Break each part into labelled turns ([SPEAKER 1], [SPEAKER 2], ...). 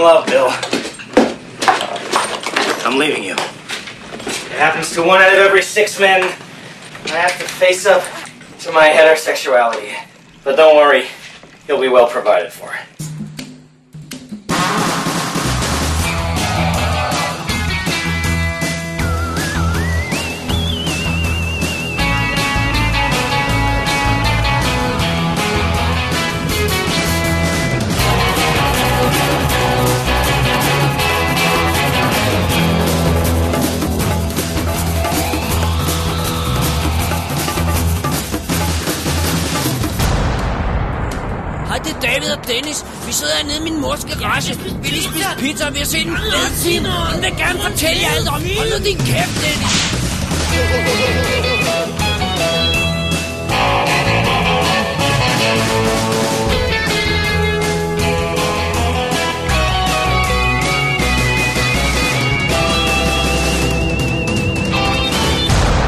[SPEAKER 1] love, Bill.
[SPEAKER 2] I'm leaving you.
[SPEAKER 1] It happens to one out of every six men. I have to face up to my heterosexuality. But don't worry, you'll be well provided for.
[SPEAKER 3] Hej, det er David og Dennis. Vi sidder hernede i min mors garage. Vi lige spise pizza, og vi har set en fed film. Den vil gerne fortælle jer alt om. Hold nu din kæft, Dennis.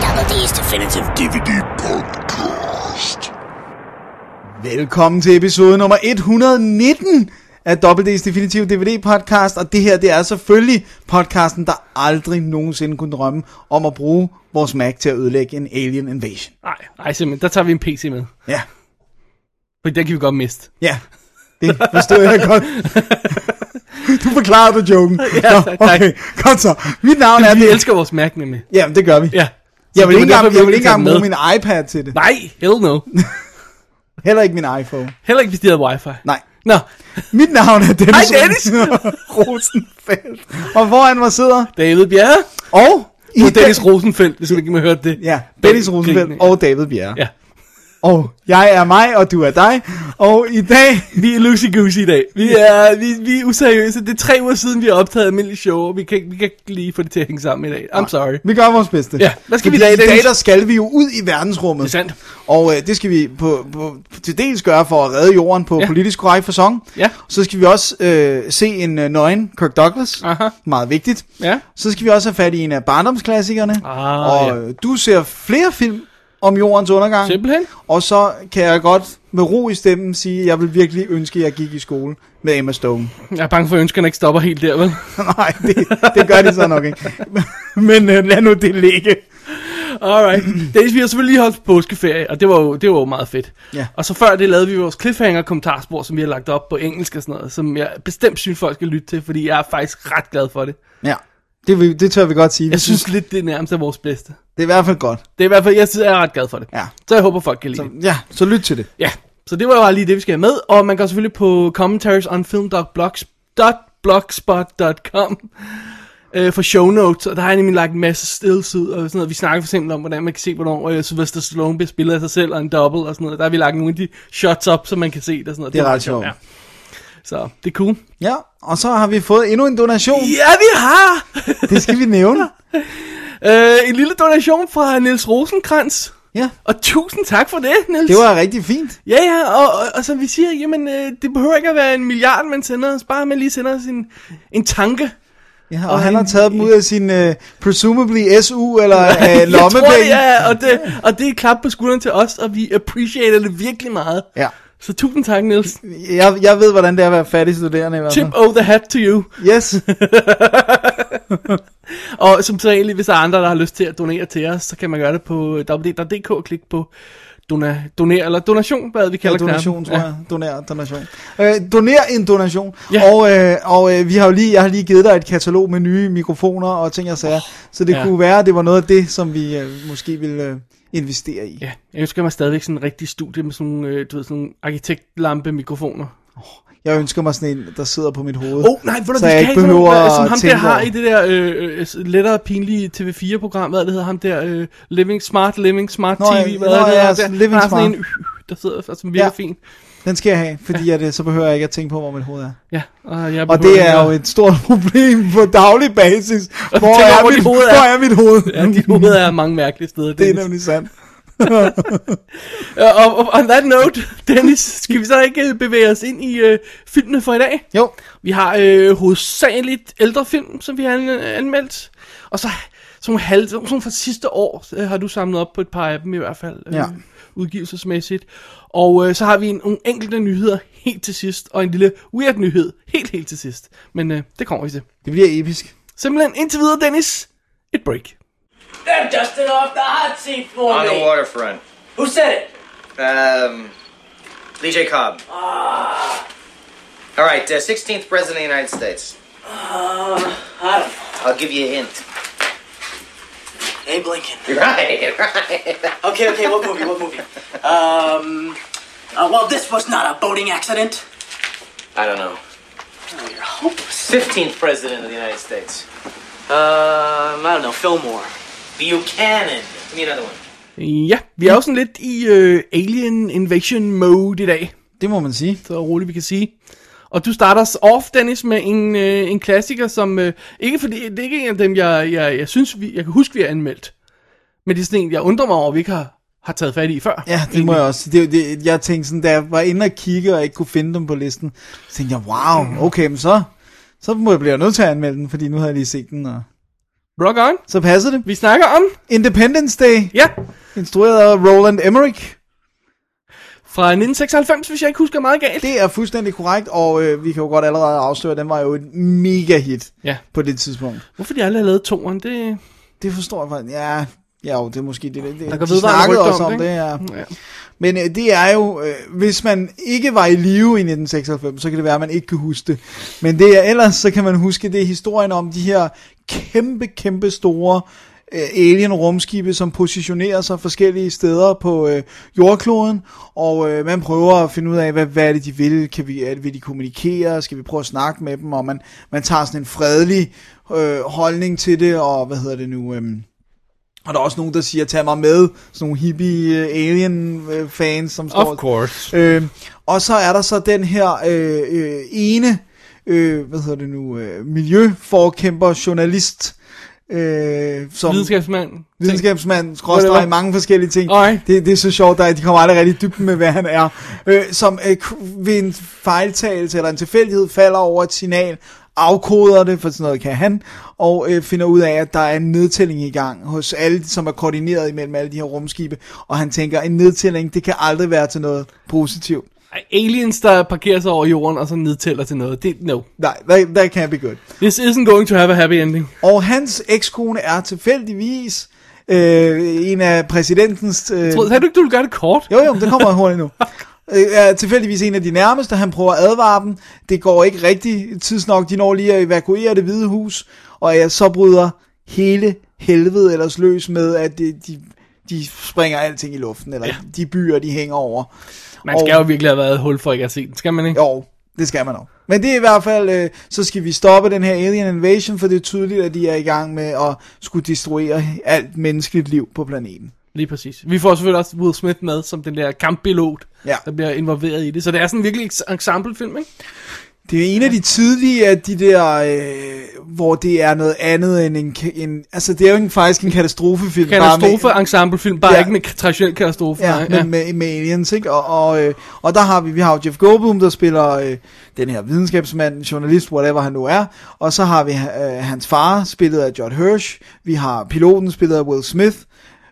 [SPEAKER 4] Double D's Definitive
[SPEAKER 5] Velkommen til episode nummer 119 af WD's Definitive DVD podcast, og det her det er selvfølgelig podcasten, der aldrig nogensinde kunne drømme om at bruge vores Mac til at ødelægge en alien invasion.
[SPEAKER 6] Nej, nej simpelthen. Der tager vi en PC med.
[SPEAKER 5] Ja,
[SPEAKER 6] Fordi den kan vi godt miste.
[SPEAKER 5] ja, det forstod jeg godt. Du forklarede du joken.
[SPEAKER 6] Ja,
[SPEAKER 5] Nå,
[SPEAKER 6] tak.
[SPEAKER 5] okay, godt så. Mit navn er
[SPEAKER 6] Vi
[SPEAKER 5] det.
[SPEAKER 6] elsker vores mærke med.
[SPEAKER 5] Jamen, det gør vi.
[SPEAKER 6] Ja. Så
[SPEAKER 5] Jeg vil
[SPEAKER 6] det
[SPEAKER 5] ikke
[SPEAKER 6] var derfor,
[SPEAKER 5] engang,
[SPEAKER 6] vi
[SPEAKER 5] jeg vil ikke
[SPEAKER 6] tage
[SPEAKER 5] engang bruge
[SPEAKER 6] den med.
[SPEAKER 5] min iPad til det.
[SPEAKER 6] Nej, hell no.
[SPEAKER 5] Heller ikke min iPhone.
[SPEAKER 6] Heller ikke, hvis de havde wifi.
[SPEAKER 5] Nej.
[SPEAKER 6] Nå,
[SPEAKER 5] Mit navn er Dennis,
[SPEAKER 6] Hej, Dennis.
[SPEAKER 5] Rosenfeldt. Og foran mig sidder...
[SPEAKER 6] David Bjerre.
[SPEAKER 5] Og... I
[SPEAKER 6] Du er
[SPEAKER 5] den-
[SPEAKER 6] Dennis Rosenfeldt, hvis man ikke har hørt det.
[SPEAKER 5] Ja, Dennis Rosenfeldt
[SPEAKER 6] Grinende.
[SPEAKER 5] og David Bjerre.
[SPEAKER 6] Ja.
[SPEAKER 5] Og jeg er mig, og du er dig. Og i dag...
[SPEAKER 6] Vi er Lucy Goosey i dag. Vi er, vi, vi er useriøse. Det er tre uger siden, vi har optaget almindelig show, og vi kan, ikke- vi kan ikke lige få det til at hænge sammen i dag. I'm sorry.
[SPEAKER 5] Vi gør vores bedste.
[SPEAKER 6] Ja, hvad skal vi
[SPEAKER 5] Fordi I
[SPEAKER 6] i dag,
[SPEAKER 5] dag,
[SPEAKER 6] Dennis?
[SPEAKER 5] der skal vi jo ud i verdensrummet.
[SPEAKER 6] Det er sandt.
[SPEAKER 5] Og øh, det skal vi på, på, til dels gøre for at redde jorden på ja.
[SPEAKER 6] Ja.
[SPEAKER 5] politisk korrekt fasong.
[SPEAKER 6] Ja.
[SPEAKER 5] Så skal vi også øh, se en øh, nøgen Kirk Douglas.
[SPEAKER 6] Aha.
[SPEAKER 5] Meget vigtigt.
[SPEAKER 6] Ja.
[SPEAKER 5] Så skal vi også have fat i en af barndomsklassikerne.
[SPEAKER 6] Ah,
[SPEAKER 5] og
[SPEAKER 6] ja.
[SPEAKER 5] øh, du ser flere film om jordens undergang.
[SPEAKER 6] Simpelthen.
[SPEAKER 5] Og så kan jeg godt med ro i stemmen sige, at jeg vil virkelig ønske, at jeg gik i skole med Emma Stone.
[SPEAKER 6] Jeg er bange for, at ønskerne ikke stopper helt der, vel?
[SPEAKER 5] Nej, det, det gør det så nok ikke. Men øh, lad nu det ligge.
[SPEAKER 6] Alright. Dennis, vi har selvfølgelig lige holdt påskeferie, og det var jo, det var jo meget fedt.
[SPEAKER 5] Ja.
[SPEAKER 6] Og så før det lavede vi vores cliffhanger kommentarspor, som vi har lagt op på engelsk og sådan noget, som jeg bestemt synes, folk skal lytte til, fordi jeg er faktisk ret glad for det.
[SPEAKER 5] Ja, det, vil- det tør vi godt sige. Vi
[SPEAKER 6] Jeg synes lidt, det er nærmest er vores bedste.
[SPEAKER 5] det er i hvert fald godt.
[SPEAKER 6] Det er i hvert fald, jeg synes, jeg er ret glad for det.
[SPEAKER 5] Ja.
[SPEAKER 6] Så jeg håber, folk kan lide det.
[SPEAKER 5] Så, ja, så lyt til det.
[SPEAKER 6] Ja, så det var jo bare lige det, vi skal have med. Og man går selvfølgelig på commentariesonfilm.blogspot.com øh, for show notes, og der har jeg nemlig lagt en masse stills ud og sådan noget. Vi snakker for eksempel om, hvordan man kan se, hvornår øh, Sylvester Stallone bliver spillet af sig selv og en double og sådan noget. Der har vi lagt nogle af de shots op, så man kan se det og sådan noget.
[SPEAKER 5] Det er
[SPEAKER 6] meget
[SPEAKER 5] ret sjovt.
[SPEAKER 6] Så det er cool.
[SPEAKER 5] Ja, og så har vi fået endnu en donation.
[SPEAKER 6] Ja, vi har
[SPEAKER 5] Det skal vi nævne.
[SPEAKER 6] øh, en lille donation fra Nils Rosenkrantz.
[SPEAKER 5] Ja,
[SPEAKER 6] Og tusind tak for det, Nils.
[SPEAKER 5] det var rigtig fint.
[SPEAKER 6] Ja, ja, og, og, og som vi siger, jamen, øh, det behøver ikke at være en milliard, man sender os, bare man lige sender os en, en tanke.
[SPEAKER 5] Ja, og
[SPEAKER 6] Og
[SPEAKER 5] han har
[SPEAKER 6] en-
[SPEAKER 5] taget dem ud af sin uh, presumably SU eller
[SPEAKER 6] Jeg
[SPEAKER 5] uh,
[SPEAKER 6] tror,
[SPEAKER 5] lommepenge.
[SPEAKER 6] det er, og det, og det er et klap på skulderen til os, og vi appreciater det virkelig meget.
[SPEAKER 5] Ja,
[SPEAKER 6] Så tusind tak, Niels.
[SPEAKER 5] jeg, jeg ved, hvordan det er at være fattig studerende i hvert
[SPEAKER 6] Tip
[SPEAKER 5] fald.
[SPEAKER 6] of the hat to you.
[SPEAKER 5] Yes.
[SPEAKER 6] Og som sædvanligt, hvis der er andre, der har lyst til at donere til os, så kan man gøre det på www.dk og klikke på dona, doner, eller donation, hvad vi kalder
[SPEAKER 5] Ja, donation,
[SPEAKER 6] knappen.
[SPEAKER 5] tror jeg. Doner, donation. Øh, doner en donation.
[SPEAKER 6] Ja.
[SPEAKER 5] Og, øh, og øh, vi har jo lige, jeg har lige givet dig et katalog med nye mikrofoner og ting og sager. så det
[SPEAKER 6] ja.
[SPEAKER 5] kunne være, at det var noget af det, som vi øh, måske ville øh, investere i.
[SPEAKER 6] Ja. ja, jeg ønsker mig stadigvæk sådan en rigtig studie med sådan nogle, øh, du ved, sådan nogle arkitektlampe-mikrofoner.
[SPEAKER 5] Jeg ønsker mig sådan en, der sidder på mit hoved.
[SPEAKER 6] Åh, oh, nej, hvor
[SPEAKER 5] Så jeg
[SPEAKER 6] vi skal
[SPEAKER 5] ikke
[SPEAKER 6] have sådan
[SPEAKER 5] behøver
[SPEAKER 6] nogle, øh, som
[SPEAKER 5] at
[SPEAKER 6] ham
[SPEAKER 5] tænke
[SPEAKER 6] der har
[SPEAKER 5] over.
[SPEAKER 6] i det der øh, øh, s- lettere pinlige TV4-program, hvad det hedder, ham der øh, Living Smart, Living Smart
[SPEAKER 5] Nå, ja,
[SPEAKER 6] TV, hvad
[SPEAKER 5] nå,
[SPEAKER 6] er det
[SPEAKER 5] ja,
[SPEAKER 6] der,
[SPEAKER 5] sådan
[SPEAKER 6] der,
[SPEAKER 5] Living
[SPEAKER 6] der er sådan en,
[SPEAKER 5] Smart.
[SPEAKER 6] øh, der sidder og som
[SPEAKER 5] Ja.
[SPEAKER 6] virker ja. fint.
[SPEAKER 5] Den skal jeg have, fordi at, øh, så behøver jeg ikke at tænke på, hvor mit hoved er.
[SPEAKER 6] Ja, og, jeg
[SPEAKER 5] Og
[SPEAKER 6] behøver
[SPEAKER 5] det
[SPEAKER 6] ikke
[SPEAKER 5] er jo
[SPEAKER 6] at-
[SPEAKER 5] et stort problem på daglig basis. Hvor,
[SPEAKER 6] tænker,
[SPEAKER 5] er,
[SPEAKER 6] hvor
[SPEAKER 5] mit,
[SPEAKER 6] dit hoved er.
[SPEAKER 5] hvor er mit hoved?
[SPEAKER 6] Ja, dit hoved er mange mærkelige steder,
[SPEAKER 5] det er
[SPEAKER 6] Dennis.
[SPEAKER 5] nemlig sandt.
[SPEAKER 6] Ja, og, og on that note, Dennis, skal vi så ikke øh, bevæge os ind i øh, filmene for i dag?
[SPEAKER 5] Jo,
[SPEAKER 6] Vi har øh, hovedsageligt ældre film, som vi har an- anmeldt. Og så, sådan nogle halv, sådan nogle fra sidste år øh, har du samlet op på et par af dem i hvert fald, øh,
[SPEAKER 5] Ja.
[SPEAKER 6] udgivelsesmæssigt. Og øh, så har vi en, nogle enkelte nyheder helt til sidst, og en lille weird nyhed helt, helt til sidst. Men øh, det kommer vi til.
[SPEAKER 5] Det bliver episk.
[SPEAKER 6] Simpelthen indtil videre, Dennis. Et break.
[SPEAKER 3] They're dusting off the hot seat for
[SPEAKER 1] On the
[SPEAKER 3] me.
[SPEAKER 1] waterfront.
[SPEAKER 3] Who said it?
[SPEAKER 1] Um, Lee J. Cobb. All right, uh, 16th President of the United States.
[SPEAKER 3] I
[SPEAKER 1] I'll give you a hint.
[SPEAKER 3] don't know. Abe Lincoln.
[SPEAKER 1] Right, right.
[SPEAKER 3] Okay, okay, what movie? What movie? Um, uh, well, this was not a boating accident.
[SPEAKER 1] I don't know.
[SPEAKER 3] Oh, you're hopeless.
[SPEAKER 1] 15th President of the United States.
[SPEAKER 3] Um, I don't know, Fillmore.
[SPEAKER 1] Buchanan. Give me another one.
[SPEAKER 6] Ja, vi er jo sådan lidt i øh, Alien Invasion mode i dag,
[SPEAKER 5] Det må man sige.
[SPEAKER 6] så øh, roligt vi kan sige. Og du starter os off, Dennis, med en, øh, en klassiker, som øh, ikke fordi, det er ikke en af dem, jeg, jeg, jeg synes, vi, jeg kan huske, vi har anmeldt. Men det er sådan en, jeg undrer mig over, at vi ikke har, har taget fat i før.
[SPEAKER 5] Ja, det må jeg også sige. Det, det, jeg tænkte sådan, da jeg var inde og kigge, og ikke kunne finde dem på listen, så tænkte jeg, wow, okay, men så, så må jeg blive nødt til at anmelde den, fordi nu har jeg lige set den, og
[SPEAKER 6] Rock on.
[SPEAKER 5] så passer det.
[SPEAKER 6] Vi snakker om,
[SPEAKER 5] Independence Day,
[SPEAKER 6] ja,
[SPEAKER 5] instrueret af Roland Emmerich.
[SPEAKER 6] fra 1996, hvis jeg ikke husker meget galt.
[SPEAKER 5] Det er fuldstændig korrekt, og øh, vi kan jo godt allerede afsløre, at den var jo et mega hit
[SPEAKER 6] Ja,
[SPEAKER 5] på det tidspunkt.
[SPEAKER 6] hvorfor de aldrig har lavet toeren, det...
[SPEAKER 5] Det forstår jeg faktisk. Ja, ja jo, det er måske det. det, det
[SPEAKER 6] Der går
[SPEAKER 5] de
[SPEAKER 6] vedvarende
[SPEAKER 5] snakkede
[SPEAKER 6] rygter
[SPEAKER 5] også
[SPEAKER 6] om
[SPEAKER 5] om det,
[SPEAKER 6] det, ikke? Mm.
[SPEAKER 5] ja.
[SPEAKER 6] Ja.
[SPEAKER 5] Men øh, det er jo, øh, hvis man ikke var i live i 1996, så kan det være, at man ikke kan huske det. Men det er ellers, så kan man huske, det er historien om de her kæmpe, kæmpe store øh, alien-rumskibe, som positionerer sig forskellige steder på øh, jordkloden, og øh, man prøver at finde ud af, hvad, hvad er det, de vil? Kan vi, er det, vil de kommunikere? Skal vi prøve at snakke med dem? Og man, man tager sådan en fredelig øh, holdning til det, og hvad hedder det nu... Øh, og der er også nogen, der siger, tag mig med. Sådan nogle øh, hippie-alien-fans, øh, som står...
[SPEAKER 6] Of course.
[SPEAKER 5] Øh, og så er der så den her øh, øh, ene, øh, hvad hedder det nu, øh, miljøforkæmper, journalist, øh, som
[SPEAKER 6] Videnskabsmand.
[SPEAKER 5] videnskabsmand, skråstrej,
[SPEAKER 6] Whatever.
[SPEAKER 5] mange forskellige ting.
[SPEAKER 6] Alright.
[SPEAKER 5] Det, det er så sjovt, at de kommer aldrig rigtig i dybden med, hvad han er. Øh, som øh, k- ved en fejltagelse eller en tilfældighed falder over et signal, afkoder det, for sådan noget kan han, og øh, finder ud af, at der er en nedtælling i gang hos alle, som er koordineret imellem alle de her rumskibe, og han tænker, en nedtælling, det kan aldrig være til noget positivt.
[SPEAKER 6] Ej, Aliens, der parkerer sig over jorden og så nedtæller til noget. Det, no.
[SPEAKER 5] Nej, that, that can't be good.
[SPEAKER 6] This isn't going to have a happy ending.
[SPEAKER 5] Og hans ekskone er tilfældigvis øh, en af præsidentens... Øh,
[SPEAKER 6] Tror, sagde du ikke, du ville gøre det kort?
[SPEAKER 5] Jo, jo, men det kommer jeg hurtigt nu. Øh, er tilfældigvis en af de nærmeste, han prøver at advare dem. Det går ikke rigtigt tidsnok, de når lige at evakuere det hvide hus, og jeg så bryder hele helvede ellers løs med, at de, de, de springer alting i luften, eller ja. de byer, de hænger over.
[SPEAKER 6] Man skal jo virkelig have været et hul for ikke at se den, skal man ikke?
[SPEAKER 5] Jo, det skal man nok. Men det er i hvert fald, øh, så skal vi stoppe den her alien invasion, for det er tydeligt, at de er i gang med at skulle destruere alt menneskeligt liv på planeten.
[SPEAKER 6] Lige præcis. Vi får selvfølgelig også Will Smith med som den der kamppilot,
[SPEAKER 5] Ja.
[SPEAKER 6] der bliver involveret i det. Så det er sådan virkelig en ensemblefilm, ikke?
[SPEAKER 5] Det er en af de tidlige af de der, øh, hvor det er noget andet end en, ka- en... Altså, det er jo ikke faktisk en katastrofefilm.
[SPEAKER 6] Katastrofe
[SPEAKER 5] Bare
[SPEAKER 6] ensemblefilm, bare
[SPEAKER 5] Ja.
[SPEAKER 6] ikke med ka- traditionel katastrofe.
[SPEAKER 5] med, ja,
[SPEAKER 6] nej.
[SPEAKER 5] men med, med aliens, ikke? Og, og, øh, og der har vi, vi har jo Jeff Goldblum, der spiller øh, den her videnskabsmand, journalist, whatever han nu er. Og så har vi øh, hans far, spillet af George Hirsch. Vi har piloten, spillet af Will Smith.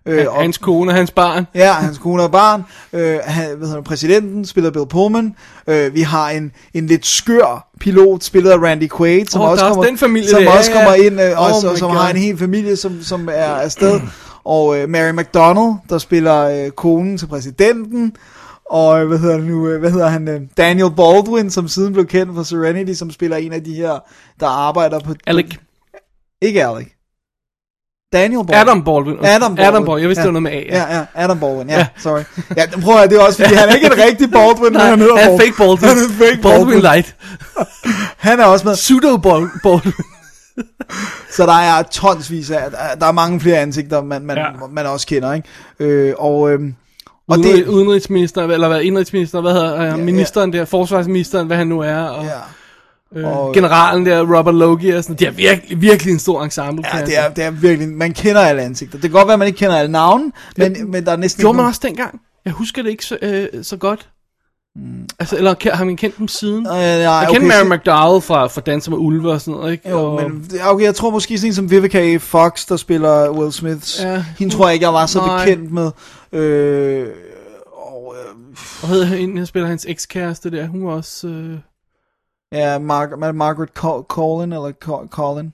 [SPEAKER 5] Øh, og-
[SPEAKER 6] Hans kone og hans barn.
[SPEAKER 5] Ja, hans kone og barn. Øh, han, hvad hedder han, præsidenten spiller Bill Pullman. Øh, vi har en, en lidt skør pilot spillet af Randy Quaid, som
[SPEAKER 6] Åh, der
[SPEAKER 5] også,
[SPEAKER 6] er også
[SPEAKER 5] kommer,
[SPEAKER 6] den familie
[SPEAKER 5] som
[SPEAKER 6] der.
[SPEAKER 5] også
[SPEAKER 6] Ja, ja.
[SPEAKER 5] kommer ind, øh, også,
[SPEAKER 6] Oh
[SPEAKER 5] og
[SPEAKER 6] my
[SPEAKER 5] som
[SPEAKER 6] God.
[SPEAKER 5] har en hel familie, som, som er afsted. Og øh, Mary McDonald, der spiller øh, konen til præsidenten. Og øh, hvad hedder, det nu, øh, hvad hedder han? Øh, Daniel Baldwin, som siden blev kendt for Serenity, som spiller en af de her, der arbejder på...
[SPEAKER 6] Alec.
[SPEAKER 5] Ikke Alec. Daniel Baldwin.
[SPEAKER 6] Adam Baldwin.
[SPEAKER 5] Adam Baldwin.
[SPEAKER 6] Adam Baldwin. Jeg vidste,
[SPEAKER 5] ja.
[SPEAKER 6] det var noget med A.
[SPEAKER 5] Ja, ja, Adam Baldwin, ja,
[SPEAKER 6] Ja.
[SPEAKER 5] ja. sorry. Ja, prøv at høre, det er også, fordi han er ikke en rigtig Baldwin, men
[SPEAKER 6] Nej,
[SPEAKER 5] han hedder
[SPEAKER 6] han er
[SPEAKER 5] Baldwin.
[SPEAKER 6] fake Baldwin.
[SPEAKER 5] Han er fake Baldwin.
[SPEAKER 6] Baldwin Light.
[SPEAKER 5] Han er også med,
[SPEAKER 6] Pseudo Bal- Baldwin.
[SPEAKER 5] så der er tonsvis af, der- der er mange flere ansigter, man, man,
[SPEAKER 6] Ja.
[SPEAKER 5] ja. man også kender, ikke? Øh, og, øhm, og
[SPEAKER 6] Og det...
[SPEAKER 5] det,
[SPEAKER 6] Udenrigsminister, eller hvad, indrigsminister, hvad hedder ja,
[SPEAKER 5] ja.
[SPEAKER 6] ministeren der, forsvarsministeren, hvad han nu er, og
[SPEAKER 5] ja,
[SPEAKER 6] øh,
[SPEAKER 5] og-
[SPEAKER 6] generalen der, Robert Logie og sådan, det er virkelig, virkelig en stor ensemble.
[SPEAKER 5] ja, det er, det er virkelig, man kender alle ansigter. Det kan godt være, at man ikke kender alle navne, men, men der er næsten
[SPEAKER 6] Gjorde man
[SPEAKER 5] nogen-
[SPEAKER 6] også dengang? Jeg husker det ikke så, øh, så godt. Altså, eller kan- har man kendt dem siden?
[SPEAKER 5] Mm. Øh, nej,
[SPEAKER 6] jeg
[SPEAKER 5] okay,
[SPEAKER 6] kendte Mary
[SPEAKER 5] så-
[SPEAKER 6] McDowell fra, fra Danser med Ulve og sådan noget, ikke?
[SPEAKER 5] Jo,
[SPEAKER 6] og,
[SPEAKER 5] men okay, jeg tror måske sådan en som Vivica A. Fox, der spiller Will Smiths. Ja.
[SPEAKER 6] Ja.
[SPEAKER 5] Hende tror jeg ikke, jeg var så
[SPEAKER 6] Nej.
[SPEAKER 5] bekendt med. Øh, og, øh,
[SPEAKER 6] Hvad hedder hende, der spiller hans ekskæreste der? Hun var også... Øh,
[SPEAKER 5] ja, Mar- Mar- Margaret Col- Colin, eller Co- Colin.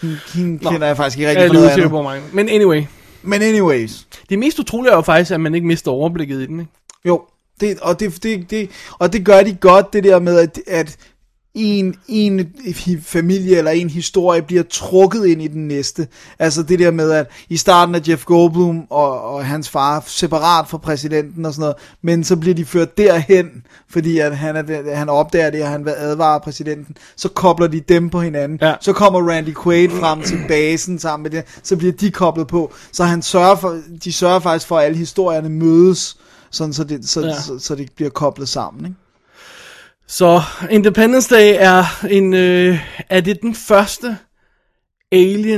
[SPEAKER 5] Hende, hende
[SPEAKER 6] Nå.
[SPEAKER 5] kender jeg faktisk ikke
[SPEAKER 6] jeg er
[SPEAKER 5] rigtig
[SPEAKER 6] lidt
[SPEAKER 5] noget
[SPEAKER 6] usikker
[SPEAKER 5] andet.
[SPEAKER 6] på mig. Men anyway.
[SPEAKER 5] Men anyways,
[SPEAKER 6] Det mest utrolige er jo faktisk, at man ikke mister overblikket i den, ikke?
[SPEAKER 5] jo. Det, og, det, det, det, og det gør de godt, det der med, at, at en, en hi- familie eller en historie bliver trukket ind i den næste. Altså det der med, at i starten er Jeff Goldblum og, og hans far separat fra præsidenten og sådan noget, men så bliver de ført derhen, fordi at han, er, den- han opdager det, og han vil advare præsidenten. Så kobler de dem på hinanden.
[SPEAKER 6] Ja.
[SPEAKER 5] Så kommer Randy Quaid frem til basen sammen med det, så bliver de koblet på. Så han sørger for, de sørger faktisk for, at alle historierne mødes, sådan så det, så, ja.
[SPEAKER 6] Ja.
[SPEAKER 5] så, så det bliver koblet sammen. Ikke?
[SPEAKER 6] Så Independence Day er en... Øh, er det den første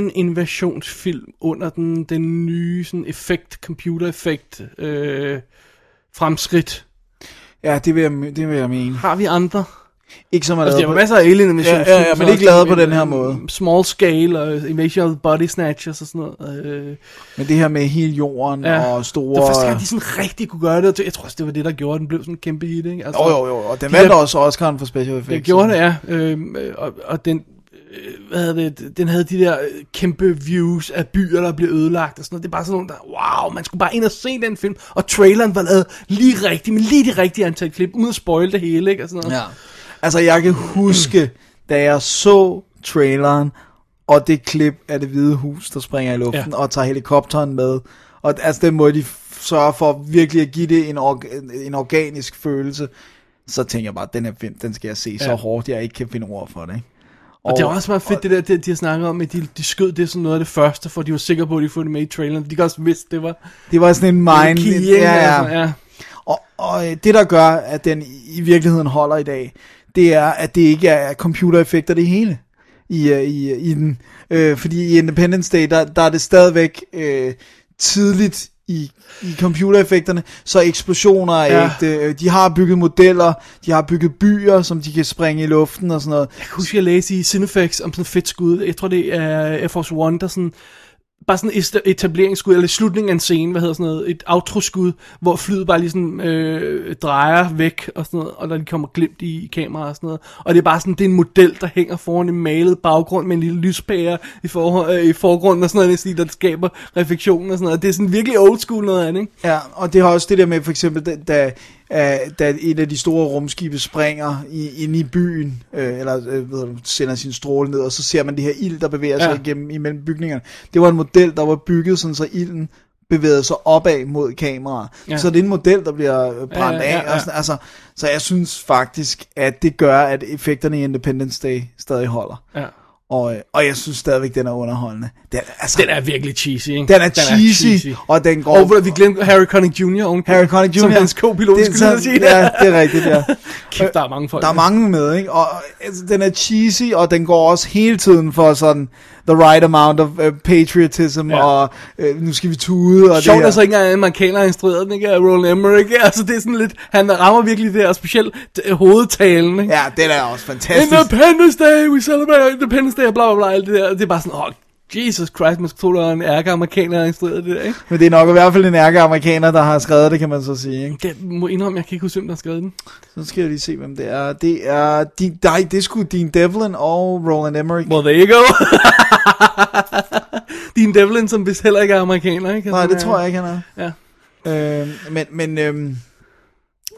[SPEAKER 6] Alien-invasionsfilm under den, den nye sådan, effekt, computer-effekt øh, fremskridt?
[SPEAKER 5] Ja, det vil jeg, det vil jeg mene.
[SPEAKER 6] Har vi andre?
[SPEAKER 5] Ikke som er
[SPEAKER 6] Altså,
[SPEAKER 5] lavet
[SPEAKER 6] det var
[SPEAKER 5] på-
[SPEAKER 6] masser af alien invasion
[SPEAKER 5] Ja, ja, ja, men ikke lavet på den her måde.
[SPEAKER 6] Mm, Small scale og invasion of the body snatchers og sådan noget. Øh,
[SPEAKER 5] Men det her med hele jorden ja. og store...
[SPEAKER 6] Det var første gang, de sådan rigtig kunne gøre det. og Jeg tror også, det var det, der gjorde, at den blev sådan en kæmpe hit, ikke? Altså,
[SPEAKER 5] Jo, jo, jo. Og den
[SPEAKER 6] De
[SPEAKER 5] vandt
[SPEAKER 6] der-
[SPEAKER 5] også Oscar'en for special effects.
[SPEAKER 6] Det gjorde det, ja. Øhm, Øh, og, og den, øh, hvad hedder det, den havde de der øh, kæmpe views af byer, der blev ødelagt og sådan noget. Det er bare sådan nogle, der, wow, man skulle bare ind og se den film. Og traileren var lavet lige rigtigt, men lige det rigtige antal klip, uden at spoil det hele, ikke? Og sådan noget.
[SPEAKER 5] Ja. Altså, jeg kan huske, da jeg så traileren, og det klip af det hvide hus, der springer i luften, ja.
[SPEAKER 6] Ja.
[SPEAKER 5] og tager helikopteren med. Og altså, den måde, de f- sørger for virkelig at give det en, orga- en organisk følelse, så tænker jeg bare, den her film, den skal jeg se ja. så
[SPEAKER 6] Ja.
[SPEAKER 5] hårdt, jeg ikke kan finde ord for det. Ikke?
[SPEAKER 6] Og det er også meget fedt, det der, det, de har snakket om, at de, de skød det som noget af det første, for de var sikre på, at de får det med i traileren. De kan også vidste, det var
[SPEAKER 5] det var sådan en mind...
[SPEAKER 6] key, ikke? Altså, ja.
[SPEAKER 5] Og, og øh, det, der gør, at den i virkeligheden holder i dag, det er, at det ikke er computereffekter det hele i, øh, i, i den. Øh, fordi i Independence Day, der, der er det stadigvæk øh, tidligt i, i computereffekterne, så eksplosioner er ja.
[SPEAKER 6] Ja.
[SPEAKER 5] ægte. Øh, De har bygget modeller, de har bygget byer, som de kan springe i luften og sådan noget.
[SPEAKER 6] Jeg husker, jeg læste i Cinefix om sådan et fedt skud. Jeg tror, det er Air Force One, der sådan... Bare sådan et esta- etableringsskud, eller slutningen af en scene, hvad hedder sådan noget, et outro-skud, hvor flyet bare lige sådan øh, drejer væk og sådan noget, og der lige kommer glimt i, i kameraet og sådan noget. Og det er bare sådan, det er en model, der hænger foran en malet baggrund med en lille lyspære i, for, øh, i forgrunden og sådan noget, næsten lige, der skaber refleksion og sådan noget. Det er sådan virkelig old school noget andet, ikke?
[SPEAKER 5] Ja, og det har også det der med, for eksempel, da, da, øh, da et af de store rumskibe springer i, ind i byen, øh, eller øh, ved du, sender sin stråle ned, og så ser man det her ild, der bevæger sig
[SPEAKER 6] Ja.
[SPEAKER 5] ja. igennem, imellem bygningerne. Det var en model, der var bygget sådan, så ilden bevægede sig opad mod kameraet. Ja.
[SPEAKER 6] Ja.
[SPEAKER 5] Så det er en model, der bliver øh, brændt ja, ja, ja, af. Og
[SPEAKER 6] ja.
[SPEAKER 5] sådan, altså, så jeg synes faktisk, at det gør, at effekterne i Independence Day stadig holder.
[SPEAKER 6] Ja.
[SPEAKER 5] Og, øh, og jeg synes stadigvæk, den er underholdende. Den, altså,
[SPEAKER 6] Den er virkelig cheesy, ikke?
[SPEAKER 5] den er, cheesy, og den går...
[SPEAKER 6] Og hvor vi glemte Harry Connick Jr. oven-
[SPEAKER 5] Harry Connick Jr.
[SPEAKER 6] Som hans co-pilot,
[SPEAKER 5] Det er
[SPEAKER 6] skulle jeg
[SPEAKER 5] så-
[SPEAKER 6] sige.
[SPEAKER 5] Ja, det er rigtigt, ja.
[SPEAKER 6] Kæft, der er mange folk.
[SPEAKER 5] Der er mange med, ikke? Og altså, den er cheesy, og den går også hele tiden for sådan the right amount of uh, patriotism, ja. altså-
[SPEAKER 6] Ja.
[SPEAKER 5] og uh, nu skal vi tude, og
[SPEAKER 6] Sjovt
[SPEAKER 5] det
[SPEAKER 6] er så ikke engang, at amerikanere har instrueret den, ikke? Af Roland Emmerich, ikke? Altså, det er sådan lidt... Han rammer virkelig det, og specielt øh, hovedtalen, ikke?
[SPEAKER 5] Ja, den er også fantastisk.
[SPEAKER 6] Independence Day, we celebrate Independence Day, og bla bla bla, alt det der. Det er bare sådan, åh, oh, Jesus Christ, man skulle tro, der var en ærke amerikaner, der har instrueret det der, ikke?
[SPEAKER 5] Men det er nok i hvert fald en ærke amerikaner, der har skrevet det, kan man så sige, ikke?
[SPEAKER 6] Jeg må indrømme, jeg kan ikke huske, hvem der har skrevet den.
[SPEAKER 5] Så skal jeg lige se, hvem det er. Det er, de, nej, det er sgu Dean Devlin og Roland Emmerich.
[SPEAKER 6] Well, there you go. Dean Devlin, som vist heller ikke er amerikaner, ikke?
[SPEAKER 5] Nej, det tror jeg ikke, han er.
[SPEAKER 6] Ja.
[SPEAKER 5] Øhm, men, men øhm,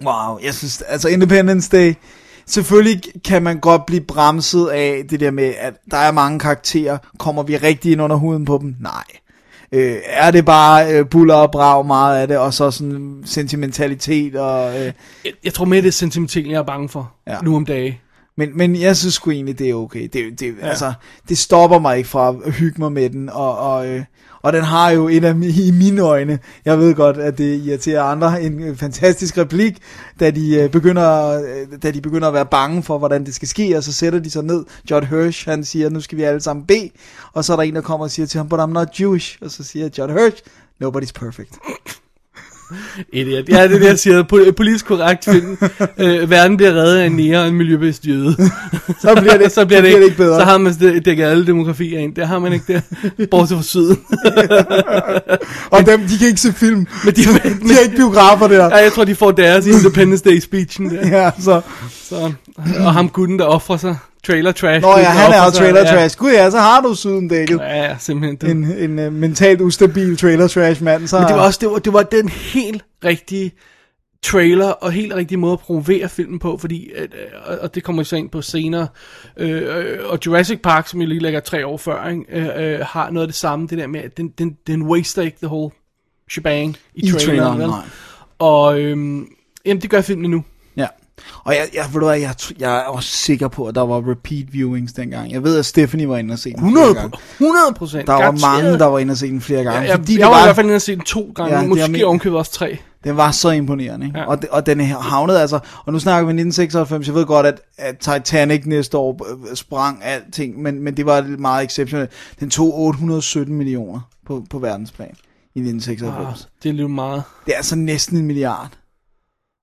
[SPEAKER 5] wow, jeg synes, altså Independence Day, selvfølgelig kan man godt blive bremset af det der med, at der er mange karakterer, kommer vi rigtig ind under huden på dem? Nej. Øh, er det bare øh, buller og brag meget af det, og så sådan sentimentalitet, og, øh,
[SPEAKER 6] Jeg, jeg tror mere, det er sentimentalen, jeg er bange for
[SPEAKER 5] Ja.
[SPEAKER 6] ja. nu om dagen.
[SPEAKER 5] men, men jeg synes sgu egentlig, det er okay. Det, det, ja. altså, det stopper mig ikke fra at hygge mig med den, og, og, øh, og den har jo en af mi- i mine øjne, jeg ved godt, at det irriterer andre, en øh, fantastisk replik, da de, øh, begynder, øh, da de begynder at være bange for, hvordan det skal ske, og så sætter de sig ned. John Hirsch, han siger, nu skal vi alle sammen bede, og så er der en, der kommer og siger til ham, but I'm not Jewish, og så siger John Hirsch, nobody's perfect.
[SPEAKER 6] Idiot. Ja, det er det, jeg siger. Po- Politisk korrekt film. Øh, verden bliver reddet af en nære og en miljøbevidst jøde.
[SPEAKER 5] Så bliver det- så bliver det ikke bedre.
[SPEAKER 6] Så har man det- dækket alle demografier ind. Det har man ikke der. Bortset fra syden.
[SPEAKER 5] Og dem, de kan ikke se film.
[SPEAKER 6] Men de-
[SPEAKER 5] de har ikke biografer der.
[SPEAKER 6] Ja, jeg tror, de får deres Independence Day speechen der.
[SPEAKER 5] Ja, så.
[SPEAKER 6] Så, og ham gutten, der offrer sig. Trailer trash.
[SPEAKER 5] Nå ja,
[SPEAKER 6] gutten, der
[SPEAKER 5] han er
[SPEAKER 6] offrer
[SPEAKER 5] jo
[SPEAKER 6] sig.
[SPEAKER 5] trailer
[SPEAKER 6] Ja.
[SPEAKER 5] trash. Gud ja, så har du siden dækket.
[SPEAKER 6] Ja, ja, simpelthen. Det,
[SPEAKER 5] En, en uh, mentalt ustabil trailer trash mand. Så
[SPEAKER 6] Men det var også det var, det var den helt rigtige trailer og helt rigtig måde at promovere filmen på, fordi, at, øh, og- og det kommer vi så ind på senere, øh, øh, og Jurassic Park, som jeg lige lægger tre år før, ikke, øh, øh, har noget af det samme, det der med, at den, den, den waster ikke the whole shebang i,
[SPEAKER 5] i
[SPEAKER 6] traileren,
[SPEAKER 5] traileren.
[SPEAKER 6] vel?
[SPEAKER 5] Nej.
[SPEAKER 6] og øhm, jamen, det gør filmen nu.
[SPEAKER 5] Ja. Og jeg, jeg, ved du hvad, jeg, tr- jeg er også sikker på, at der var repeat viewings dengang. Jeg ved, at Stephanie var inde og se den
[SPEAKER 6] 100,
[SPEAKER 5] flere gange.
[SPEAKER 6] 100 procent.
[SPEAKER 5] Der var mange, der var inde og se den flere gange.
[SPEAKER 6] Jeg, jeg,
[SPEAKER 5] fordi
[SPEAKER 6] jeg
[SPEAKER 5] det
[SPEAKER 6] var i
[SPEAKER 5] var,
[SPEAKER 6] hvert fald inde og se den to gange,
[SPEAKER 5] Ja,
[SPEAKER 6] ja,
[SPEAKER 5] det er
[SPEAKER 6] måske
[SPEAKER 5] min-
[SPEAKER 6] ovenkøbet også tre.
[SPEAKER 5] den var så imponerende. Ikke?
[SPEAKER 6] Ja.
[SPEAKER 5] Ja. Og, det- og den her havnede altså... Og nu snakker vi 1996. Jeg ved godt, at, at Titanic næste år øh, sprang alting, men, men det var meget exceptionelt. Den tog 817 millioner på, på verdensplan i 1996.
[SPEAKER 6] Det er lidt meget.
[SPEAKER 5] Det er altså næsten en milliard.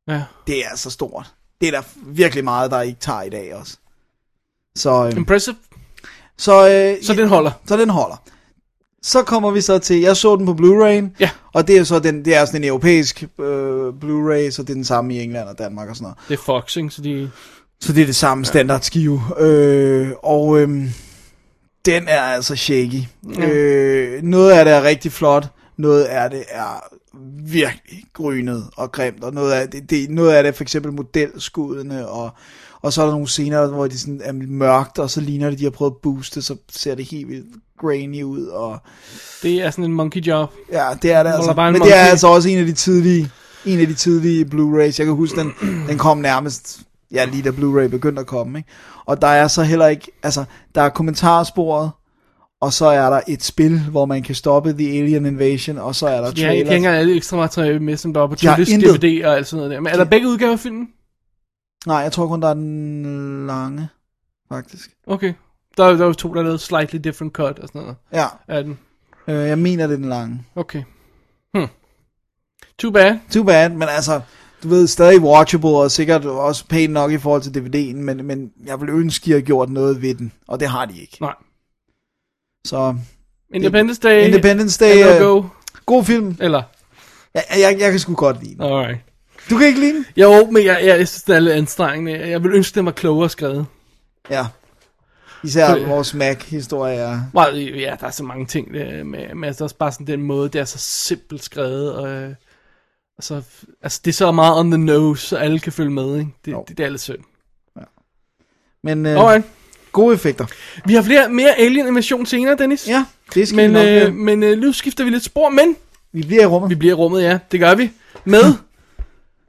[SPEAKER 6] Ja.
[SPEAKER 5] Det er altså stort. Det er der virkelig meget, der ikke tager i dag også. Så, øh,
[SPEAKER 6] Impressive.
[SPEAKER 5] så, øh,
[SPEAKER 6] Så den holder.
[SPEAKER 5] Så den holder. Så kommer vi så til, jeg så den på Blu-ray,
[SPEAKER 6] Ja.
[SPEAKER 5] og det er så den, det er sådan en europæisk øh, Blu-ray, så det er den samme i England og Danmark og sådan noget.
[SPEAKER 6] Det er Fox, ikke? Så de...
[SPEAKER 5] Så det er det samme standardskive. Øh, og øhm, den er altså shaky. Øh, noget af det er rigtig flot, noget af det er virkelig grynet og grimt, og noget af det, det, noget af det er for eksempel modelskudene, og, og så er der nogle scener, hvor det sådan er mørkt, og så ligner det, de har prøvet at booste, så ser det helt vildt grainy ud, og
[SPEAKER 6] Det er sådan en monkey job.
[SPEAKER 5] Ja, det er det
[SPEAKER 6] der
[SPEAKER 5] altså.
[SPEAKER 6] bare en
[SPEAKER 5] Men det er
[SPEAKER 6] monkey.
[SPEAKER 5] altså også en af de tidlige, en af de tidlige Blu-rays. Jeg kan huske, den, den kom nærmest, ja, lige da Blu-ray begyndte at komme. Ikke? Og der er så heller ikke, altså, der er kommentarsporet, og så er der et spil, hvor man kan stoppe The Alien Invasion, og så er der
[SPEAKER 6] Ja, de
[SPEAKER 5] trailers.
[SPEAKER 6] hænger alle ekstra materiale med, som der er på
[SPEAKER 5] De har
[SPEAKER 6] typisk
[SPEAKER 5] intet.
[SPEAKER 6] DVD og alt sådan noget der. Men er der begge udgaver af filmen?
[SPEAKER 5] Nej, jeg tror kun, der er den lange, faktisk.
[SPEAKER 6] Okay. Der er der er jo to, der er lavet slightly different cut og sådan noget.
[SPEAKER 5] Ja,
[SPEAKER 6] Er den?
[SPEAKER 5] øh, jeg mener, det er den lange.
[SPEAKER 6] Okay. Hmm. Too bad.
[SPEAKER 5] Too bad, men altså, du ved, stadig watchable, og sikkert også pænt nok i forhold til DVD'en, men, men jeg ville ønske, de havde gjort noget ved den, og det har de ikke.
[SPEAKER 6] Nej.
[SPEAKER 5] Så
[SPEAKER 6] Independence Day.
[SPEAKER 5] Independence Day,
[SPEAKER 6] Day.
[SPEAKER 5] øh,
[SPEAKER 6] Go.
[SPEAKER 5] god film.
[SPEAKER 6] Eller?
[SPEAKER 5] Jeg, jeg, jeg kan sgu godt lide den.
[SPEAKER 6] Alright.
[SPEAKER 5] Du kan ikke lide den?
[SPEAKER 6] Jo, men jeg, jeg, jeg synes, det er lidt anstrengende. Jeg vil ønske, den var klogere skrevet.
[SPEAKER 5] Ja. Især
[SPEAKER 6] Øh.
[SPEAKER 5] vores Mac-historie er...
[SPEAKER 6] Well, øh, ja, der er så mange ting der, med, men altså også bare sådan den måde, det er så simpelt skrevet, og, øh, og så, altså det er så meget on the nose, så alle kan følge med, ikke? Det,
[SPEAKER 5] Jo.
[SPEAKER 6] det, det er lidt synd.
[SPEAKER 5] Men øh,
[SPEAKER 6] Alright.
[SPEAKER 5] gode effekter.
[SPEAKER 6] Vi har flere, mere alien invasion senere, Dennis.
[SPEAKER 5] Ja, det skal
[SPEAKER 6] Men,
[SPEAKER 5] men, vi nok.
[SPEAKER 6] øh,
[SPEAKER 5] Øh,
[SPEAKER 6] men øh, nu skifter vi lidt spor, men
[SPEAKER 5] vi bliver i rummet.
[SPEAKER 6] vi bliver i rummet, ja. Det gør vi. Med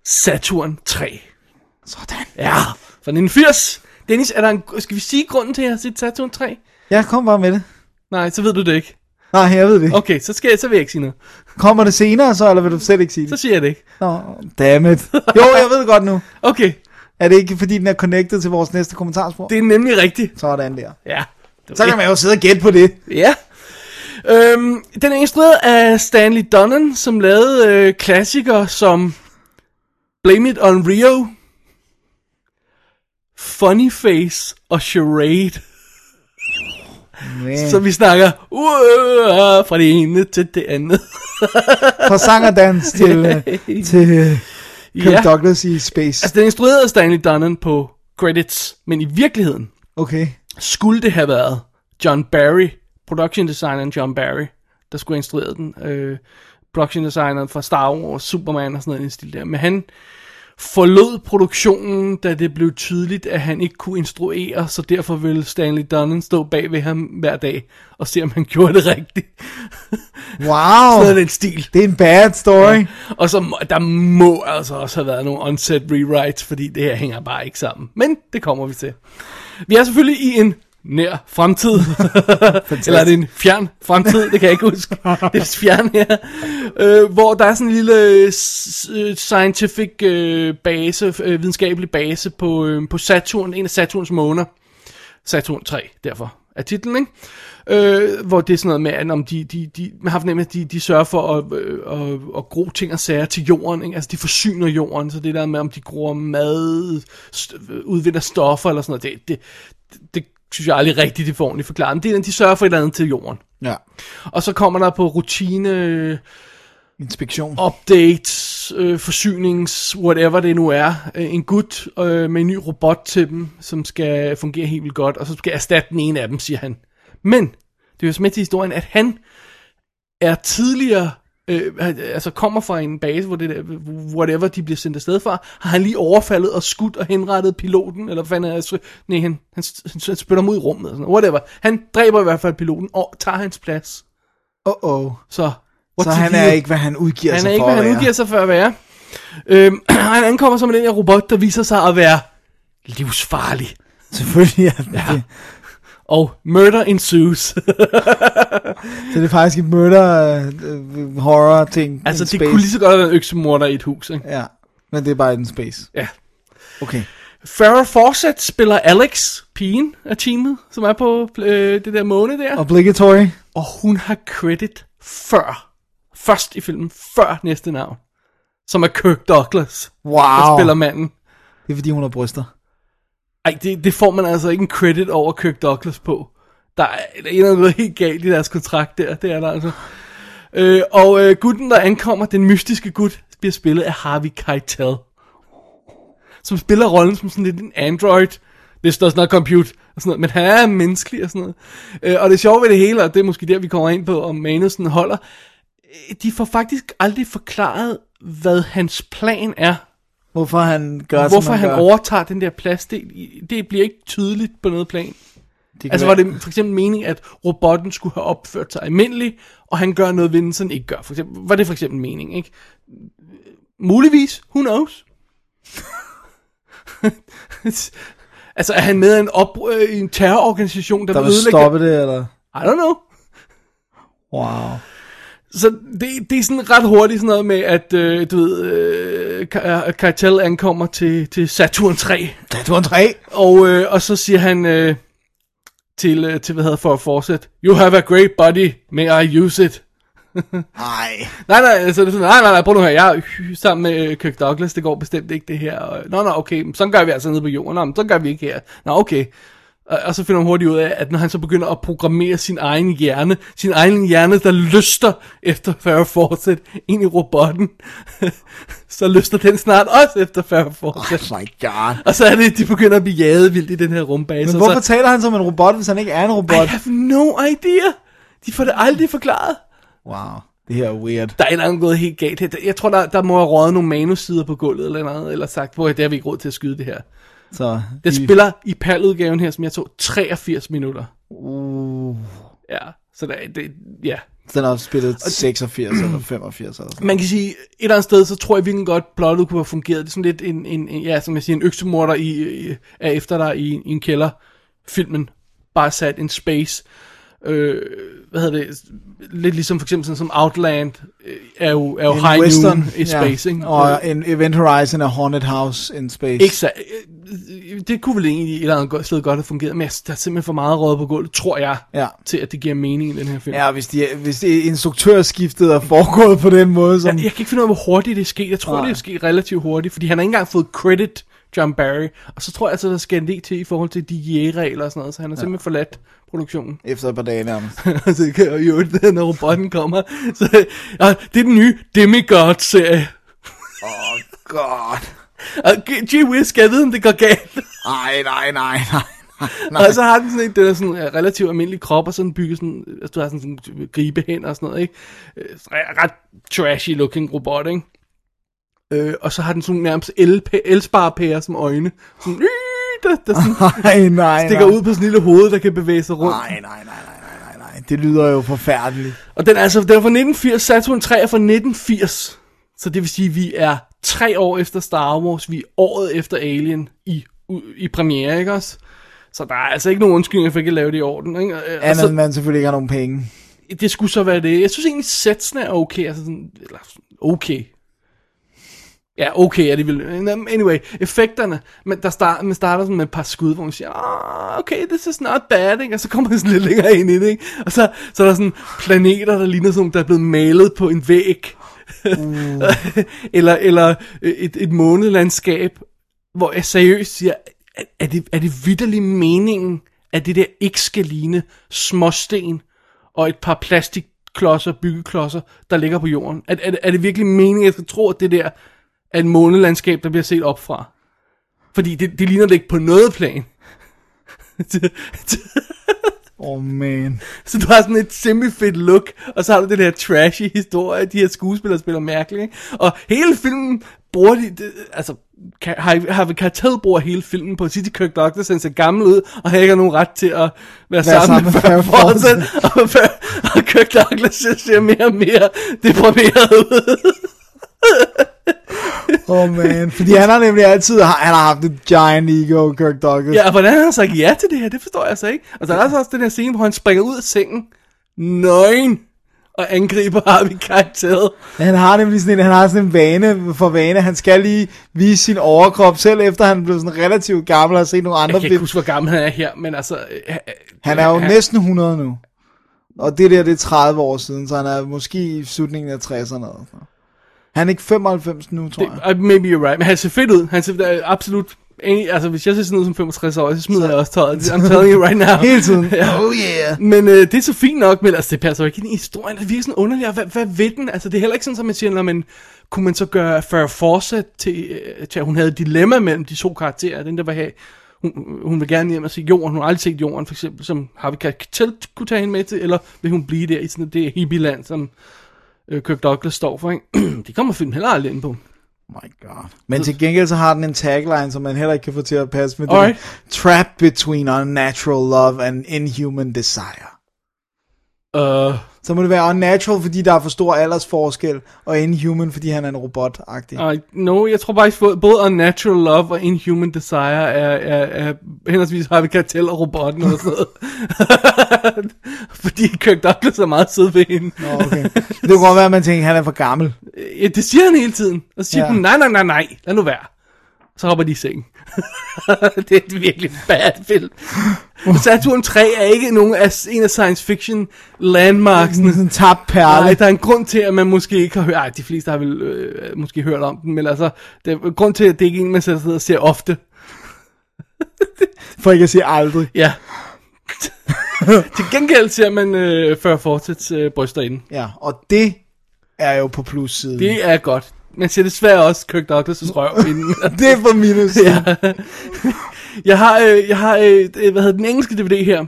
[SPEAKER 6] Saturn 3.
[SPEAKER 5] Sådan.
[SPEAKER 6] Ja, fra 1980. Dennis, er der en, skal vi sige grunden til, at jeg har set Saturn 3?
[SPEAKER 5] Ja, kom bare med det.
[SPEAKER 6] Nej, så ved du det ikke.
[SPEAKER 5] Nej, jeg ved det. ikke.
[SPEAKER 6] Okay, så, skal jeg, så vil jeg ikke sige noget.
[SPEAKER 5] Kommer det senere så, eller vil du slet ikke sige
[SPEAKER 6] Så
[SPEAKER 5] det?
[SPEAKER 6] siger jeg det ikke.
[SPEAKER 5] Nå, dammit. Jo, jeg ved det godt nu.
[SPEAKER 6] Okay,
[SPEAKER 5] Er det ikke, fordi den er connected til vores næste kommentarspor?
[SPEAKER 6] det er nemlig rigtigt.
[SPEAKER 5] Sådan der.
[SPEAKER 6] Ja. det var
[SPEAKER 5] Så kan man jo sidde og gætte på det.
[SPEAKER 6] Ja. Øhm, den er instrueret af Stanley Donen, som lavede øh, klassikere som Blame It on Rio, Funny Face og Charade.
[SPEAKER 5] Men.
[SPEAKER 6] Så vi snakker uh, fra det ene til det andet.
[SPEAKER 5] Fra sang og dans til, øh, til øh, Kirk
[SPEAKER 6] ja.
[SPEAKER 5] Douglas i Space.
[SPEAKER 6] Altså, den er instrueret af Stanley Donen på credits, men i virkeligheden
[SPEAKER 5] Okay.
[SPEAKER 6] skulle det have været John Barry, production designeren John Barry, der skulle have instrueret den. Øh, production designeren fra Star Wars, Superman og sådan noget i den stil der. Men han forlod produktionen, da det blev tydeligt, at han ikke kunne instruere, så derfor ville Stanley Donen stå bag ved ham hver dag og se, om han gjorde det rigtigt.
[SPEAKER 5] Wow.
[SPEAKER 6] Sådan den stil.
[SPEAKER 5] Det er en bad story. Ja.
[SPEAKER 6] Og så må, der må altså også have været nogle onset rewrites, fordi det her hænger bare ikke sammen. Men det kommer vi til. Vi er selvfølgelig i en nær fremtid. Eller er det en fjern fremtid? Det kan jeg ikke huske. Det er fjern her. Øh, hvor der er sådan en lille øh, s- øh, scientific øh, base, øh, videnskabelig base på, øh, på Saturn, en af Saturns måner. Saturn 3, derfor. af titlen, ikke? Øh, hvor det er sådan noget med, at om de, de, de, man har fornemmet, at de, de sørger for at, øh, at, at gro ting og sager til jorden, ikke? altså de forsyner jorden, så det der med, om de gror mad, st- øh, udvinder stoffer eller sådan noget, det, det, det, det synes jeg aldrig rigtigt, de får ordentligt forklaret, men det er, at de sørger for et eller andet til jorden.
[SPEAKER 5] Ja.
[SPEAKER 6] Og så kommer der på rutine... Øh,
[SPEAKER 5] Inspektion.
[SPEAKER 6] updates, øh, forsynings, whatever det nu er, øh, en gut øh, med en ny robot til dem, som skal fungere helt vildt godt, og så skal erstatte den ene af dem, siger han. Men, det hører med til historien, at han er tidligere, øh, han- altså kommer fra en base, hvor det der, whatever de bliver sendt afsted fra, har han lige overfaldet og skudt og henrettet piloten, eller hvad fanden er det? Nej, han, han, han, han spytter ham ud i rummet, eller sådan noget. whatever. Han dræber i hvert fald piloten og tager hans plads.
[SPEAKER 5] Oh, oh.
[SPEAKER 6] Så,
[SPEAKER 5] Så
[SPEAKER 6] what
[SPEAKER 5] han
[SPEAKER 6] to
[SPEAKER 5] er
[SPEAKER 6] do?
[SPEAKER 5] ikke, hvad han udgiver
[SPEAKER 6] Han
[SPEAKER 5] sig
[SPEAKER 6] er ikke,
[SPEAKER 5] for
[SPEAKER 6] hvad han
[SPEAKER 5] at være.
[SPEAKER 6] udgiver sig for at være. Øhm, han ankommer så med den her robot, der viser sig at være livsfarlig.
[SPEAKER 5] Selvfølgelig er det. Ja.
[SPEAKER 6] Og murder ensues.
[SPEAKER 5] Så det er faktisk et murder uh, horror ting.
[SPEAKER 6] altså,
[SPEAKER 5] in
[SPEAKER 6] det
[SPEAKER 5] space.
[SPEAKER 6] kunne lige så godt have været en øksemorder i et hus, ikke?
[SPEAKER 5] Ja, men det er bare in space.
[SPEAKER 6] Ja.
[SPEAKER 5] Okay.
[SPEAKER 6] Farrah Fawcett spiller Alex, pigen af teamet, som er på øh, det der måne der. Og,
[SPEAKER 5] Obligatory.
[SPEAKER 6] og hun har credit før. Først i filmen, før næste navn. Som er Kirk Douglas, der
[SPEAKER 5] Wow.
[SPEAKER 6] spiller manden.
[SPEAKER 5] Det er fordi, hun har bryster.
[SPEAKER 6] Ej, det, det får man altså ikke en credit over Kirk Douglas på. Der er, der er noget- noget helt galt i deres kontrakt der, det er der altså. Øh, og øh, gutten, der ankommer, den mystiske gut, bliver spillet af Harvey Keitel. Som spiller rollen som sådan lidt en android. This does not compute. Og sådan noget. Men han er menneskelig og sådan noget. Øh, og det sjove ved det hele, og det er måske der, vi kommer ind på, om manusen holder. øh, De får faktisk aldrig forklaret, hvad hans plan er
[SPEAKER 5] Hvorfor han gør,
[SPEAKER 6] hvorfor
[SPEAKER 5] som
[SPEAKER 6] han
[SPEAKER 5] gør.
[SPEAKER 6] overtager den der plads, det, det bliver ikke tydeligt på noget plan.
[SPEAKER 5] Det kan
[SPEAKER 6] Altså var
[SPEAKER 5] være-
[SPEAKER 6] det for eksempel meningen, at robotten skulle have opført sig almindeligt, og han gør noget ved den, som den ikke gør. For eksempel, var det for eksempel meningen, ikke? Muligvis, who knows? altså er han med i en, op, øh, i en terrororganisation, der,
[SPEAKER 5] Der
[SPEAKER 6] vil
[SPEAKER 5] vil
[SPEAKER 6] ødelægge...
[SPEAKER 5] stoppe det, eller?
[SPEAKER 6] I don't know.
[SPEAKER 5] Wow.
[SPEAKER 6] Så det, det er sådan ret hurtigt sådan noget med, at øh, du ved, øh, Ka- øh, Keitel ankommer til, til Saturn 3,
[SPEAKER 5] Da du en tre.
[SPEAKER 6] Og, øh, og så siger han øh, til, øh, til, hvad hedder for at fortsætte, You have a great body, may I use it?
[SPEAKER 5] Nej.
[SPEAKER 6] Nej, nej, altså, det er sådan, nej, nej, nej, prøv nu her, jeg er hy- sammen med øh, Kirk Douglas, det går bestemt ikke det her. Og, Nå, nå, okay, men sådan gør vi altså nede på jorden, nå, men sådan gør vi ikke her. Nå, okay. Og, og så finder han hurtigt ud af, at når han så begynder at programmere sin egen hjerne, sin egen hjerne, der lyster efter Farrah Fawcett ind i robotten, så lyster den snart også efter Farrah Fawcett.
[SPEAKER 5] Oh my god.
[SPEAKER 6] Og så er det, de begynder at blive jaget vildt i den her rumbase.
[SPEAKER 5] Men
[SPEAKER 6] og
[SPEAKER 5] hvorfor
[SPEAKER 6] så,
[SPEAKER 5] taler han som en robot, hvis han ikke er en
[SPEAKER 6] I
[SPEAKER 5] robot?
[SPEAKER 6] have no idea. De får det aldrig forklaret.
[SPEAKER 5] Wow. Det her er weird.
[SPEAKER 6] Der er en eller anden gået helt galt her. Jeg tror, der, der må have røget nogle manusider på gulvet eller noget, eller sagt, hvor det har vi ikke råd til at skyde det her.
[SPEAKER 5] Så
[SPEAKER 6] Den
[SPEAKER 5] de-
[SPEAKER 6] spiller i paludgaven her, som jeg tog 83 minutter.
[SPEAKER 5] Uh,
[SPEAKER 6] Ja, så der, det, ja.
[SPEAKER 5] den har spillet 86 eller 85 eller sådan
[SPEAKER 6] Man kan sige, et eller andet sted, så tror jeg virkelig godt, plottet kunne have fungeret. Det er sådan lidt en, en, en ja, som jeg siger, en øksemorder i, i, er efter dig i, i en kælder. Filmen bare sat in space. Øh, hvad hedder det? Lidt ligesom for eksempel sådan som Outland øh, er jo, er jo
[SPEAKER 5] En
[SPEAKER 6] high
[SPEAKER 5] western,
[SPEAKER 6] noon i space,
[SPEAKER 5] ja.
[SPEAKER 6] ikke?
[SPEAKER 5] Og en Event Horizon er Haunted House in space.
[SPEAKER 6] Ikke så, øh, det kunne vel egentlig et eller andet godt- sted godt have fungeret, men jeg- der er simpelthen for meget råd på gulvet, tror jeg,
[SPEAKER 5] Ja.
[SPEAKER 6] til at det giver mening i den her film.
[SPEAKER 5] Ja, hvis, de, hvis de instruktørskiftet er foregået på den måde, som...
[SPEAKER 6] Jeg, jeg kan ikke finde ud af, hvor hurtigt det er sket. Jeg tror,
[SPEAKER 5] Nej.
[SPEAKER 6] det er sket relativt hurtigt, fordi han har ikke engang fået credit, John Barry. Og så tror jeg altså, der skal en del til i forhold til de regler og sådan noget, så han har simpelthen forladt produktionen.
[SPEAKER 5] Efter et par dage nærmest.
[SPEAKER 6] så det kan jeg jo ikke, når robotten kommer. Så, ja, det er den nye Demigod-serie.
[SPEAKER 5] Åh, oh, god.
[SPEAKER 6] Og gee whiz, skal jeg vide, om det går galt?
[SPEAKER 5] Ej, nej, nej, nej.
[SPEAKER 6] Nej. Og så har den sådan en, den er sådan en relativt almindelig krop, og sådan bygget sådan, altså, du har sådan en gribehænder og sådan noget, ikke? Øh, re- Ret trashy looking robot, ikke? Øh, og så har den sådan nærmest elp- elsparepærer som øjne. Sådan, øh, der, der sådan
[SPEAKER 5] Nej, nej,
[SPEAKER 6] stikker
[SPEAKER 5] nej.
[SPEAKER 6] ud på sådan en lille hoved, der kan bevæge sig rundt.
[SPEAKER 5] Nej, nej, nej, nej, nej, nej, nej. Det lyder jo forfærdeligt.
[SPEAKER 6] Og den er, altså, den er fra 1980, Saturn 3 er fra 1980. Så det vil sige, at vi er tre år efter Star Wars, vi er året efter Alien i, u- i premiere, ikke også? Så der er altså ikke nogen undskyldning for ikke at lave det i orden, ikke? Og, øh, og
[SPEAKER 5] Andet
[SPEAKER 6] så-
[SPEAKER 5] end man selvfølgelig ikke har nogen penge.
[SPEAKER 6] det skulle så være det. Jeg synes egentlig, sætsene er okay. Altså sådan, eller sådan, okay. Ja, okay, er det vildt. Nå, men Anyway, effekterne. Men der start, man starter sådan med et par skud, hvor man siger, ah, okay, this is not bad, ikke? Og så kommer man sådan lidt længere ind i det, ikke? Og så, så er der sådan planeter, der ligner sådan, nogle, der er blevet malet på en væg. Uh. eller eller et, et månelandskab, hvor jeg seriøst siger, er, er det, er det vidderlig meningen, at det der ikke skal ligne småsten og et par plastikklodser, byggeklodser, der ligger på jorden? Er, er, det- er det virkelig meningen, at jeg skal tro, at det der er et månelandskab, der bliver set op fra? Fordi det, det ligner det ikke på noget plan.
[SPEAKER 5] Åh, oh, man.
[SPEAKER 6] Så du har sådan et semi-fedt look, og så har du den her trashy historie, de her skuespillere spiller mærkeligt, ikke? Og hele filmen bruger de, det, altså, Ka- Har- Harvey Keitel bruger hele filmen på at sige til Kirk Douglas, han ser gammel ud, og han ikke har nogen ret til at være, være sammen,
[SPEAKER 5] sammen
[SPEAKER 6] med
[SPEAKER 5] med
[SPEAKER 6] Farrah
[SPEAKER 5] Farrah
[SPEAKER 6] Fawcett, og, Farrah- og Kirk Douglas ser- ser mere og mere deprimeret ud.
[SPEAKER 5] Åh, oh, man. Fordi han har nemlig altid han har haft et giant ego, Kirk Douglas.
[SPEAKER 6] Ja, og hvordan har han sagt ja til det her, det forstår jeg altså ikke. Og så er der altså også den her scene, hvor han springer ud af sengen, nøgen, og angriber Harvey Keitel.
[SPEAKER 5] Han har nemlig sådan en, han har sådan en vane for vane. Han skal lige vise sin overkrop, selv efter han blev sådan relativt gammel og har set nogle andre
[SPEAKER 6] Jeg kan ikke
[SPEAKER 5] film.
[SPEAKER 6] huske, hvor gammel han er her, men altså... øh,
[SPEAKER 5] Han er jo næsten 100 nu. Og det der, det er 30 år siden, så han er måske i slutningen af 60'erne. Eller sådan noget. Han er ikke 95 nu, tror jeg.
[SPEAKER 6] Det, uh, maybe you're right, men han ser fedt ud. Han ser øh, absolut... enig- Altså, hvis jeg ser sådan ud som 65 år, så smider jeg også tøjet. I'm telling you right now.
[SPEAKER 5] Hele tiden.
[SPEAKER 6] Ja.
[SPEAKER 5] Oh yeah.
[SPEAKER 6] Men øh, det er så fint nok, men altså, det passer jo ikke ind i historien. Det virker sådan underligt. og Hvad, hvad ved den? Altså, det er heller ikke sådan, som man siger, når man kunne man så gøre Farrah Fawcett til, øh, til, at hun havde et dilemma mellem de to karakterer. Den der var her, hun, hun vil gerne hjem og se jorden. Hun har aldrig set jorden, for eksempel, som Harvey Keitel kunne tage hende med til, eller vil hun blive der i sådan det hippieland, som øh, Kirk Douglas står for, ikke? det kommer filmen heller aldrig ind på.
[SPEAKER 5] Oh My god. Men til gengæld så har den en tagline, som man heller ikke kan få til at passe med
[SPEAKER 6] Alright.
[SPEAKER 5] den. Trapped between unnatural love and inhuman desire.
[SPEAKER 6] Øh,
[SPEAKER 5] Så må det være unnatural, fordi der er for stor aldersforskel, og inhuman, fordi han er en robot-agtig.
[SPEAKER 6] Nej, no, jeg tror faktisk, både- både Unnatural Love og Inhuman Desire er, er, er henholdsvis Harvey Keitel og robotten og sådan noget. Fordi Kirk Douglas er meget sød ved hende.
[SPEAKER 5] Nå, okay. Det kunne godt være, at man tænker, at han er for gammel.
[SPEAKER 6] Ja, det siger han hele tiden. Og så siger
[SPEAKER 5] Ja.
[SPEAKER 6] ja. hun, nej, nej, nej, nej, lad nu være. Så hopper de i seng. det er et virkelig bad film. Saturn 3 er ikke nogen af, en af science fiction landmarksene.
[SPEAKER 5] Sådan en tabt
[SPEAKER 6] Nej,
[SPEAKER 5] perle.
[SPEAKER 6] der er en grund til, at man måske ikke har hørt... Ej, de fleste har vel øh, måske hørt om den, men altså... Der er en grund til, at det ikke er en, man sætter sig ned og ser ofte.
[SPEAKER 5] For ikke at sige aldrig.
[SPEAKER 6] Ja. til gengæld ser man øh, før fortsæt øh, bryster inden.
[SPEAKER 5] Ja, og det er jo på plussiden. Det,
[SPEAKER 6] Det er godt. Man ser desværre også Kirk Douglas' røv inden.
[SPEAKER 5] det er på minus. Ja.
[SPEAKER 6] Jeg har, øh, jeg har øh, øh, hvad hedder den engelske DVD her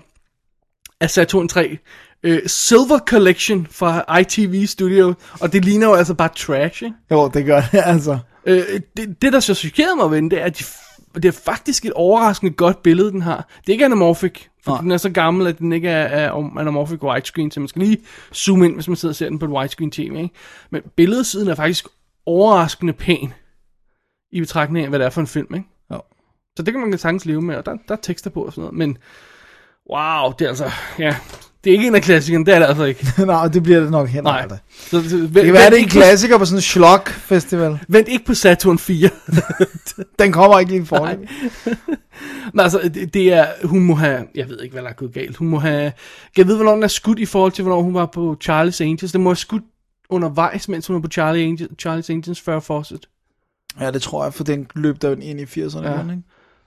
[SPEAKER 6] af Saturn 3. Øh, Silver Collection fra ITV Studio. Og det ligner jo altså bare trash, ikke?
[SPEAKER 5] Jo, det gør det, altså.
[SPEAKER 6] Øh, det, det, der så chokerede mig ved den, det er, at de, f- det er faktisk et overraskende godt billede, den har. Det er ikke anamorphic, for
[SPEAKER 5] Nej.
[SPEAKER 6] den er så gammel, at den ikke er, er om- anamorphic widescreen, så man skal lige zoome ind, hvis man sidder og ser den på et widescreen tv. Ikke? Men billedsiden er faktisk overraskende pæn, i betragtning af, hvad det er for en film. Ikke?
[SPEAKER 5] Jo.
[SPEAKER 6] Så det kan man sagtens leve med, og der, der er tekster på og sådan noget. Men wow, det er altså, ja, det er ikke en af klassikerne, det er det altså ikke.
[SPEAKER 5] Nå, det bliver det nok heller
[SPEAKER 6] Nej.
[SPEAKER 5] aldrig.
[SPEAKER 6] Så, så, vent,
[SPEAKER 5] Det kan være, det er en
[SPEAKER 6] ikke på,
[SPEAKER 5] klassiker på sådan en slok-festival.
[SPEAKER 6] vent ikke på Saturn 4.
[SPEAKER 5] Den kommer ikke lige foran.
[SPEAKER 6] Men altså, det, det er, hun må have, jeg ved ikke, hvad der er gået galt. Hun må have, kan jeg vide, hvornår den er skudt i forhold til, hvornår hun var på Charlie's Angels? Den må have skudt undervejs, mens hun var på Charlie Angel, Charlie's Angels før Fawcett.
[SPEAKER 5] Ja, det tror jeg, for den løb der ind i 80'erne.
[SPEAKER 6] Ja.
[SPEAKER 5] Ja. Ikke?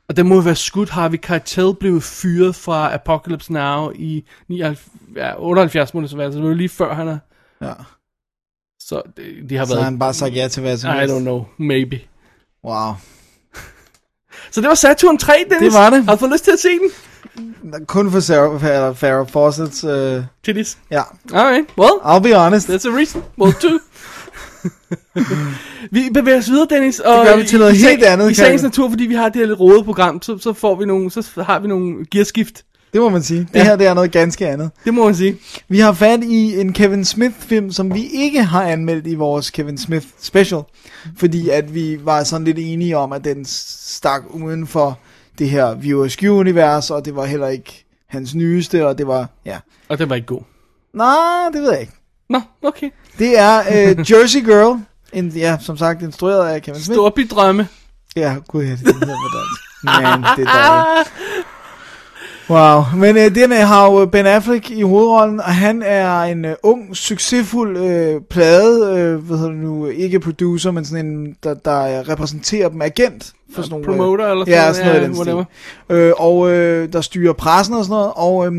[SPEAKER 6] Og den må have været skudt, Harvey Keitel blev fyret fra Apocalypse Now i 79, ja, 78, må det så være, så det var jo lige før han er.
[SPEAKER 5] Ja.
[SPEAKER 6] Så det, det har
[SPEAKER 5] Så har
[SPEAKER 6] været,
[SPEAKER 5] han bare sagt ja til hvad som
[SPEAKER 6] I
[SPEAKER 5] helst.
[SPEAKER 6] don't know, maybe.
[SPEAKER 5] Wow.
[SPEAKER 6] Så det var Saturn 3, Dennis.
[SPEAKER 5] Det var det.
[SPEAKER 6] Har du fået lyst til at se den?
[SPEAKER 5] Kun for Sarah, Farrah, Farrah Fawcett's... Øh,
[SPEAKER 6] Titties.
[SPEAKER 5] ja,
[SPEAKER 6] Alright, well.
[SPEAKER 5] I'll be honest.
[SPEAKER 6] There's a reasonable too. vi bevæger os videre, Dennis. Og
[SPEAKER 5] Det gør vi til noget
[SPEAKER 6] i- i
[SPEAKER 5] helt
[SPEAKER 6] sag-
[SPEAKER 5] andet,
[SPEAKER 6] I
[SPEAKER 5] kan
[SPEAKER 6] sagens
[SPEAKER 5] vi?
[SPEAKER 6] natur, fordi vi har det her lidt rode program, så, så, får vi nogle, så har vi nogle gearskift.
[SPEAKER 5] Det må man sige. Det
[SPEAKER 6] Ja.
[SPEAKER 5] her, det er noget ganske andet.
[SPEAKER 6] Det må man sige.
[SPEAKER 5] Vi har fat i en Kevin Smith-film, som vi ikke har anmeldt i vores Kevin Smith special, fordi at vi var sådan lidt enige om, at den stak uden for det her Viewers univers og det var heller ikke hans nyeste, og det var, ja.
[SPEAKER 6] Og det var ikke god.
[SPEAKER 5] Nej, det ved jeg ikke.
[SPEAKER 6] Nå, okay.
[SPEAKER 5] Det er øh, Jersey Girl En, ja, som sagt, instrueret af Kevin Smith.
[SPEAKER 6] Storbydrømme.
[SPEAKER 5] Ja, gud, ja, det hedder på dansk. Man, det er dejligt. Wow, men øh, den øh, har jo Ben Affleck i hovedrollen, og han er en øh, ung, succesfuld øh, plade, øh, hvad hedder det nu, ikke producer, men sådan en, der, der øh, repræsenterer dem, agent for sådan nogle... øh,
[SPEAKER 6] Promoter eller sådan
[SPEAKER 5] Ja, sådan noget i den
[SPEAKER 6] ja, whatever.
[SPEAKER 5] stil. Øh, og øh, der styrer pressen og sådan noget, og øh,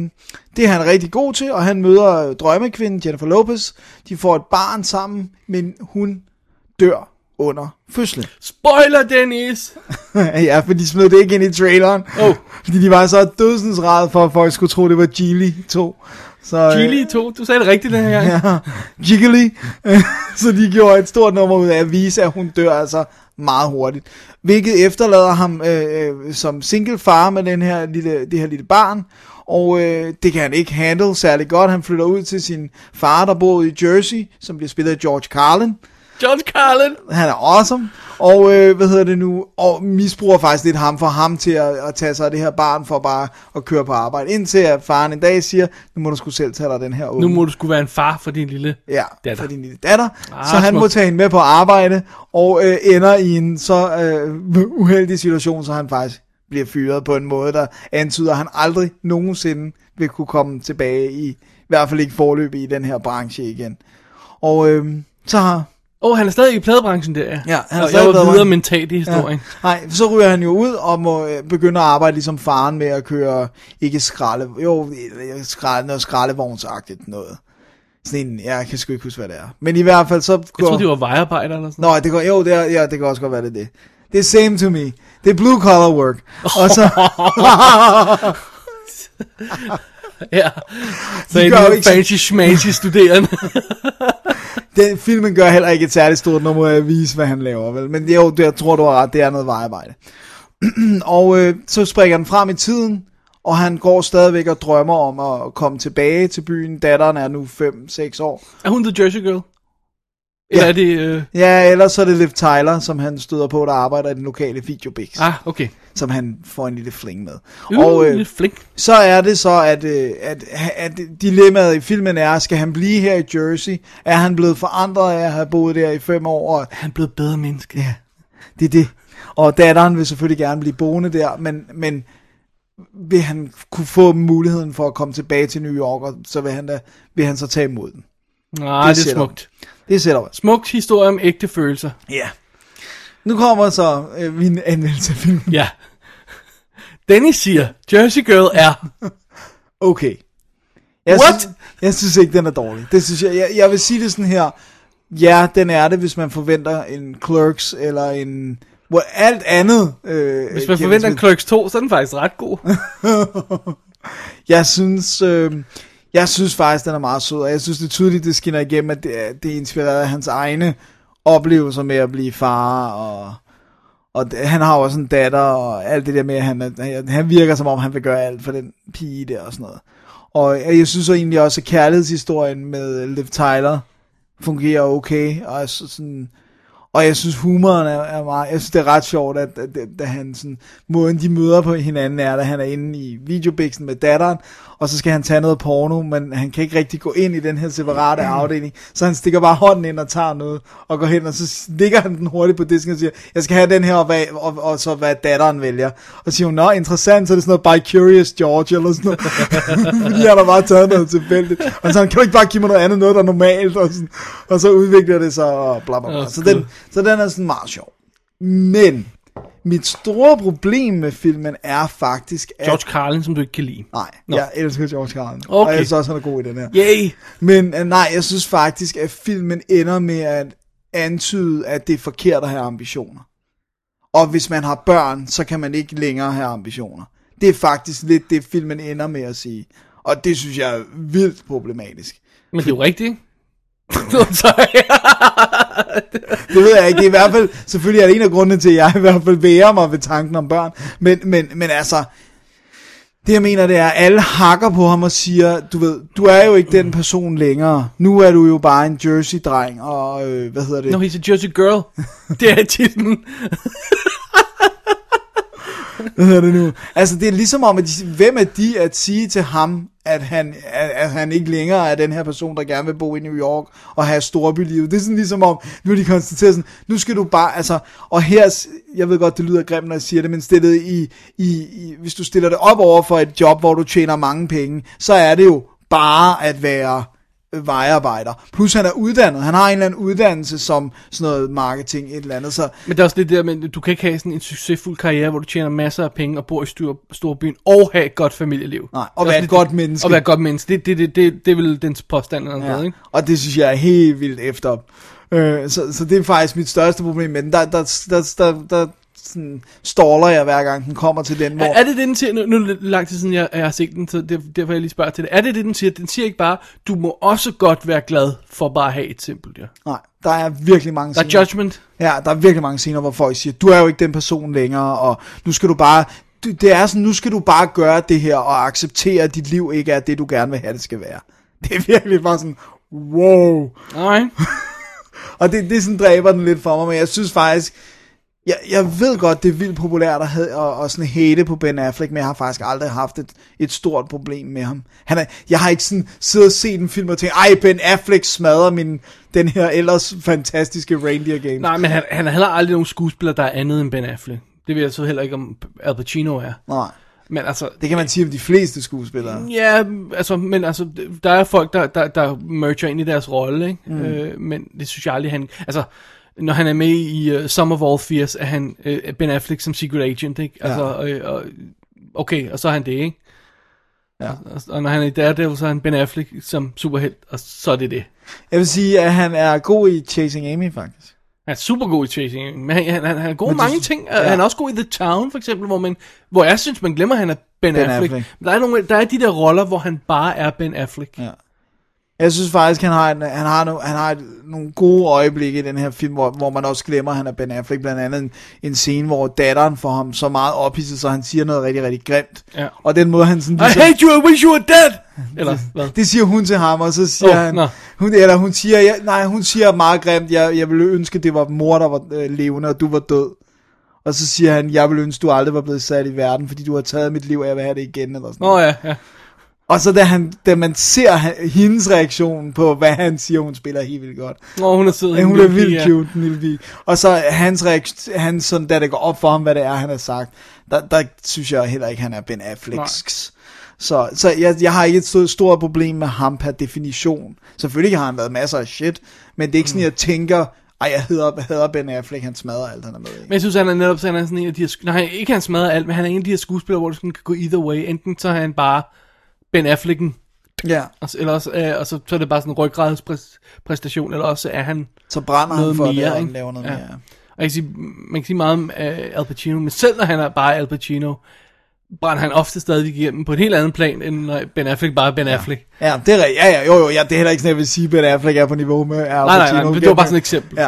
[SPEAKER 5] det er han rigtig god til, og han møder øh, drømmekvinden Jennifer Lopez. De får et barn sammen, men hun dør under fødslen.
[SPEAKER 6] Spoiler, Dennis! Oh,
[SPEAKER 5] ja, for de smed det ikke ind i traileren.
[SPEAKER 6] Åh.
[SPEAKER 5] Fordi de var så dødsens rad for, at folk skulle tro, det var Geely 2. Så, øh,
[SPEAKER 6] Chili 2, du sagde det rigtigt den her gang. Ja.
[SPEAKER 5] Ja, Jiggly. så de gjorde et stort nummer ud af at vise, at hun dør altså meget hurtigt. Hvilket efterlader ham øh, øh, som single far med den her lille, det her lille barn. Og øh, det kan han ikke handle særlig godt. Han flytter ud til sin far, der bor ude i Jersey, som bliver spillet af George Carlin.
[SPEAKER 6] George Carlin!
[SPEAKER 5] Han er awesome. Og øh, hvad hedder det nu? Og misbruger faktisk lidt ham for ham til at, at tage sig af det her barn for bare at køre på arbejde. Indtil at faren en dag siger, nu må du skulle selv tage dig af den her unge.
[SPEAKER 6] Nu må du skulle være en far for din lille...
[SPEAKER 5] Ja,
[SPEAKER 6] Datter.
[SPEAKER 5] datter. for din lille datter.
[SPEAKER 6] Ah,
[SPEAKER 5] Ah, så han
[SPEAKER 6] smuk.
[SPEAKER 5] må tage hende med på arbejde, og øh, ender i en så øh, uheldig situation, så han faktisk bliver fyret på en måde, der antyder, at han aldrig nogensinde vil kunne komme tilbage i, i hvert fald ikke forløb i den her branche igen. Og øh, så har...
[SPEAKER 6] Åh, oh, han er stadig i pladebranchen der, ja.
[SPEAKER 5] Ja, han er
[SPEAKER 6] Og
[SPEAKER 5] stadig
[SPEAKER 6] jeg
[SPEAKER 5] i
[SPEAKER 6] var videre
[SPEAKER 5] pladebranchen.
[SPEAKER 6] mentalt i historien. Ja.
[SPEAKER 5] Nej, så ryger han jo ud og må øh, begynde at arbejde ligesom faren med at køre, ikke skralde, jo, øh, skralde, noget skraldevognsagtigt noget. Sådan en, ja, jeg kan sgu ikke huske, hvad det er. Men i hvert fald så...
[SPEAKER 6] Jeg
[SPEAKER 5] går-
[SPEAKER 6] troede, det var vejarbejder eller sådan
[SPEAKER 5] Nå,
[SPEAKER 6] noget.
[SPEAKER 5] det går, jo, det, er, ja, det kan også godt være, det er det. Det er same to me. Det er blue collar work. Og så,
[SPEAKER 6] Ja. Så
[SPEAKER 5] De
[SPEAKER 6] en
[SPEAKER 5] gør jo
[SPEAKER 6] lille
[SPEAKER 5] ikke-
[SPEAKER 6] fancy schmancy studerende.
[SPEAKER 5] den, filmen gør heller ikke et særligt stort nummer af at vise, hvad han laver, vel? Men jo, det, jeg tror, du har ret, det er noget vejarbejde. og øh, så springer den frem i tiden, og han går stadigvæk og drømmer om at komme tilbage til byen. Datteren er nu 5-6 år.
[SPEAKER 6] er hun The Jersey Girl? Eller
[SPEAKER 5] Ja.
[SPEAKER 6] er det... Øh...
[SPEAKER 5] Ja, ellers så er det Liv Tyler, som han støder på, der arbejder i den lokale videobix, ah.
[SPEAKER 6] Ah, okay.
[SPEAKER 5] som han får en lille fling med.
[SPEAKER 6] Uh, og, øh... lidt flink.
[SPEAKER 5] så er det så, at, øh, at, at dilemmaet i filmen er, skal han blive her i Jersey? Er han blevet forandret af at have boet der i fem år? Og
[SPEAKER 6] Han er blevet bedre menneske.
[SPEAKER 5] Ja. det er det. Og datteren vil selvfølgelig gerne blive boende der, men, men vil han kunne få muligheden for at komme tilbage til New York, og så vil han, da, vil han så tage imod den.
[SPEAKER 6] Nej, det, det er
[SPEAKER 5] setup.
[SPEAKER 6] smukt.
[SPEAKER 5] Det er setup.
[SPEAKER 6] Smukt historie om ægte følelser.
[SPEAKER 5] Ja. Nu kommer så øh, min anmeldelse af filmen.
[SPEAKER 6] Ja. Dennis siger, Jersey Girl er...
[SPEAKER 5] Okay. Jeg
[SPEAKER 6] What?
[SPEAKER 5] Synes, jeg synes ikke, den er dårlig. Det synes jeg, jeg, jeg vil sige det sådan her. Ja, den er det, hvis man forventer en Clerks eller en... Hvor alt andet... Øh,
[SPEAKER 6] Hvis man forventer en
[SPEAKER 5] Smith.
[SPEAKER 6] Clerks 2, så er den faktisk ret god.
[SPEAKER 5] Jeg synes... Øh, jeg synes faktisk, den er meget sød, og jeg synes, det er tydeligt, det skinner igennem, at det er, det er inspireret af hans egne oplevelser med at blive far, og, og det- han har jo også en datter, og alt det der med, at han, er- han virker som om, han vil gøre alt for den pige der, og sådan noget. Og jeg synes så egentlig også, at kærlighedshistorien med Liv Tyler fungerer okay, og er så sådan... Og jeg synes humoren er, er meget, jeg synes det er ret sjovt, at, at, at, at han sådan, måden de møder på hinanden er, at han er inde i videobiksen med datteren, og så skal han tage noget porno, men han kan ikke rigtig gå ind i den her separate
[SPEAKER 6] Mm.
[SPEAKER 5] afdeling, så han stikker bare hånden ind og tager noget, og går hen, og så ligger han den hurtigt på disken og siger, jeg skal have den her, og, hvad, og, og så hvad datteren vælger. Og siger hun, nå interessant, så er det sådan noget by Curious George, eller sådan noget, fordi han har bare taget noget tilfældigt. Og så kan du ikke bare give mig noget andet, noget der er normalt, og, sådan, og så udvikler det sig, og bla bla bla.
[SPEAKER 6] Åh,
[SPEAKER 5] så
[SPEAKER 6] Gud.
[SPEAKER 5] den, så den er sådan meget sjov. Men mit store problem med filmen er faktisk, at...
[SPEAKER 6] George Carlin, som du ikke kan lide.
[SPEAKER 5] Nej,
[SPEAKER 6] Nå.
[SPEAKER 5] jeg elsker George Carlin.
[SPEAKER 6] Okay.
[SPEAKER 5] Og jeg synes også, han er god i den her.
[SPEAKER 6] Yay!
[SPEAKER 5] Men øh, nej, jeg synes faktisk, at filmen ender med at antyde, at det er forkert at have ambitioner. Og hvis man har børn, så kan man ikke længere have ambitioner. Det er faktisk lidt det, filmen ender med at sige. Og det synes jeg er vildt problematisk.
[SPEAKER 6] Men det er jo rigtigt, ikke? Nå, sorry.
[SPEAKER 5] Det ved jeg ikke. Det er i hvert fald, selvfølgelig er det en af grundene til, at jeg i hvert fald værer mig ved tanken om børn. Men, men, men altså, det jeg mener, det er, at alle hakker på ham og siger, du ved, du er jo ikke den person længere. Nu er du jo bare en Jersey-dreng, og øh, hvad hedder det?
[SPEAKER 6] No, he's a Jersey Girl. Det er titlen.
[SPEAKER 5] Hvad hedder det nu? Altså, det er ligesom om, at de, hvem er de at sige til ham, at han, at, at han ikke længere er den her person, der gerne vil bo i New York og have storbylivet. Det er sådan ligesom om, nu har de konstateret sådan, nu skal du bare, altså, og her, s- jeg ved godt, det lyder grimt, når jeg siger det, men stillet i, i, i, hvis du stiller det op over for et job, hvor du tjener mange penge, så er det jo bare at være vejarbejder. Plus han er uddannet. Han har en eller anden uddannelse som sådan noget marketing, et eller andet. Så
[SPEAKER 6] Men det er også det der med, at du kan ikke have sådan en succesfuld karriere, hvor du tjener masser af penge og bor i stor, storbyen, og have et godt familieliv.
[SPEAKER 5] Nej, og
[SPEAKER 6] Det er også
[SPEAKER 5] være et
[SPEAKER 6] lidt-
[SPEAKER 5] godt menneske.
[SPEAKER 6] Og være et godt menneske. Det, det, det, det, det er vel dens påstand eller noget,
[SPEAKER 5] ja.
[SPEAKER 6] ikke?
[SPEAKER 5] Og det synes jeg er helt vildt efter. Øh, så, så det er faktisk mit største problem med den. Der, der, der, der, der sådan, staller jeg hver gang den kommer til den, hvor...
[SPEAKER 6] Er, er det det, den siger? Nu, nu er det lidt lang tid siden, jeg, jeg har set den, så der, derfor jeg lige spørger til det. Er det det, den siger? Den siger ikke bare, du må også godt være glad for bare at have et simpelt, ja.
[SPEAKER 5] Nej, der er virkelig mange
[SPEAKER 6] Der er
[SPEAKER 5] scener.
[SPEAKER 6] judgment.
[SPEAKER 5] Ja, der er virkelig mange scener, hvor folk siger, du er jo ikke den person længere, og nu skal du bare... du- Det er sådan, nu skal du bare gøre det her, og acceptere, at dit liv ikke er det, du gerne vil have, det skal være. Det er virkelig bare sådan, wow.
[SPEAKER 6] Alright.
[SPEAKER 5] Og det, det sådan dræber den lidt for mig, men jeg synes faktisk, jeg, jeg ved godt, det er vildt populært at, have, og, og sådan hate på Ben Affleck, men jeg har faktisk aldrig haft et, et stort problem med ham. Han er, jeg har ikke sådan siddet og set en film og tænkt, ej, Ben Affleck smadrer min, den her ellers fantastiske Reindeer Games.
[SPEAKER 6] Nej, men han, han er heller aldrig nogen skuespiller, der er andet end Ben Affleck. Det ved jeg så heller ikke, om Al Pacino er.
[SPEAKER 5] Nej.
[SPEAKER 6] Men altså,
[SPEAKER 5] Det kan man sige om de fleste skuespillere.
[SPEAKER 6] Ja, altså, men altså, der er folk, der, der, der merger ind i deres rolle, ikke? Mm. Øh, men det synes jeg aldrig, han... Altså, når han er med i uh, Some of All Fears, er han uh, Ben Affleck som Secret Agent, ikke? Altså, ja. øh, og, okay, og så er han det, ikke?
[SPEAKER 5] Ja.
[SPEAKER 6] Og, og når han er i Daredevil, så er han Ben Affleck som superhelt, og så er det det.
[SPEAKER 5] Jeg vil sige, at han er god i Chasing Amy, faktisk.
[SPEAKER 6] Han er super god i Chasing, men han, han, han, han er god i
[SPEAKER 5] Men det-
[SPEAKER 6] mange ting.
[SPEAKER 5] ja.
[SPEAKER 6] Ja. Han er også god i The Town, for eksempel, hvor, man, hvor jeg synes, man glemmer, at han er Ben,
[SPEAKER 5] Ben
[SPEAKER 6] ben Affleck.
[SPEAKER 5] Affleck.
[SPEAKER 6] Affleck. Men Der, er nogle, der er de der roller, hvor han bare er Ben Affleck.
[SPEAKER 5] Ja. Jeg synes faktisk, han har, en, han har, no, han har et, nogle gode øjeblikke i den her film, hvor, hvor man også glemmer, at han er Ben Affleck. Blandt andet en, en scene, hvor datteren får ham så meget ophidset, så han siger noget rigtig, rigtig grimt.
[SPEAKER 6] Ja.
[SPEAKER 5] Og den måde, han sådan...
[SPEAKER 6] I
[SPEAKER 5] viser-
[SPEAKER 6] hate you, I wish you were dead! Eller hvad?
[SPEAKER 5] Ligesom- Det siger hun til ham, og så siger oh,
[SPEAKER 6] Åh,
[SPEAKER 5] han...
[SPEAKER 6] nå.
[SPEAKER 5] Hun, eller hun siger, ja, nej, hun siger meget grimt, jeg, jeg ville ønske, det var mor, der var øh, levende, og du var død. Og så siger han, jeg ville ønske, du aldrig var blevet sat i verden, fordi du har taget mit liv, og jeg vil have det igen, eller sådan
[SPEAKER 6] Nå ja, ja.
[SPEAKER 5] Og så da, han, da man ser han- hendes reaktion på, hvad han siger, hun spiller helt vildt godt.
[SPEAKER 6] Nå, hun er sød.
[SPEAKER 5] Ja,
[SPEAKER 6] hende
[SPEAKER 5] hun er
[SPEAKER 6] lille pige,
[SPEAKER 5] vildt
[SPEAKER 6] ja.
[SPEAKER 5] cute, den lille pige. Og så hans reaktion, han, sådan, da det går op for ham, hvad det er, han har sagt, der, der synes jeg heller ikke, han er Ben Afflecks. Så, så jeg, jeg har ikke et stort, stort problem med ham per definition. Selvfølgelig har han været masser af shit, men det er ikke
[SPEAKER 6] Mm.
[SPEAKER 5] sådan, jeg tænker, ej, jeg hader, hader Ben Affleck, han smadrer alt, han er med i.
[SPEAKER 6] Men jeg synes, han er netop sådan, han er sådan en af de her... sk- Nej, ikke han smadrer alt, men han er en af de her skuespillere, hvor det sådan kan gå either way. Enten så er han bare Ben Afflecken,
[SPEAKER 5] Ja,
[SPEAKER 6] og så, eller også, øh, og så, så er det bare sådan en ryggradspræstation, eller også er han...
[SPEAKER 5] så brænder han
[SPEAKER 6] Noget
[SPEAKER 5] for det,
[SPEAKER 6] mere,
[SPEAKER 5] og han
[SPEAKER 6] ikke?
[SPEAKER 5] laver noget
[SPEAKER 6] Ja.
[SPEAKER 5] mere.
[SPEAKER 6] Og jeg kan sige, man kan sige meget om øh, Al Pacino, men selv når han er bare Al Pacino, brænder han ofte stadig igennem på et helt andet plan, end når Ben Affleck bare er Ben Affleck.
[SPEAKER 5] Ja, det er rigtigt. Ja, ja, jo, jo, ja, det er heller ikke sådan, jeg vil sige, at Ben Affleck er på niveau med Al Pacino.
[SPEAKER 6] Nej, nej, nej, men det var bare sådan et eksempel.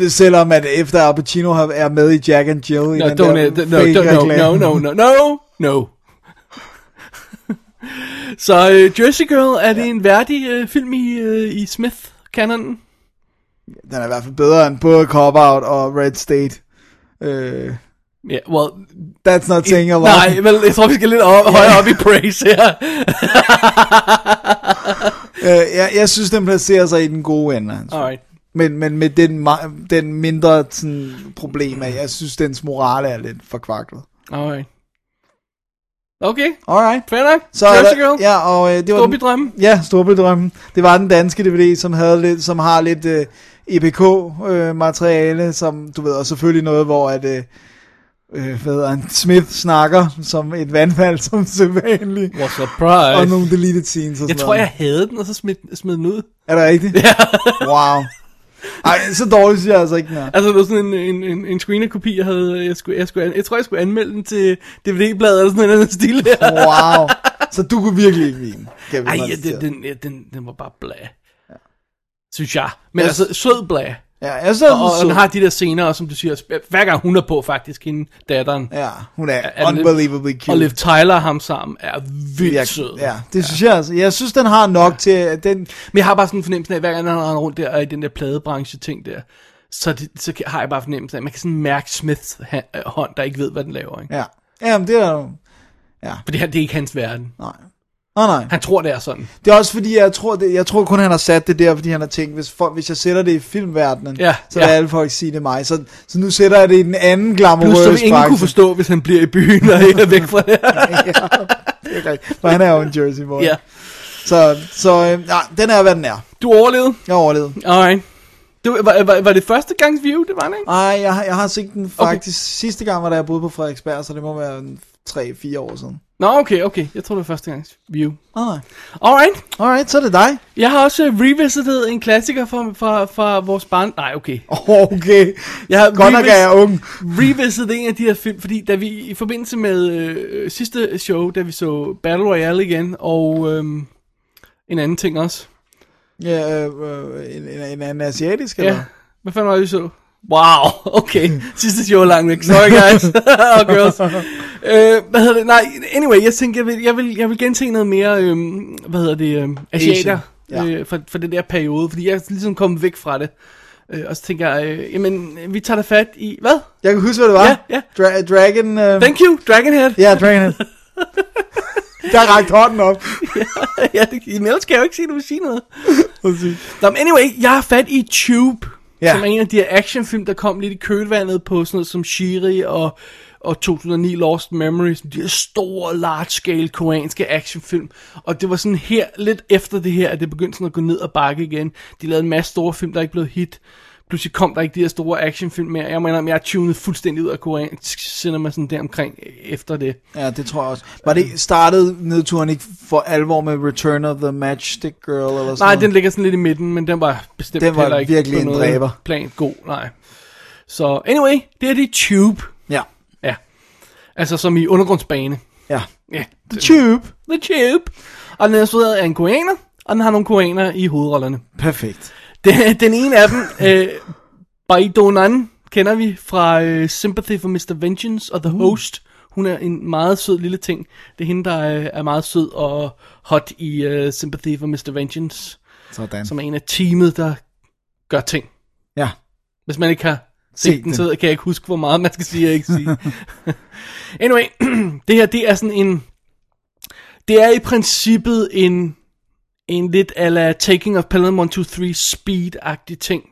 [SPEAKER 5] Ja. Selvom at efter Al Pacino har- er med i Jack and Jill i
[SPEAKER 6] No,
[SPEAKER 5] den
[SPEAKER 6] don't,
[SPEAKER 5] der
[SPEAKER 6] no,
[SPEAKER 5] fake
[SPEAKER 6] no,
[SPEAKER 5] reklame.
[SPEAKER 6] no, no, no, no, no. Så øh, Jersey Girl, er det en værdig øh, film i, øh, i Smith-kanonen?
[SPEAKER 5] Den er i hvert fald bedre end både Cop Out og Red State. Uh,
[SPEAKER 6] Ja, yeah, well,
[SPEAKER 5] that's not saying a lot.
[SPEAKER 6] nej, vel, jeg tror, vi skal lidt op, højere op i praise her.
[SPEAKER 5] Øh, jeg, jeg synes, den placerer sig i den gode ende. Altså.
[SPEAKER 6] Alright.
[SPEAKER 5] Men, men med den, ma- den mindre sådan, problem af, jeg synes, dens morale er lidt forkvaklet.
[SPEAKER 6] Alright. Okay,
[SPEAKER 5] Alright.
[SPEAKER 6] fair nok.
[SPEAKER 5] Så
[SPEAKER 6] Så
[SPEAKER 5] er
[SPEAKER 6] Jersey
[SPEAKER 5] der-
[SPEAKER 6] Girl, ja,
[SPEAKER 5] Ja, og øh, det var den,
[SPEAKER 6] Storbydrømmen.
[SPEAKER 5] Ja, Storbydrømmen. Det var den danske DVD, som, havde lidt, som har lidt øh, EPK-materiale, øh, som du ved, og selvfølgelig noget, hvor at, øh, øh, hvad hedder han, Smith snakker som et vandfald, som sædvanligt.
[SPEAKER 6] What surprise.
[SPEAKER 5] Og nogle deleted scenes og
[SPEAKER 6] jeg
[SPEAKER 5] sådan
[SPEAKER 6] tror,
[SPEAKER 5] noget.
[SPEAKER 6] jeg havde den, og så smed, smed den ud.
[SPEAKER 5] Er det rigtigt? Ja. wow. Ej, så dårligt synes jeg altså ikke, den er.
[SPEAKER 6] Altså, det var sådan en, en, en, en screener-kopi, jeg havde. Jeg, skulle, jeg, skulle, an- jeg tror, jeg skulle anmelde den til DVD-bladet eller sådan en anden stil her.
[SPEAKER 5] Wow. Så du kunne virkelig ikke lide den, kan vi
[SPEAKER 6] Ej, ja,
[SPEAKER 5] konstatere.
[SPEAKER 6] den, den, ja, den, den var bare blæ. Ja. Synes jeg. Men altså, sød blæ.
[SPEAKER 5] Ja, jeg synes,
[SPEAKER 6] Og, og
[SPEAKER 5] den
[SPEAKER 6] den
[SPEAKER 5] er
[SPEAKER 6] har de der scener, og som du siger, sp- hver gang hun er på faktisk, hende datteren.
[SPEAKER 5] Ja, hun er,
[SPEAKER 6] er den lidt-
[SPEAKER 5] unbelievably cute.
[SPEAKER 6] Og Liv Tyler og ham sammen er vildt
[SPEAKER 5] ja,
[SPEAKER 6] sød.
[SPEAKER 5] ja, det synes jeg altså. Jeg synes, den har nok til, at den,
[SPEAKER 6] Men jeg har bare sådan en fornemmelse af, at hver gang han render rundt der, og i den der pladebranche-ting der, så, det, så kan- har jeg bare fornemmelsen af, at man kan sådan mærke Smiths ha- øh, hånd, der ikke ved, hvad den laver. Ikke?
[SPEAKER 5] Ja, Jamen, det er jo...
[SPEAKER 6] For det her, det er ikke hans verden.
[SPEAKER 5] Nej. Nå, nej.
[SPEAKER 6] Han tror, det er sådan.
[SPEAKER 5] Det er også fordi, jeg tror, det, jeg tror kun, han har sat det der, fordi han har tænkt, hvis, folk, hvis jeg sætter det i filmverdenen,
[SPEAKER 6] Ja,
[SPEAKER 5] så
[SPEAKER 6] ja.
[SPEAKER 5] vil alle folk sige det er mig. Så, så nu sætter jeg det i den anden
[SPEAKER 6] Plus,
[SPEAKER 5] glamourøse
[SPEAKER 6] så vil ingen kunne forstå, hvis han bliver i byen og ikke er væk fra det.
[SPEAKER 5] For han er jo en Jersey boy.
[SPEAKER 6] ja.
[SPEAKER 5] Så, så øh, nej, den er, hvad den er.
[SPEAKER 6] Du overlevede?
[SPEAKER 5] Jeg overlevede.
[SPEAKER 6] Alright. Det var, var, var, var det første gangs view, det var det, ikke?
[SPEAKER 5] Ej, jeg, har- jeg har set den
[SPEAKER 6] Okay.
[SPEAKER 5] faktisk okay. sidste gang, var da jeg boede på Frederiksberg, så det må være en 3-4 år siden.
[SPEAKER 6] Nå, okay, okay. Jeg tror, det var første gangs view.
[SPEAKER 5] Ah, nej.
[SPEAKER 6] Alright.
[SPEAKER 5] Alright, så er det dig.
[SPEAKER 6] Jeg har også øh, revisited en klassiker fra, fra, fra vores barn... Nej, okay.
[SPEAKER 5] Okay.
[SPEAKER 6] Jeg har
[SPEAKER 5] Godt nok er jeg ung.
[SPEAKER 6] revisit en af de her film, fordi da vi i forbindelse med øh, sidste show, da vi så Battle Royale igen, og øhm, en anden ting også.
[SPEAKER 5] Ja, øh, øh, en, en, en, en asiatisk, eller?
[SPEAKER 6] Ja. Hvad fanden var det, vi så? Wow, okay. Sidste show er langt væk. Sorry guys. og girls. Øh, hvad hedder det? Nej, anyway, jeg tænkte, jeg vil, jeg vil, jeg vil gense noget mere, øhm, hvad hedder det, øhm, asiater
[SPEAKER 5] Asian, ja.
[SPEAKER 6] øh, for, for den der periode, fordi jeg er ligesom kommet væk fra det. Øh, og så tænker jeg, øh, jamen, vi tager da fat i, hvad?
[SPEAKER 5] Jeg kan huske, hvad det var.
[SPEAKER 6] Ja, ja.
[SPEAKER 5] Dra- Dragon... Øh...
[SPEAKER 6] Thank you, Dragonhead.
[SPEAKER 5] Ja, Dragonhead. der rakte hånden op.
[SPEAKER 6] ja, det, men ellers kan jeg jo ikke sige, at du vil sige noget. Nå, men anyway, jeg har fat i Tube,
[SPEAKER 5] Ja.
[SPEAKER 6] ja. som er en af de her actionfilm, der kom lidt i kølvandet på sådan noget som Shiri og, og 2009 Lost Memories, de her store, large-scale koreanske actionfilm. Og det var sådan her, lidt efter det her, at det begyndte sådan at gå ned og bakke igen. De lavede en masse store film, der ikke blev hit. Pludselig kom der ikke de her store actionfilm mere. Jeg mener, jeg er tunet fuldstændig ud af koreansk cinema sådan der omkring efter det.
[SPEAKER 5] Ja, det tror jeg også. Var det startede nedturen ikke for alvor med Return of the Matchstick Girl eller sådan
[SPEAKER 6] Nej,
[SPEAKER 5] noget?
[SPEAKER 6] den ligger sådan lidt i midten, men den var bestemt
[SPEAKER 5] Den var
[SPEAKER 6] heller ikke
[SPEAKER 5] virkelig
[SPEAKER 6] på
[SPEAKER 5] en
[SPEAKER 6] noget
[SPEAKER 5] dræber.
[SPEAKER 6] plan god, nej. Så anyway, det er det Tube.
[SPEAKER 5] Ja.
[SPEAKER 6] Ja. Altså som i undergrundsbane.
[SPEAKER 5] Ja.
[SPEAKER 6] Ja.
[SPEAKER 5] The Tube.
[SPEAKER 6] The Tube. Og den er instrueret af en koreaner, og den har nogle koreanere i hovedrollerne.
[SPEAKER 5] Perfekt.
[SPEAKER 6] Den, den ene af dem, øh, Baido Nan, kender vi fra øh, Sympathy for Mr. Vengeance og
[SPEAKER 5] Mm.
[SPEAKER 6] The Host. Hun er en meget sød lille ting. Det er hende, der øh, er meget sød og hot i øh, Sympathy for Mr. Vengeance
[SPEAKER 5] Sådan.
[SPEAKER 6] Mm. som er en af teamet, der gør ting.
[SPEAKER 5] Ja.
[SPEAKER 6] Hvis man ikke har
[SPEAKER 5] Se
[SPEAKER 6] set den,
[SPEAKER 5] den.
[SPEAKER 6] så kan jeg ikke huske, hvor meget man skal sige og ikke sige. anyway, det her, det er sådan en... Det er i princippet en, en lidt ala Taking of Pelham 123 Speed-agtig ting.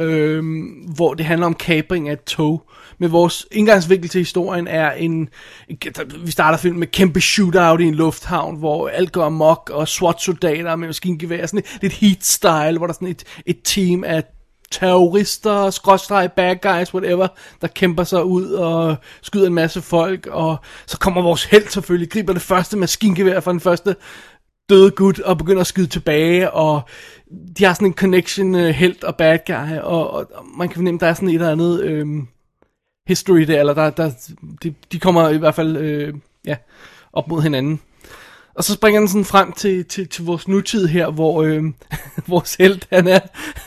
[SPEAKER 6] Øhm, hvor det handler om kapring af et tog. Men vores indgangsvinkel til historien er en... en- der- Vi starter filmen med kæmpe shootout i en lufthavn, hvor alt går amok, og SWAT-soldater med maskingevær, sådan lidt- lidt heat-style, hvor der er sådan et, et team af terrorister, skråstreg, bad guys, whatever, der kæmper sig ud og skyder en masse folk, og så kommer vores held selvfølgelig, griber det første maskingevær fra den første døde gut og begynder at skyde tilbage, og de har sådan en connection, uh, held og bad guy, og, og, og man kan fornemme, der er sådan et eller andet øhm, history der, eller der, der de, de kommer i hvert fald øh, ja, op mod hinanden. Og så springer den sådan frem til, til, til vores nutid her, hvor øh, vores held, han er,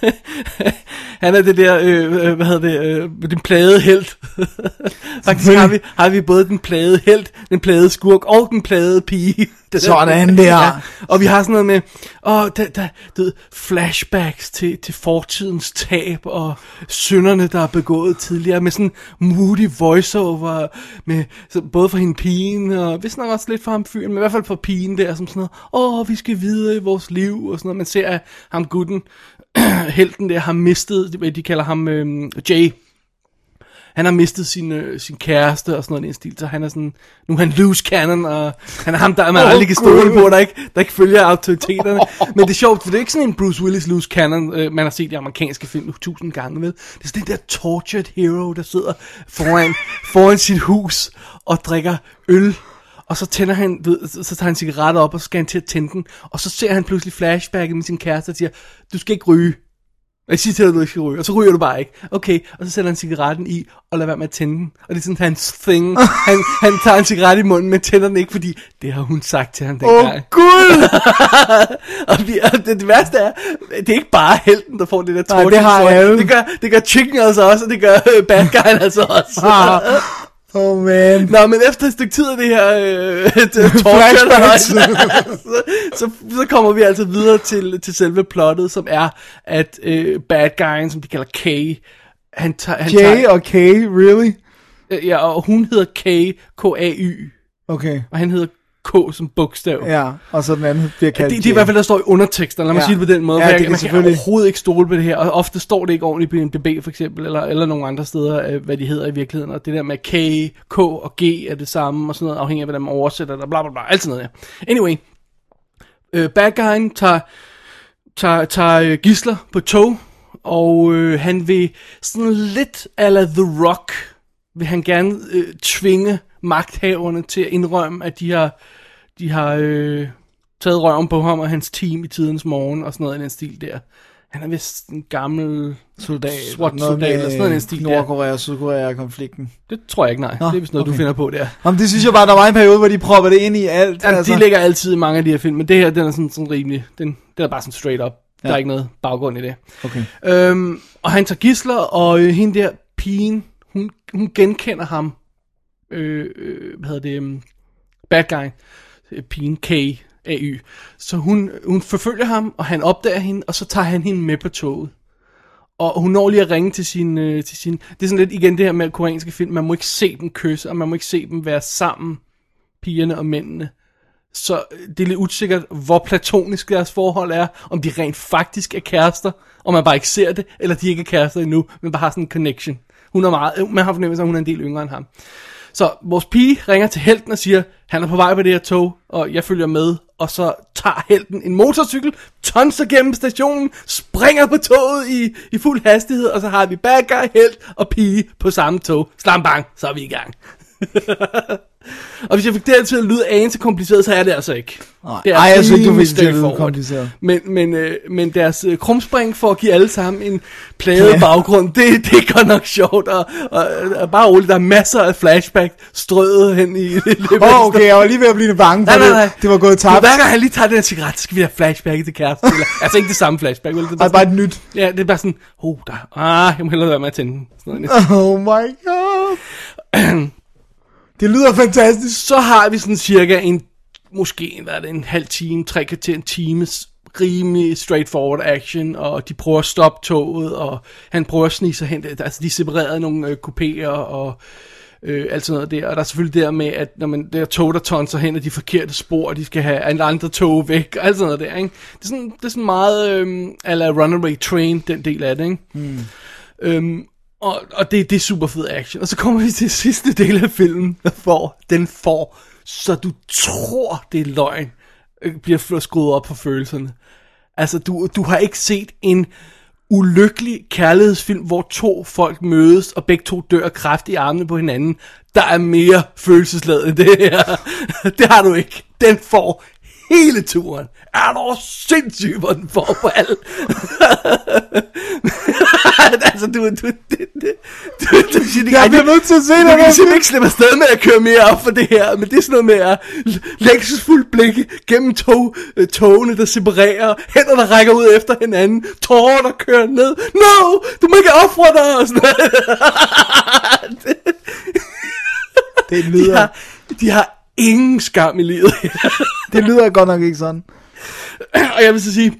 [SPEAKER 6] han er det der, øh, øh, hvad hedder det, øh, den plagede held. Faktisk har vi, har vi både den plagede held, den plagede skurk og den plagede pige.
[SPEAKER 5] Sådan der.
[SPEAKER 6] Og vi har sådan noget med, åh, der, der, du ved, flashbacks til, til fortidens tab og synderne, der er begået tidligere, med sådan moody voiceover, med, så, både for hende pigen, og vist nok også lidt for ham fyren, men i hvert fald for pigen der, som sådan noget, åh, vi skal videre i vores liv, og sådan noget. Man ser, at ham gutten, helten der, har mistet, de- de kalder ham øhm, Jay, han har mistet sin, øh, sin kæreste og sådan noget i den stil, så han er sådan, nu er han loose cannon, og han er ham, der man
[SPEAKER 5] Åh,
[SPEAKER 6] oh, aldrig kan
[SPEAKER 5] Gud.
[SPEAKER 6] stole på, der ikke, der ikke følger autoriteterne. Men det er sjovt, for det er ikke sådan en Bruce Willis loose cannon, øh, man har set i amerikanske film tusind gange, vel? Det er sådan den der tortured hero, der sidder foran, foran sit hus og drikker øl og så tænder han, ved, så så tager han cigaretter op, og så skal han til at tænde den. Og så ser han pludselig flashbacket med sin kæreste og siger, du skal ikke ryge. Jeg siger til dig, at du ikke skal ryge, og så ryger du bare ikke. Okay, og så sætter han cigaretten i, og lader være med at tænde den. Og det er sådan hans thing. Han, han tager en cigaret i munden, men tænder den ikke, fordi det har hun sagt til ham
[SPEAKER 5] Åh,
[SPEAKER 6] dengang.
[SPEAKER 5] oh, gud!
[SPEAKER 6] Og, vi, og det, det værste er, det er ikke bare helten, der får det der
[SPEAKER 5] Nej,
[SPEAKER 6] torture.
[SPEAKER 5] det har alle.
[SPEAKER 6] Det gør, det gør chicken altså også, og det gør øh, bad guyen altså også.
[SPEAKER 5] Ah. Oh, man.
[SPEAKER 6] Nå, men efter et stykke tid af det her øh, det torture,
[SPEAKER 5] Flashbacks.
[SPEAKER 6] så, så, så kommer vi altså videre til, til selve plottet, som er, at øh, bad guyen, som de kalder K, han tager... Han
[SPEAKER 5] Jay
[SPEAKER 6] tager,
[SPEAKER 5] og Kay, really?
[SPEAKER 6] øh, ja, og hun hedder K, K-A-Y,
[SPEAKER 5] Okay.
[SPEAKER 6] og han hedder K som bogstav.
[SPEAKER 5] Ja, og så den anden bliver
[SPEAKER 6] Ja,
[SPEAKER 5] kaldt
[SPEAKER 6] det, det er i hvert fald, der står i undertekster, lad mig
[SPEAKER 5] Ja.
[SPEAKER 6] ja. sige det på den måde.
[SPEAKER 5] Ja, det
[SPEAKER 6] Ja, jeg,
[SPEAKER 5] kan
[SPEAKER 6] man kan
[SPEAKER 5] selvfølgelig-
[SPEAKER 6] overhovedet ikke stole på det her, og ofte står det ikke ordentligt i BNDB for eksempel, eller, eller nogle andre steder, øh, hvad de hedder i virkeligheden, og det der med K, K og G er det samme, og sådan noget, afhængig af, hvordan man oversætter det, og bla bla bla, alt sådan noget der. Anyway, øh, bad guyen tager, tager, tager øh, gisler på tog, og øh, han vil sådan lidt ala The Rock, vil han gerne øh, tvinge magthaverne til at indrømme, at de har, de har øh, taget røven på ham og hans team i tidens morgen, og sådan noget i den stil der. Han er vist en gammel soldat, SWAT-soldat, eller sådan noget i den stil der.
[SPEAKER 5] Nordkorea og Sydkorea konflikten.
[SPEAKER 6] Det tror jeg ikke, nej.
[SPEAKER 5] Nå,
[SPEAKER 6] Nå, det er vist noget, okay.
[SPEAKER 5] okay.
[SPEAKER 6] du finder på der.
[SPEAKER 5] Jamen, det synes jeg bare, der var en periode, hvor de propper det ind i alt.
[SPEAKER 6] Jamen, altså. de ligger altid i mange af de her film, men det her, den er sådan, sådan rimelig, den, den er bare sådan straight up. Ja. Der
[SPEAKER 5] Ja.
[SPEAKER 6] er ikke noget baggrund i det.
[SPEAKER 5] Okay.
[SPEAKER 6] Øhm, og han tager gisler, og øh, hende der pigen, hun, hun genkender ham. Øh, øh, hvad hedder det? Um, bad guy. Øh, Pigen K. AY. Så hun, hun forfølger ham, og han opdager hende, og så tager han hende med på toget. Og hun når lige at ringe til sin, øh, til sin... Det er sådan lidt igen det her med koreanske film. Man må ikke se dem kysse, og man må ikke se dem være sammen, pigerne og mændene. Så øh, det er lidt usikkert, hvor platonisk deres forhold er, om de rent faktisk er kærester, og man bare ikke ser det, eller de ikke er kærester endnu, men bare har sådan en connection. Hun er meget, øh, man har fornemmelse af, at hun er en del yngre end ham. Så vores pige ringer til helten og siger, han er på vej på det her tog, og jeg følger med. Og så tager helten en motorcykel, tonser gennem stationen, springer på toget i, i fuld hastighed, og så har vi bad guy, helt og pige på samme tog. Slam bang, så er vi i gang. og hvis jeg fik det her til at lyde anelse kompliceret, så er det altså ikke.
[SPEAKER 5] Nej, ej, jeg synes ikke, du
[SPEAKER 6] rimelig
[SPEAKER 5] fik det til at lyde
[SPEAKER 6] straightforward.
[SPEAKER 5] kompliceret.
[SPEAKER 6] Men, men, øh, men deres øh, krumspring for at give alle sammen en plaget baggrund, det, det er godt nok sjovt. Og, og, og bare roligt, der er masser af flashback strøget hen i det løbet.
[SPEAKER 5] Åh, oh, okay, jeg var lige ved at blive lidt bange for
[SPEAKER 6] Nej, nej, nej.
[SPEAKER 5] det. Det var gået tabt.
[SPEAKER 6] Men Hver gang han lige tager den her cigaret, så skal vi have flashback til kæresten. Eller, altså ikke det samme flashback, vel? Det er
[SPEAKER 5] Ej,
[SPEAKER 6] bare
[SPEAKER 5] bare
[SPEAKER 6] sådan,
[SPEAKER 5] et nyt.
[SPEAKER 6] ja, det er bare sådan, oh, der, ah, jeg må hellere være med at tænde den. Sådan noget.
[SPEAKER 5] Oh my god. Det lyder fantastisk.
[SPEAKER 6] så har vi sådan cirka en, måske hvad er det, en halv time, tre kvarter, en times rimelig straightforward action, og de prøver at stoppe toget, og han prøver at snige sig hen. Altså, de separerede nogle øh, kupéer, og øh, alt sådan noget der. Og der er selvfølgelig det der med, at når man, det her tog, der tonser hen af de forkerte spor, og de skal have alle andre tog væk, og alt sådan noget der, ikke? Det er sådan, det er sådan meget, øh, ala Runaway Train, den del af det, ikke? Mm. Øhm, og, og det, det er super fed action. Og så kommer vi til sidste del af filmen, der får, den får, så du tror, det er løgn, øh, bliver fl- skruet op for følelserne. Altså, du, du har ikke set en ulykkelig kærlighedsfilm, hvor to folk mødes, og begge to dør af kræft i armene på hinanden. Der er mere følelsesladet end det her. det har du ikke. Den får hele turen. Er du sindssyg, hvor den får på alt? altså, du, du, du, du, du, du, siger, det-
[SPEAKER 5] Jeg
[SPEAKER 6] ej, det-
[SPEAKER 5] bliver nødt til at se
[SPEAKER 6] du
[SPEAKER 5] den
[SPEAKER 6] kan
[SPEAKER 5] her
[SPEAKER 6] simpelthen
[SPEAKER 5] film.
[SPEAKER 6] ikke slippe afsted med at køre mere op for det her, men det er sådan noget med at l- længselsfuldt blik gennem tog, øh, togene, der separerer, hænder, der rækker ud efter hinanden, tårer, der kører ned. No, du må ikke ofre dig! Og sådan noget.
[SPEAKER 5] Det
[SPEAKER 6] De,
[SPEAKER 5] lyder,
[SPEAKER 6] har, de har ingen skam i livet.
[SPEAKER 5] det lyder godt nok ikke sådan.
[SPEAKER 6] og jeg vil så sige,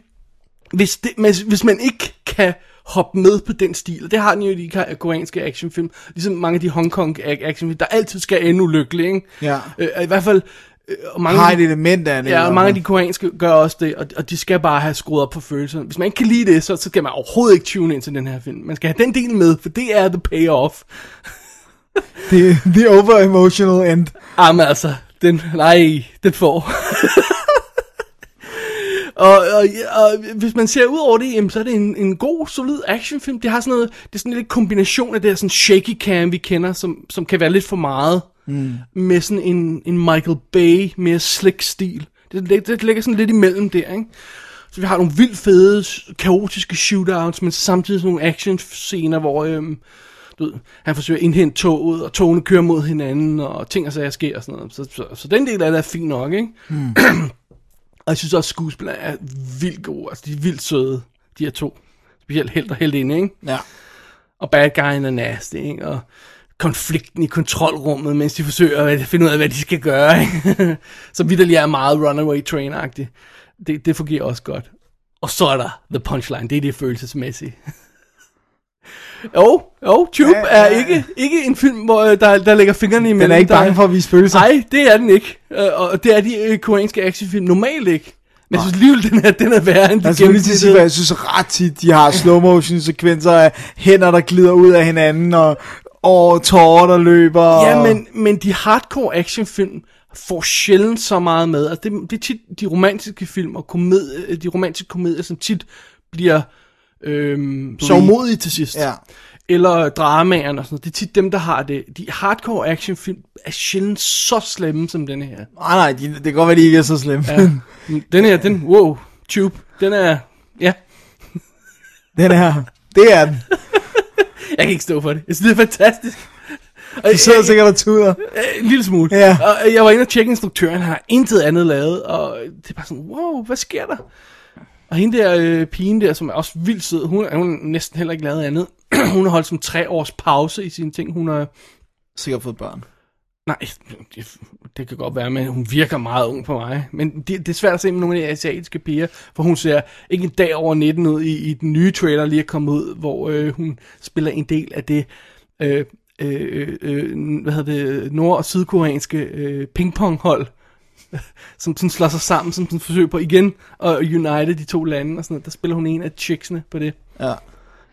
[SPEAKER 6] hvis, det, hvis, hvis man ikke kan hoppe med på den stil, og det har den jo i de ka- koreanske actionfilm, ligesom mange af de Hongkong ac- actionfilm, der altid skal ende ulykkeligt, ikke?
[SPEAKER 5] Ja.
[SPEAKER 6] Øh, I hvert fald, øh, og mange
[SPEAKER 5] Har et element af det.
[SPEAKER 6] Ja, og
[SPEAKER 5] eller
[SPEAKER 6] mange af
[SPEAKER 5] hvad?
[SPEAKER 6] de koreanske gør også det, og, og de skal bare have skruet op for følelserne. Hvis man ikke kan lide det, så, så skal man overhovedet ikke tune ind til den her film. Man skal have den del med, for det er the payoff.
[SPEAKER 5] The, the over emotional end.
[SPEAKER 6] Jamen altså, den, nej, den får. og, og, og, hvis man ser ud over det, jamen, så er det en, en god, solid actionfilm. Det har sådan noget, det er sådan lidt kombination af det her sådan shaky cam, vi kender, som, som kan være lidt for meget. Mm. Med sådan en, en Michael Bay, mere slick stil. Det, det, det ligger sådan lidt imellem der, ikke? Så vi har nogle vildt fede, kaotiske shootouts, men samtidig sådan nogle action scener, hvor øhm, du ved, han forsøger at indhente toget, og togene kører mod hinanden, og ting og sager sker og sådan noget. Så, så, så den del af det er fint nok, ikke? Mm. og jeg synes også, at skuespillerne er vildt gode. Altså, de er vildt søde, de her to. Specielt helt og helt inde, ikke?
[SPEAKER 5] Ja.
[SPEAKER 6] og bad guyen er nasty, ikke? og konflikten i kontrolrummet, mens de forsøger at finde ud af, hvad de skal gøre. Ikke? så vidderlig er meget runaway train -agtig. Det, det fungerer også godt. Og så er der the punchline, det er det følelsesmæssige. Jo, jo, Oh, Tube
[SPEAKER 5] Ja,
[SPEAKER 6] ja, ja. er
[SPEAKER 5] ja.
[SPEAKER 6] ikke, ikke en film, hvor øh, der, der lægger fingrene imellem.
[SPEAKER 5] Den er ikke
[SPEAKER 6] der
[SPEAKER 5] bange for at vise følelser.
[SPEAKER 6] Nej, det er den ikke. Øh, Og det er de øh, koreanske actionfilm normalt ikke. Men jeg synes alligevel, den er, den er værre end de
[SPEAKER 5] Jeg skulle lige til at sige, hvad jeg synes ret tit, de har slow motion sekvenser af hænder, der glider ud af hinanden, og, og tårer, der løber.
[SPEAKER 6] Ja,
[SPEAKER 5] og-
[SPEAKER 6] men, men de hardcore actionfilm får sjældent så meget med. Altså, det, det er tit de romantiske film og komedie, øh, de romantiske komedier, som tit bliver øhm, sovmodige til sidst.
[SPEAKER 5] Ja.
[SPEAKER 6] Eller dramaerne og sådan noget. Det er tit dem, der har det. De hardcore actionfilm er sjældent så slemme som den her.
[SPEAKER 5] Nej, Ah, nej, de, det kan godt være, de ikke er så slemme. Ja.
[SPEAKER 6] Ja. den her, den, wow, tube, den er, ja,
[SPEAKER 5] den her, det er den.
[SPEAKER 6] jeg kan ikke stå for det. Jeg synes, det er fantastisk.
[SPEAKER 5] De sidder sikkert og tuder.
[SPEAKER 6] Øh, En lille smule.
[SPEAKER 5] Ja.
[SPEAKER 6] Og øh, jeg var inde og tjekke instruktøren, han har intet andet lavet, og det er bare sådan, wow, hvad sker der? Og hende der øh, pigen der, som er også vildt sød, hun hun har næsten heller ikke lavet andet. hun har holdt som tre års pause i sine ting. Hun har,
[SPEAKER 5] Sikkert fået børn.
[SPEAKER 6] nej, det, det kan godt være, men hun virker meget ung på mig. Men det, det er svært at se med nogle af de asiatiske piger, for hun ser ikke en dag over 19 ud i, i den nye trailer, lige er kommet ud, hvor øh, hun spiller en del af det... Øh, øh, øh, hvad hedder det, nord- og sydkoreanske øh, pingponghold, som sådan slår sig sammen, som sådan forsøg på igen at unite de to lande og sådan noget. Der spiller hun en af chicksene på det.
[SPEAKER 5] Ja.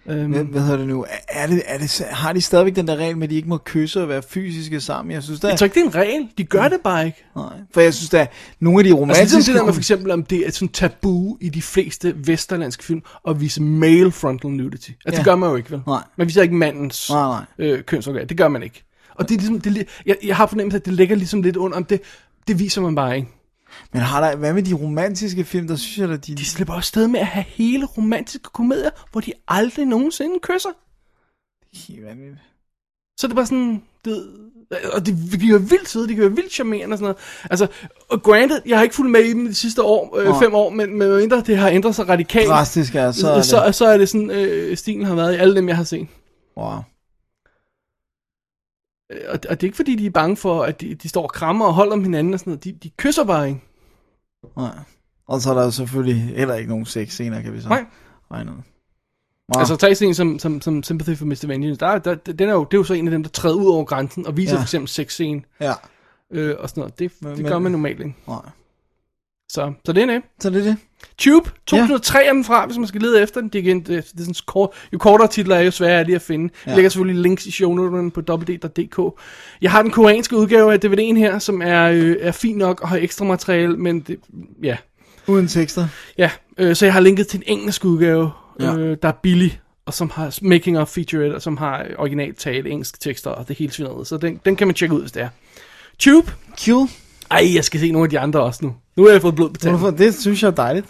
[SPEAKER 6] Øhm,
[SPEAKER 5] Hvad, hvad hedder det nu? Er- Er det, er det, har de stadigvæk den der regel med, at de ikke må kysse og være fysiske sammen? Jeg synes da...
[SPEAKER 6] jeg tror ikke, det er en regel. De gør det bare ikke.
[SPEAKER 5] Nej. For jeg synes da, nogle af de
[SPEAKER 6] Altså, det er
[SPEAKER 5] romantiske...
[SPEAKER 6] sådan det der med for eksempel, om det er sådan tabu i de fleste vesterlandske film, at vise male frontal nudity. Altså, ja.
[SPEAKER 5] Ja.
[SPEAKER 6] det gør man jo ikke, vel?
[SPEAKER 5] Nej.
[SPEAKER 6] Man viser ikke mandens
[SPEAKER 5] Nej, nej.
[SPEAKER 6] Øh, kønsorgan. Det gør man ikke. Og det er ligesom, det, er li- jeg, jeg har fornemmelse af, at det ligger ligesom lidt under, om det, det viser man bare ikke.
[SPEAKER 5] Men har der, hvad med de romantiske film, der synes jeg, at de...
[SPEAKER 6] De slipper også sted med at have hele romantiske komedier, hvor de aldrig nogensinde kysser.
[SPEAKER 5] Helt vanvittigt.
[SPEAKER 6] Så er det bare sådan, det, og de, de kan være vildt søde, de kan være vildt charmerende og sådan noget. Altså, og granted, jeg har ikke fulgt med i dem de sidste år, øh,
[SPEAKER 5] Nej.
[SPEAKER 6] fem år, men med mindre det har ændret sig radikalt.
[SPEAKER 5] Drastisk er, så er det.
[SPEAKER 6] så, så er det sådan, øh, stilen har været i alle dem, jeg har set.
[SPEAKER 5] Wow.
[SPEAKER 6] Øh, Og, og det er ikke fordi, de er bange for, at de, de står og krammer og holder om hinanden og sådan noget. De, de kysser bare ikke.
[SPEAKER 5] Nej. Og så er der jo selvfølgelig heller ikke nogen sex scener, kan vi så
[SPEAKER 6] Nej.
[SPEAKER 5] regne ud.
[SPEAKER 6] Ah.
[SPEAKER 5] Wow.
[SPEAKER 6] Altså, tag sådan en som, som, som Sympathy for Mr. Vengeance. Der, er- der, den er jo, det er jo så en af dem, der træder ud over grænsen og viser
[SPEAKER 5] Ja.
[SPEAKER 6] for eksempel sexscenen
[SPEAKER 5] ja.
[SPEAKER 6] øh, og sådan noget. Det,
[SPEAKER 5] Men-
[SPEAKER 6] det
[SPEAKER 5] men-
[SPEAKER 6] gør man normalt ikke.
[SPEAKER 5] Nej.
[SPEAKER 6] Så, så det er det.
[SPEAKER 5] Så det er det.
[SPEAKER 6] Tube, 2003 er den fra, hvis man skal lede efter den. Det er, igen, det, er- det er sådan kort, jo kortere titler er, jo sværere er de at finde. Ja.
[SPEAKER 5] Ja.
[SPEAKER 6] Jeg lægger selvfølgelig links i shownoterne på www.dk. Jeg har den koreanske udgave af DVD'en her, som er, øh, er fin nok og har ekstra materiale, men det, ja.
[SPEAKER 5] Uden tekster.
[SPEAKER 6] ja øh, så jeg har linket til en engelsk udgave,
[SPEAKER 5] Ja.
[SPEAKER 6] øh, der er billig, og som har making of featurette, og som har øh, originalt tale, engelske tekster og det hele svineriet. Så den, den kan man tjekke ud, hvis det er. Tube.
[SPEAKER 5] Q.
[SPEAKER 6] Ej, jeg skal se nogle af de andre også nu. Nu har jeg fået blod på tanden.
[SPEAKER 5] Hvorfor? Det synes jeg er dejligt.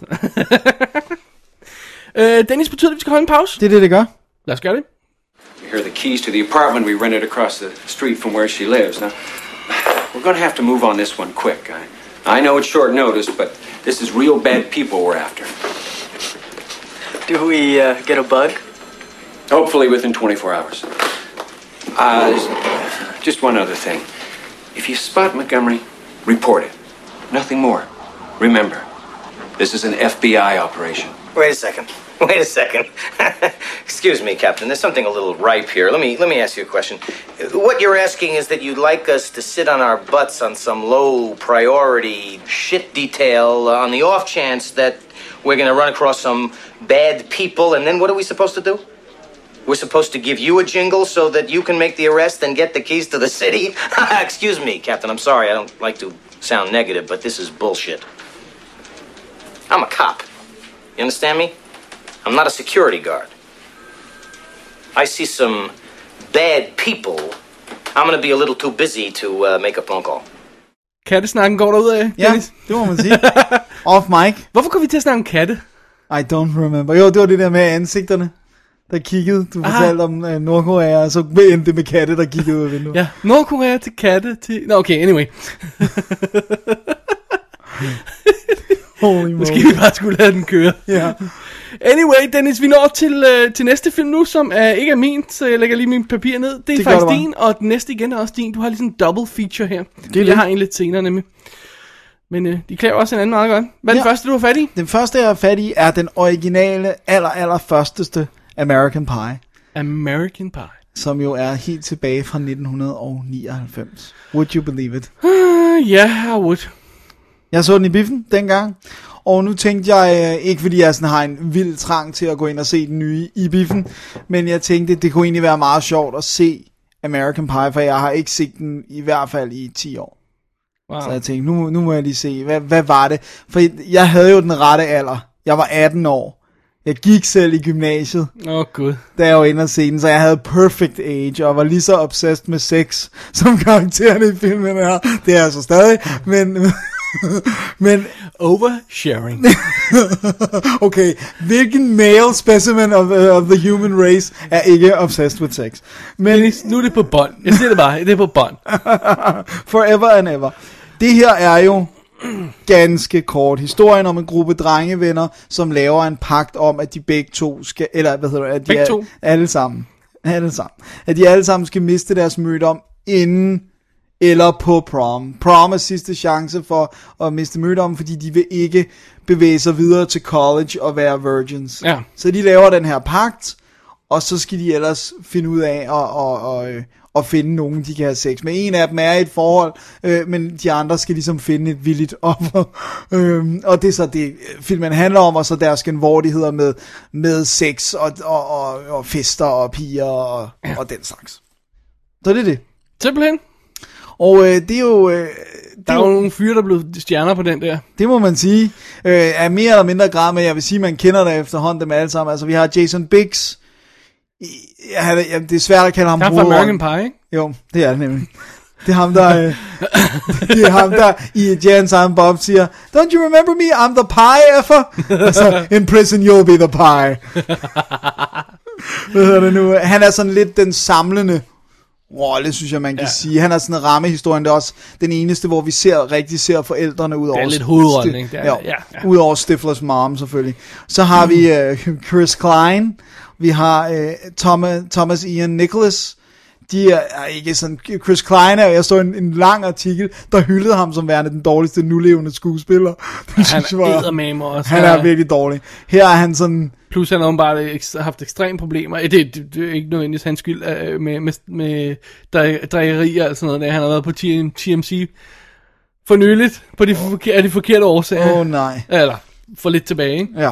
[SPEAKER 6] Øh, Dennis, betyder det, at vi skal holde en pause?
[SPEAKER 5] Det er det, det gør.
[SPEAKER 6] Lad os gøre det.
[SPEAKER 2] Here are the keys to the apartment we rented across the street from where she lives. Now, we're going to have to move on this one quick. I, I know it's short notice, but this is real bad people we're after.
[SPEAKER 4] Do we uh, get a bug?
[SPEAKER 2] Hopefully within 24 hours. Uh, there's- just one other thing. If you spot Montgomery, report it. Nothing more. Remember, this is an FBI operation.
[SPEAKER 1] Wait a second. Wait a second. Excuse me, Captain. There's something a little ripe here. Let me let me ask you a question. Uh, What you're asking is that you'd like us to sit on our butts on some low priority shit detail uh, on the off chance that we're going to run across some bad people and then what are we supposed to do? We're supposed to give you a jingle so that you can make the arrest and get the keys to the city? Excuse me, Captain. I'm sorry. I don't like to sound negative, but this is bullshit. I'm a cop. You understand me? I'm not a security guard. I see some bad people. I'm gonna be a little too busy to uh, make a phone call.
[SPEAKER 6] Kattesnakken går derud af,
[SPEAKER 5] Ja,
[SPEAKER 6] Dennis.
[SPEAKER 5] det må man sige. Off mic.
[SPEAKER 6] Hvorfor kom vi til at snakke om katte?
[SPEAKER 5] I don't remember. Jo, det var det der med ansigterne, der kiggede. Du
[SPEAKER 6] Aha.
[SPEAKER 5] fortalte om uh, Nordkorea, og så endte det med katte, der kiggede ud af vinduet.
[SPEAKER 6] Ja, Nordkorea til katte til... Nå, okay, anyway.
[SPEAKER 5] Holy
[SPEAKER 6] Måske
[SPEAKER 5] moly.
[SPEAKER 6] vi bare skulle lade den køre.
[SPEAKER 5] Ja.
[SPEAKER 6] Anyway, Dennis, vi når til, øh, til næste film nu, som er, ikke er min, så jeg lægger lige min papir ned. Det er
[SPEAKER 5] Det
[SPEAKER 6] det
[SPEAKER 5] gør
[SPEAKER 6] faktisk
[SPEAKER 5] du bare.
[SPEAKER 6] din, og den næste igen er også din. Du har ligesom en double feature her. Det jeg
[SPEAKER 5] lidt.
[SPEAKER 6] har en lidt senere nemlig. Men øh, de klæder også hinanden meget godt. Hvad er ja.
[SPEAKER 5] Ja.
[SPEAKER 6] den første, du har fat i?
[SPEAKER 5] Den første, jeg er fat i, er den originale, aller, aller førsteste American Pie.
[SPEAKER 6] American Pie.
[SPEAKER 5] som jo er helt tilbage fra 1999. Would you believe it?
[SPEAKER 6] Uh, yeah, I would.
[SPEAKER 5] Jeg så den i biffen dengang, og nu tænkte jeg, øh, ikke fordi jeg sådan har en vild trang til at gå ind og se den nye i biffen, men jeg tænkte, det kunne egentlig være meget sjovt at se American Pie, for jeg har ikke set den i hvert fald i 10 år.
[SPEAKER 6] Wow.
[SPEAKER 5] Så jeg tænkte, nu, må- nu må jeg lige se, hvad, hvad var det? For jeg havde jo den rette alder. Jeg var 18 år. Jeg gik selv i gymnasiet,
[SPEAKER 6] Åh, oh, gud.
[SPEAKER 5] da jeg var inde og se den, så jeg havde perfect age, og var lige så obsessed med sex, som karaktererne i filmen er. Det er jeg så stadig, men... men
[SPEAKER 6] Oversharing.
[SPEAKER 5] okay, hvilken male specimen of, uh, of the human race er ikke obsessed with sex? Men
[SPEAKER 6] nu er det på bånd. Jeg siger det bare, det er på bånd.
[SPEAKER 5] forever and ever. Det her er jo ganske kort. Historien om en gruppe drengevenner, som laver en pagt om, at de begge to skal, eller hvad hedder det, at de
[SPEAKER 6] Begge
[SPEAKER 5] er,
[SPEAKER 6] to?
[SPEAKER 5] alle sammen, alle sammen, at de alle sammen skal miste deres mødom inden eller på prom. Prom er sidste chance for at miste mødommen, fordi de vil ikke bevæge sig videre til college og være virgins.
[SPEAKER 6] Ja.
[SPEAKER 5] Så de laver den her pagt, og så skal de ellers finde ud af at, at, at, øh, at finde nogen, de kan have sex med. En af dem er i et forhold, øh, men de andre skal ligesom finde et villigt offer. øhm, og det er så det, øh, filmen handler om, og så deres genvordigheder med, med sex og, og, og, og fester og piger og, ja. og den slags. Så det er det.
[SPEAKER 6] Simpelthen.
[SPEAKER 5] Og øh, det er jo... Øh, det,
[SPEAKER 6] Der
[SPEAKER 5] er
[SPEAKER 6] er jo
[SPEAKER 5] jo,
[SPEAKER 6] nogle fyre, der blev stjerner på den der.
[SPEAKER 5] det må man sige, øh, er mere eller mindre grad, men jeg vil sige, man kender det efterhånden dem alle sammen. Altså, vi har Jason Biggs, I- jeg, havde- jamen, det er svært at kalde ham
[SPEAKER 6] Han er fra
[SPEAKER 5] broderen.
[SPEAKER 6] American Pie, ikke?
[SPEAKER 5] Jo, det er det nemlig. Det er ham, der, øh, det er ham, der i Jan Simon Bob siger, Don't you remember me? I'm the pie effer. Og så, in prison you'll be the pie. Hvad hedder det nu? Han er sådan lidt den samlende rolle, synes jeg, man kan ja. sige. Han er sådan en rammehistorien, det er også den eneste, hvor vi ser rigtig ser forældrene ud over...
[SPEAKER 6] er lidt hovedrollen, ikke? Det er-
[SPEAKER 5] Ja,
[SPEAKER 6] ja,
[SPEAKER 5] ja,
[SPEAKER 6] ja.
[SPEAKER 5] ja. Udover Stiflers mom, selvfølgelig. Så har mm. vi øh, Chris Klein, vi har øh, Thomas, Thomas Ian Nicholas, de er, er ikke sådan, Chris Klein er, jeg så en, en lang artikel, der hyldede ham som værende den dårligste nulevende skuespiller. Det
[SPEAKER 6] Han
[SPEAKER 5] synes jeg var-
[SPEAKER 6] er eddermame også.
[SPEAKER 5] han er virkelig dårlig. Her er han sådan,
[SPEAKER 6] Plus han har åbenbart ekst- haft ekstreme problemer. Eh, Det, det, det er ikke nødvendigvis hans skyld øh, med, med, med dri- drikkerier og sådan noget. Der. Han har været på TM, TMC for nyligt på de, forke- af de forkerte årsager.
[SPEAKER 5] åh oh, nej.
[SPEAKER 6] Eller for lidt tilbage, ikke?
[SPEAKER 5] Ja.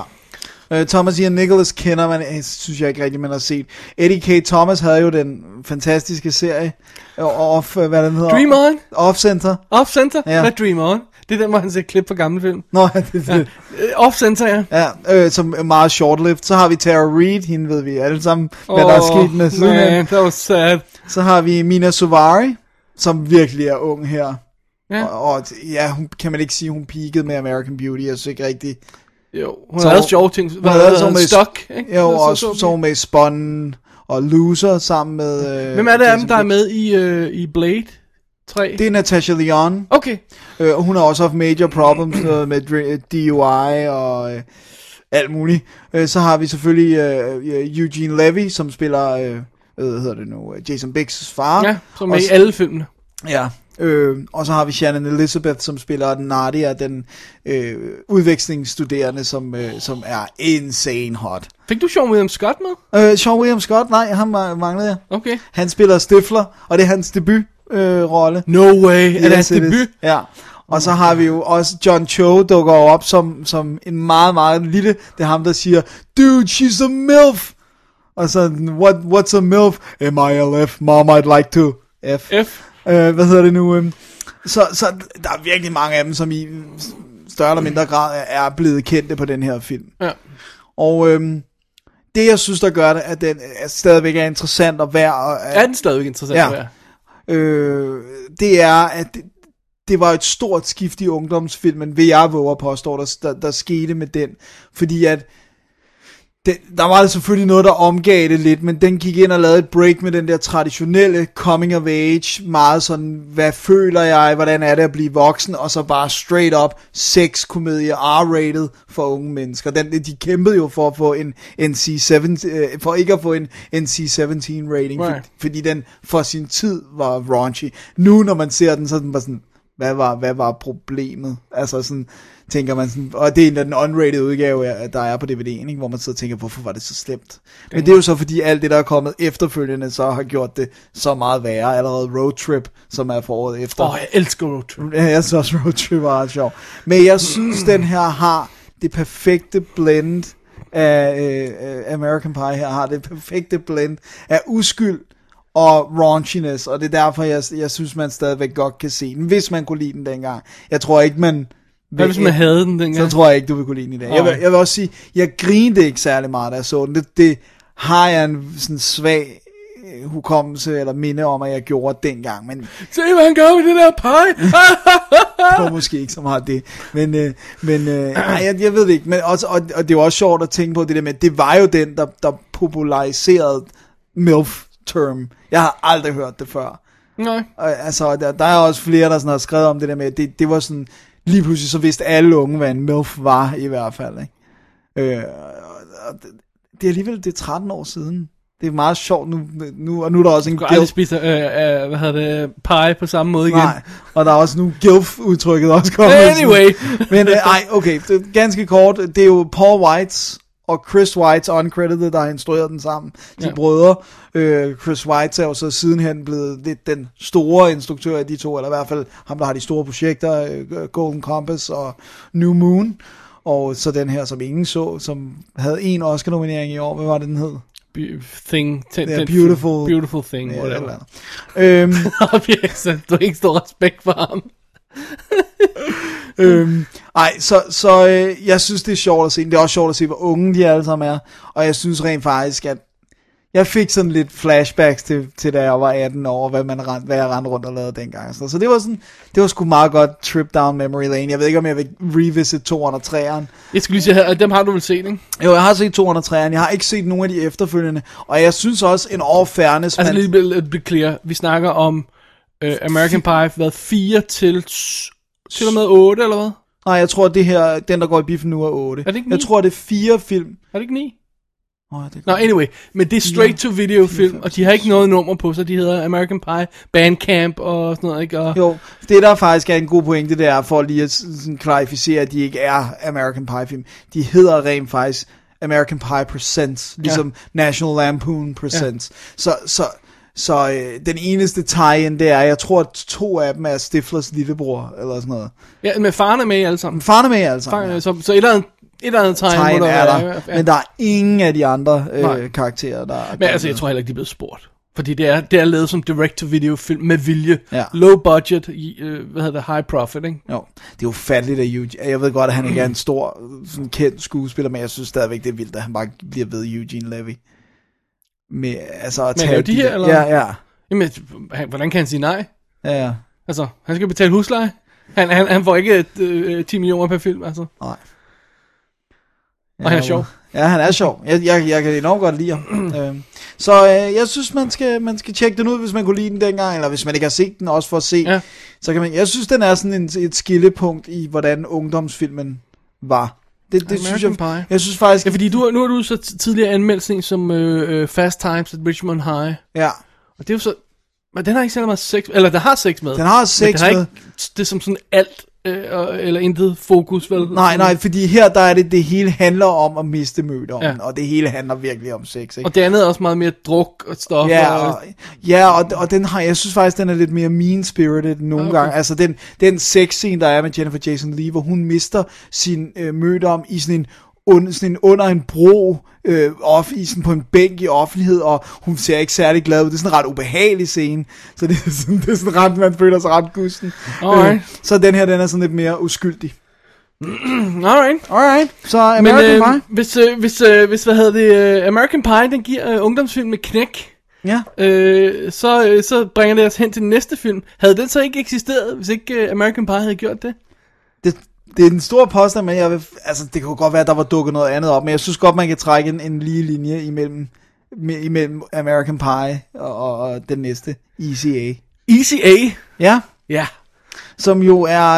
[SPEAKER 5] Øh, Thomas Ian Nicholas kender man, øh, synes jeg ikke rigtig, man har set. Eddie K. Thomas havde jo den fantastiske serie, øh, off, øh, hvad den hedder?
[SPEAKER 6] Dream On,
[SPEAKER 5] Off Center.
[SPEAKER 6] Off Center, ja.
[SPEAKER 5] Ja.
[SPEAKER 6] hvad Dream On? Det er den, hvor han ser klip fra gamle film.
[SPEAKER 5] Nå, ja, det, det.
[SPEAKER 6] Øh, Off Center, ja.
[SPEAKER 5] Ja, øh, som er meget short-lived. Så har vi Tara Reid, hende ved vi alle sammen, hvad der er sket med siden. af.
[SPEAKER 6] man, that was sad.
[SPEAKER 5] Så har vi Mina Suvari, som virkelig er ung her.
[SPEAKER 6] Ja.
[SPEAKER 5] Og, og ja, hun, kan man ikke sige, hun peakede med American Beauty, jeg synes ikke rigtigt.
[SPEAKER 6] Jo, hun
[SPEAKER 5] Så-
[SPEAKER 6] har lavet sjove ting. Hun
[SPEAKER 5] har
[SPEAKER 6] har
[SPEAKER 5] lavet sådan
[SPEAKER 6] lavet
[SPEAKER 5] med-
[SPEAKER 6] Stok, ikke?
[SPEAKER 5] Jo,
[SPEAKER 6] Så-
[SPEAKER 5] og
[SPEAKER 6] så-
[SPEAKER 5] så, så hun med i Spun og Loser sammen med... Øh,
[SPEAKER 6] Hvem er det af dem,
[SPEAKER 5] Jason
[SPEAKER 6] der er
[SPEAKER 5] Biggs.
[SPEAKER 6] med i, øh, i Blade 3?
[SPEAKER 5] Det er Natasha Leon.
[SPEAKER 6] Okay.
[SPEAKER 5] Øh, hun har også haft major problems noget med dri- øh, DUI og øh, alt muligt. Øh, så har vi selvfølgelig øh, øh, Eugene Levy, som spiller... Øh, øh, hvad hedder det nu? øh, Jason Biggs' far.
[SPEAKER 6] Ja, som er
[SPEAKER 5] Og
[SPEAKER 6] i
[SPEAKER 5] så-
[SPEAKER 6] alle filmene.
[SPEAKER 5] Ja, øh, og så har vi Shannon Elizabeth, som spiller den Nadia, den øh, udvekslingsstuderende, som, øh, som er insane hot.
[SPEAKER 6] Fik du Sean William Scott med?
[SPEAKER 5] Øh, Sean William Scott, nej, ham ma- manglede jeg.
[SPEAKER 6] Okay.
[SPEAKER 5] Han spiller Stifler, og det er hans debutrolle. Øh, rolle.
[SPEAKER 6] No way. Er det hans
[SPEAKER 5] Yes, it is.
[SPEAKER 6] debut?
[SPEAKER 5] Ja. Og så har vi jo også John Cho dukker jo op som, som en meget, meget lille. Det er ham, der siger, dude, she's a MILF. Og så, What, what's a MILF? M-I-L-F, mom, I'd like to. F.
[SPEAKER 6] F.
[SPEAKER 5] Øh, hvad hedder det nu? øhm, Så, så der er virkelig mange af dem, som i større eller mindre grad er- er blevet kendte på den her film.
[SPEAKER 6] Ja.
[SPEAKER 5] Og øhm, det, jeg synes, der gør det, at den er stadigvæk er interessant og værd, og, øh,
[SPEAKER 6] Er den stadigvæk interessant?
[SPEAKER 5] Ja.
[SPEAKER 6] tror jeg?
[SPEAKER 5] øh, det er, at det, det var et stort skift i ungdomsfilmen, vil jeg våge at påstå, der, der, der skete med den. Fordi at det, der var altså selvfølgelig noget, der omgav det lidt, men den gik ind og lavede et break med den der traditionelle coming of age, meget sådan, hvad føler jeg, hvordan er det at blive voksen, og så bare straight up sexkomedie R-rated for unge mennesker. Den, de kæmpede jo for at få en NC-17, øh, for ikke at få en NC-17 rating,
[SPEAKER 6] Right.
[SPEAKER 5] right. fordi den for sin tid var raunchy. Nu, når man ser den, så er den bare sådan, Hvad var, hvad var problemet? Altså sådan, tænker man sådan, og det er en af den unrated udgave, at der er på DVD'en, ikke? hvor man sidder og tænker, hvorfor var det så slemt? Men det er jo så, fordi alt det, der er kommet efterfølgende, så har gjort det så meget værre. Allerede Road Trip, som er foråret efter.
[SPEAKER 6] Åh, oh, jeg elsker Road Trip.
[SPEAKER 5] Ja, jeg synes også Road Trip var ret sjov. Men jeg synes, den her har det perfekte blend af øh, øh, American Pie her, har det perfekte blend af uskyld og raunchiness, og det er derfor, jeg, jeg synes, man stadigvæk godt kan se den, hvis man kunne lide den dengang. Jeg tror ikke, man...
[SPEAKER 6] Hvad hvis man havde den dengang?
[SPEAKER 5] Så tror jeg ikke, du vil kunne lide den i dag. Jeg vil, jeg vil også sige, jeg grinede ikke særlig meget, da jeg så den. Det, det har jeg en sådan svag øh, hukommelse eller minde om, at jeg gjorde dengang, men
[SPEAKER 6] Se, hvad han gør med det der Ah. pej.
[SPEAKER 5] det var måske ikke så meget det. Men, øh, men øh, ej, jeg, jeg ved det ikke. Men også, og, og det var også sjovt at tænke på det der med, at det var jo den, der, der populariserede MILF-term. Jeg har aldrig hørt det før.
[SPEAKER 6] Nej.
[SPEAKER 5] Og, altså, der, der er også flere, der sådan har skrevet om det der med, at det, det var sådan, lige pludselig så vidste alle unge, hvad en MILF var i hvert fald. Ikke? Øh, og, og det, det er alligevel det er 13 år siden. Det er meget sjovt nu, nu og nu er der også en
[SPEAKER 6] Du kan aldrig
[SPEAKER 5] guilt
[SPEAKER 6] spise, øh, øh, hvad hedder det, pie på samme måde igen.
[SPEAKER 5] Nej, og der er også nu GILF-udtrykket også kommet.
[SPEAKER 6] Anyway.
[SPEAKER 5] Men øh, ej, okay, det, er ganske kort. Det er jo Paul Whites og Chris Whites uncredited, der har instrueret den sammen. De
[SPEAKER 6] Ja.
[SPEAKER 5] ja. brødre. Øh, Chris White er jo så sidenhen blevet lidt den store instruktør af de to, eller i hvert fald ham, der har de store projekter, øh, Golden Compass og New Moon. Og så den her, som ingen så, som havde en Oscar-nominering i år. Hvad var det, den hed?
[SPEAKER 6] Be- thing. Ten,
[SPEAKER 5] Ja, beautiful-
[SPEAKER 6] Beautiful thing.
[SPEAKER 5] Ja,
[SPEAKER 6] Ja,
[SPEAKER 5] et eller
[SPEAKER 6] whatever.
[SPEAKER 5] andet. Øhm,
[SPEAKER 6] Obviously, du har ikke stor respekt for ham.
[SPEAKER 5] øhm, ej, så, så øh, jeg synes, det er sjovt at se. den. Det er også sjovt at se, hvor unge de alle sammen er. Og jeg synes rent faktisk, at jeg fik sådan lidt flashbacks til, til da jeg var 18 år, hvad, man rend, hvad jeg rendte rundt og lavede dengang. Så, så det var sådan, det var sgu meget godt trip down memory lane. Jeg ved ikke, om jeg vil revisit 2'eren og 3'eren.
[SPEAKER 6] Jeg skulle lige sige, at dem har du vel set, ikke?
[SPEAKER 5] Jo, jeg har set 2'eren og 3'eren. Jeg har ikke set nogen af de efterfølgende. Og jeg synes også, en all fairness...
[SPEAKER 6] Altså
[SPEAKER 5] man-
[SPEAKER 6] lige lidt, lidt clear. Vi snakker om øh, American Pie, hvad 4 til, s- til og med 8, eller hvad?
[SPEAKER 5] Nej, jeg tror, det her, den der går i biffen nu er 8.
[SPEAKER 6] Er det ikke
[SPEAKER 5] jeg
[SPEAKER 6] ni?
[SPEAKER 5] tror, det er fire film.
[SPEAKER 6] Er det ikke 9?
[SPEAKER 5] Oh, det
[SPEAKER 6] Nå, anyway, men det er straight to video film, og de har ikke noget nummer på, så de hedder American Pie, Bandcamp og sådan noget, ikke? Og,
[SPEAKER 5] Jo, det der faktisk er en god pointe, det er for lige at s- sådan klarificere, at de ikke er American Pie film. De hedder rent faktisk American Pie Presents, ligesom National Lampoon Presents. Så, så, så øh, den eneste tie-in, det er, jeg tror, at to af dem er Stiflers lillebror, eller sådan noget.
[SPEAKER 6] ja, men faren er med i alle sammen.
[SPEAKER 5] Men faren er med altså.
[SPEAKER 6] Faren, er- så, så et eller andet, et eller andet tegn,
[SPEAKER 5] Tegn
[SPEAKER 6] må
[SPEAKER 5] er
[SPEAKER 6] være,
[SPEAKER 5] der,
[SPEAKER 6] ja.
[SPEAKER 5] men der er ingen af de andre
[SPEAKER 6] Nej.
[SPEAKER 5] øh, karakterer, der er
[SPEAKER 6] Men altså, jeg tror heller ikke, de er blevet spurgt. Fordi det er, det er lavet som direct-to-video-film med vilje.
[SPEAKER 5] Ja.
[SPEAKER 6] Low budget, i, øh, hvad hedder det, high profit, ikke?
[SPEAKER 5] Jo, det er jo fatligt af Eugene. Jeg ved godt, at han ikke er en stor, sådan kendt skuespiller, men jeg synes stadigvæk, det er vildt, at han bare bliver ved Eugene Levy. Med, altså, at
[SPEAKER 6] Men
[SPEAKER 5] tage
[SPEAKER 6] er det her,
[SPEAKER 5] der-
[SPEAKER 6] eller?
[SPEAKER 5] Ja, ja.
[SPEAKER 6] Jamen, han, hvordan kan han sige nej?
[SPEAKER 5] Ja, ja.
[SPEAKER 6] Altså, han skal betale husleje. Han, han, han får ikke øh, 10 millioner per film, altså.
[SPEAKER 5] Nej.
[SPEAKER 6] Og han er sjov.
[SPEAKER 5] Ja, han er sjov. Jeg, jeg, jeg kan enormt godt lide ham. Øhm, så øh, jeg synes, man skal, man skal tjekke den ud, hvis man kunne lide den dengang, eller hvis man ikke har set den, også for at se.
[SPEAKER 6] Ja.
[SPEAKER 5] Så kan man, jeg synes, den er sådan en, et skillepunkt i, hvordan ungdomsfilmen var. Det, det synes jeg,
[SPEAKER 6] American Pie.
[SPEAKER 5] jeg synes faktisk...
[SPEAKER 6] Ja, fordi du, nu har du så t- tidligere anmeldt sådan en som øh, øh, Fast Times at Richmond High.
[SPEAKER 5] Ja,
[SPEAKER 6] Og det er jo så... Men den har ikke særlig meget sex... Eller, den har sex med.
[SPEAKER 5] den har
[SPEAKER 6] men
[SPEAKER 5] sex
[SPEAKER 6] den har
[SPEAKER 5] med...
[SPEAKER 6] ikke det er som sådan alt øh, og- eller intet fokus, vel?
[SPEAKER 5] Nej, nej, fordi her der er det, det hele handler om at miste mødommen,
[SPEAKER 6] Ja.
[SPEAKER 5] ja. og det hele handler virkelig om sex, ikke?
[SPEAKER 6] Og det andet er også meget mere druk og stof.
[SPEAKER 5] Ja,
[SPEAKER 6] og,
[SPEAKER 5] og, ja og, og den har, jeg synes faktisk, den er lidt mere mean-spirited nogle
[SPEAKER 6] Ah,
[SPEAKER 5] okay.
[SPEAKER 6] okay.
[SPEAKER 5] gange. Altså den, den sexscene, der er med Jennifer Jason Leigh, hvor hun mister sin øh, mødom i sådan en, un, sådan en under en bro, øh, off, i sådan på en bænk i offentlighed, og hun ser ikke særlig glad ud. Det er sådan en ret ubehagelig scene, så det er sådan, det er sådan ret, man føler sig ret gusten. Øh,
[SPEAKER 6] Alright.
[SPEAKER 5] så den her, den er sådan lidt mere uskyldig.
[SPEAKER 6] Alright.
[SPEAKER 5] Alright, så
[SPEAKER 6] Men
[SPEAKER 5] American
[SPEAKER 6] øh,
[SPEAKER 5] Pie.
[SPEAKER 6] hvis, øh, hvis, øh, hvis, hvad hedder det, øh, American Pie, den giver øh, ungdomsfilm med knæk,
[SPEAKER 5] Ja.
[SPEAKER 6] øh, så, øh, så bringer det os hen til den næste film. Havde den så ikke eksisteret, hvis ikke øh, American Pie havde gjort det?
[SPEAKER 5] det, det er en stor påstand, men jeg vil, altså, det kunne godt være, at der var dukket noget andet op, men jeg synes godt, man kan trække en, en lige linje imellem, me- imellem American Pie og, og, og den næste, ECA.
[SPEAKER 6] Easy A.
[SPEAKER 5] Ja,
[SPEAKER 6] Ja.
[SPEAKER 5] som jo er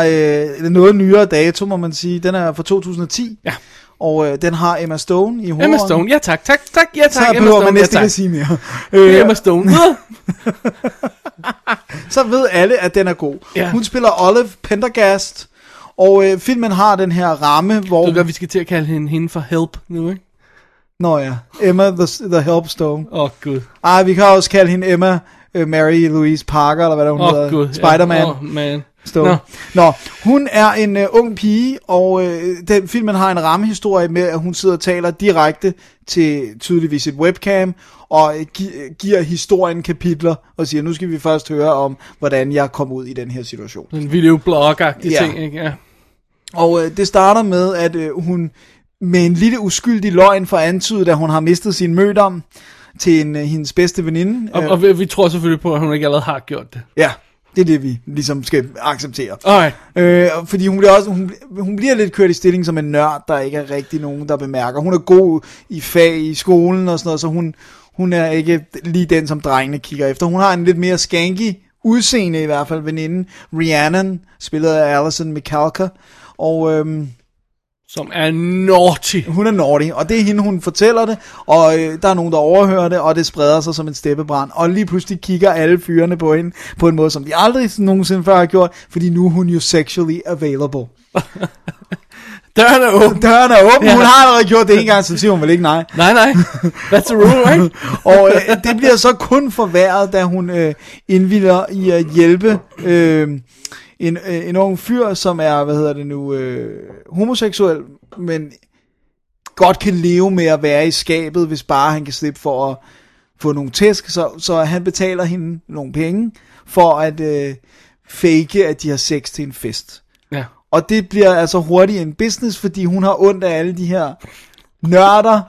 [SPEAKER 5] øh, noget nyere dato, må man sige. Den er fra 2010.
[SPEAKER 6] Ja.
[SPEAKER 5] Og øh, den har Emma Stone i hovedet.
[SPEAKER 6] Emma Stone, ja tak, tak, tak, ja tak,
[SPEAKER 5] Så
[SPEAKER 6] Emma
[SPEAKER 5] behøver
[SPEAKER 6] Stone,
[SPEAKER 5] man næsten
[SPEAKER 6] ja,
[SPEAKER 5] ikke
[SPEAKER 6] tak.
[SPEAKER 5] at sige mere.
[SPEAKER 6] Det er
[SPEAKER 5] Øh,
[SPEAKER 6] Emma Stone. Ah,
[SPEAKER 5] så ved alle, at den er god.
[SPEAKER 6] Ja.
[SPEAKER 5] Hun spiller Olive Pendergast, og øh, filmen har den her ramme, hvor...
[SPEAKER 6] Du ved godt, vi skal til at kalde hende, hende for Help nu, ikke?
[SPEAKER 5] Nå ja, Emma the, the Helpstone.
[SPEAKER 6] Åh, oh, gud.
[SPEAKER 5] Ej, vi kan også kalde hende Emma øh, Mary Louise Parker, eller hvad der hun
[SPEAKER 6] Åh, oh,
[SPEAKER 5] hedder.
[SPEAKER 6] gud.
[SPEAKER 5] Spider-Man.
[SPEAKER 6] Åh, oh, man.
[SPEAKER 5] Stone.
[SPEAKER 6] Nå.
[SPEAKER 5] Nå. Nå, hun er en øh, ung pige, og øh, den filmen har en rammehistorie med, at hun sidder og taler direkte til tydeligvis et webcam, og øh, gi- øh, giver historien kapitler, og siger, nu skal vi først høre om, hvordan jeg kom ud i den her situation.
[SPEAKER 6] Sådan videoblog-agtig
[SPEAKER 5] Ja.
[SPEAKER 6] ting, ikke? Ja.
[SPEAKER 5] Og øh, det starter med, at øh, hun med en lille uskyldig løgn får antydet, at hun har mistet sin mødom til en, øh, hendes bedste veninde.
[SPEAKER 6] Og,
[SPEAKER 5] Øh,
[SPEAKER 6] og vi, vi tror selvfølgelig på, at hun ikke allerede har gjort det.
[SPEAKER 5] Ja, det er det, vi ligesom skal acceptere.
[SPEAKER 6] Alright.
[SPEAKER 5] Øh, og fordi hun bliver, også, hun, hun bliver lidt kørt i stilling som en nørd, der ikke er rigtig nogen, der bemærker. Hun er god i fag i skolen og sådan noget, så hun, hun er ikke lige den, som drengene kigger efter. Hun har en lidt mere skanky udseende i hvert fald, veninden Rhiannon, spillet af Alison McCalker. Og øhm,
[SPEAKER 6] Som er naughty.
[SPEAKER 5] hun er naughty, og det er hende, hun fortæller det, og øh, der er nogen, der overhører det, og det spreder sig som en steppebrand. Og lige pludselig kigger alle fyrene på hende på en måde, som de aldrig nogensinde før har gjort, fordi nu er hun jo sexually available.
[SPEAKER 6] Døren er åben.
[SPEAKER 5] Døren er åben,
[SPEAKER 6] Ja.
[SPEAKER 5] ja. hun har allerede gjort det en gang, så siger hun vel ikke nej.
[SPEAKER 6] Nej, nej. That's a rule, right?
[SPEAKER 5] Og øh, det bliver så kun forværret, da hun øh, indvilder i at hjælpe øh, en, øh, en ung fyr, som er, hvad hedder det nu, øh, homoseksuel, men godt kan leve med at være i skabet, hvis bare han kan slippe for at få nogle tæsk, så, så han betaler hende nogle penge for at øh, fake, at de har sex til en fest.
[SPEAKER 6] Ja.
[SPEAKER 5] Og det bliver altså hurtigt en business, fordi hun har ondt af alle de her nørder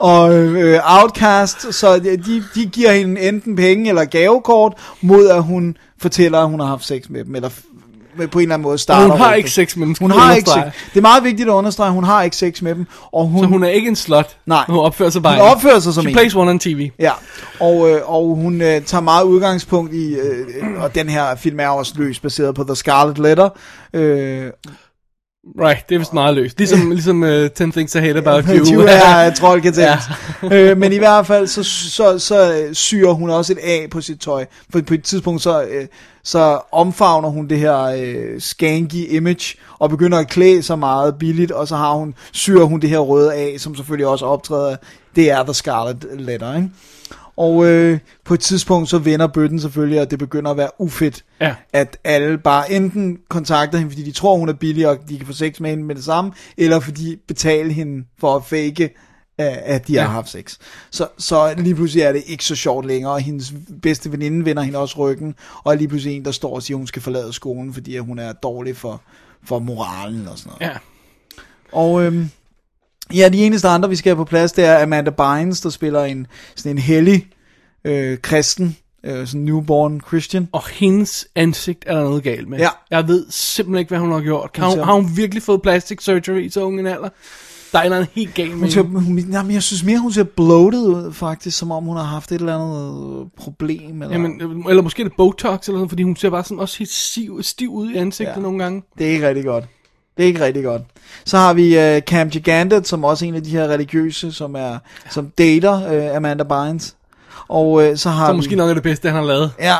[SPEAKER 5] og øh, outcast, så de, de giver hende enten penge eller gavekort, mod at hun fortæller, at hun har haft sex med dem, eller f- med- på en eller anden måde starter.
[SPEAKER 6] Hun har
[SPEAKER 5] med
[SPEAKER 6] ikke
[SPEAKER 5] dem.
[SPEAKER 6] sex med dem, skal
[SPEAKER 5] Hun
[SPEAKER 6] vi
[SPEAKER 5] har ikke
[SPEAKER 6] understrege.
[SPEAKER 5] sex. Det er meget vigtigt at understrege, at hun har ikke sex med dem, og hun,
[SPEAKER 6] Så hun er ikke en slut.
[SPEAKER 5] Nej.
[SPEAKER 6] Hun opfører sig bare.
[SPEAKER 5] Hun opfører sig som
[SPEAKER 6] She
[SPEAKER 5] en.
[SPEAKER 6] plays one on TV.
[SPEAKER 5] Ja, og, øh, og hun øh, tager meget udgangspunkt i, øh, og den her film er også løs baseret på The Scarlet Letter, øh,
[SPEAKER 6] Right, det er vist meget løst. Ligesom, ligesom uh, 10 Things I Hate About You.
[SPEAKER 5] 20 er troldkatent. Ja. øh, men i hvert fald, så, så, så øh, syrer hun også et A på sit tøj. For på et tidspunkt, så, øh, så omfavner hun det her øh, skanky image, og begynder at klæde sig meget billigt, og så har hun, syrer hun det her røde A, som selvfølgelig også optræder. Det er The Scarlet Letter, ikke? Og øh, på et tidspunkt, så vender bøtten selvfølgelig, og det begynder at være ufedt
[SPEAKER 6] Ja.
[SPEAKER 5] at alle bare enten kontakter hende, fordi de tror, hun er billig, og de kan få sex med hende med det samme, eller fordi de betaler hende for at fake, øh, at de ja. har haft sex. Så, så lige pludselig er det ikke så sjovt længere, og hendes bedste veninde vender hende også ryggen, og er lige pludselig en, der står og siger, at hun skal forlade skolen, fordi at hun er dårlig for, for moralen og sådan noget.
[SPEAKER 6] ja.
[SPEAKER 5] Og øhm, ja, de eneste andre, vi skal have på plads, det er Amanda Bynes, der spiller en, sådan en hellig øh, kristen, øh, sådan newborn christian.
[SPEAKER 6] Og hendes ansigt er der noget galt med.
[SPEAKER 5] Ja.
[SPEAKER 6] Jeg ved simpelthen ikke, hvad hun har gjort. Kan hun,
[SPEAKER 5] ser-
[SPEAKER 6] har hun virkelig fået plastic surgery i så ung en alder? Der er en eller anden helt galt med
[SPEAKER 5] Hun ser,
[SPEAKER 6] hende.
[SPEAKER 5] hun, jamen, jeg synes mere, hun ser bloated ud, faktisk, som om hun har haft et eller andet øh, problem. Eller,
[SPEAKER 6] Jamen, øh, eller måske er det Botox eller noget, fordi hun ser bare sådan også helt stiv, stiv ud i ansigtet ja.
[SPEAKER 5] Ja.
[SPEAKER 6] nogle gange.
[SPEAKER 5] det er ikke rigtig godt. Det er ikke rigtig godt. Så har vi øh, Cam Gigandet, som også er en af de her religiøse, som er som dater øh, Amanda Bynes. Og øh, så har
[SPEAKER 6] Så
[SPEAKER 5] vi,
[SPEAKER 6] måske nok er det bedste, han har lavet.
[SPEAKER 5] Ja,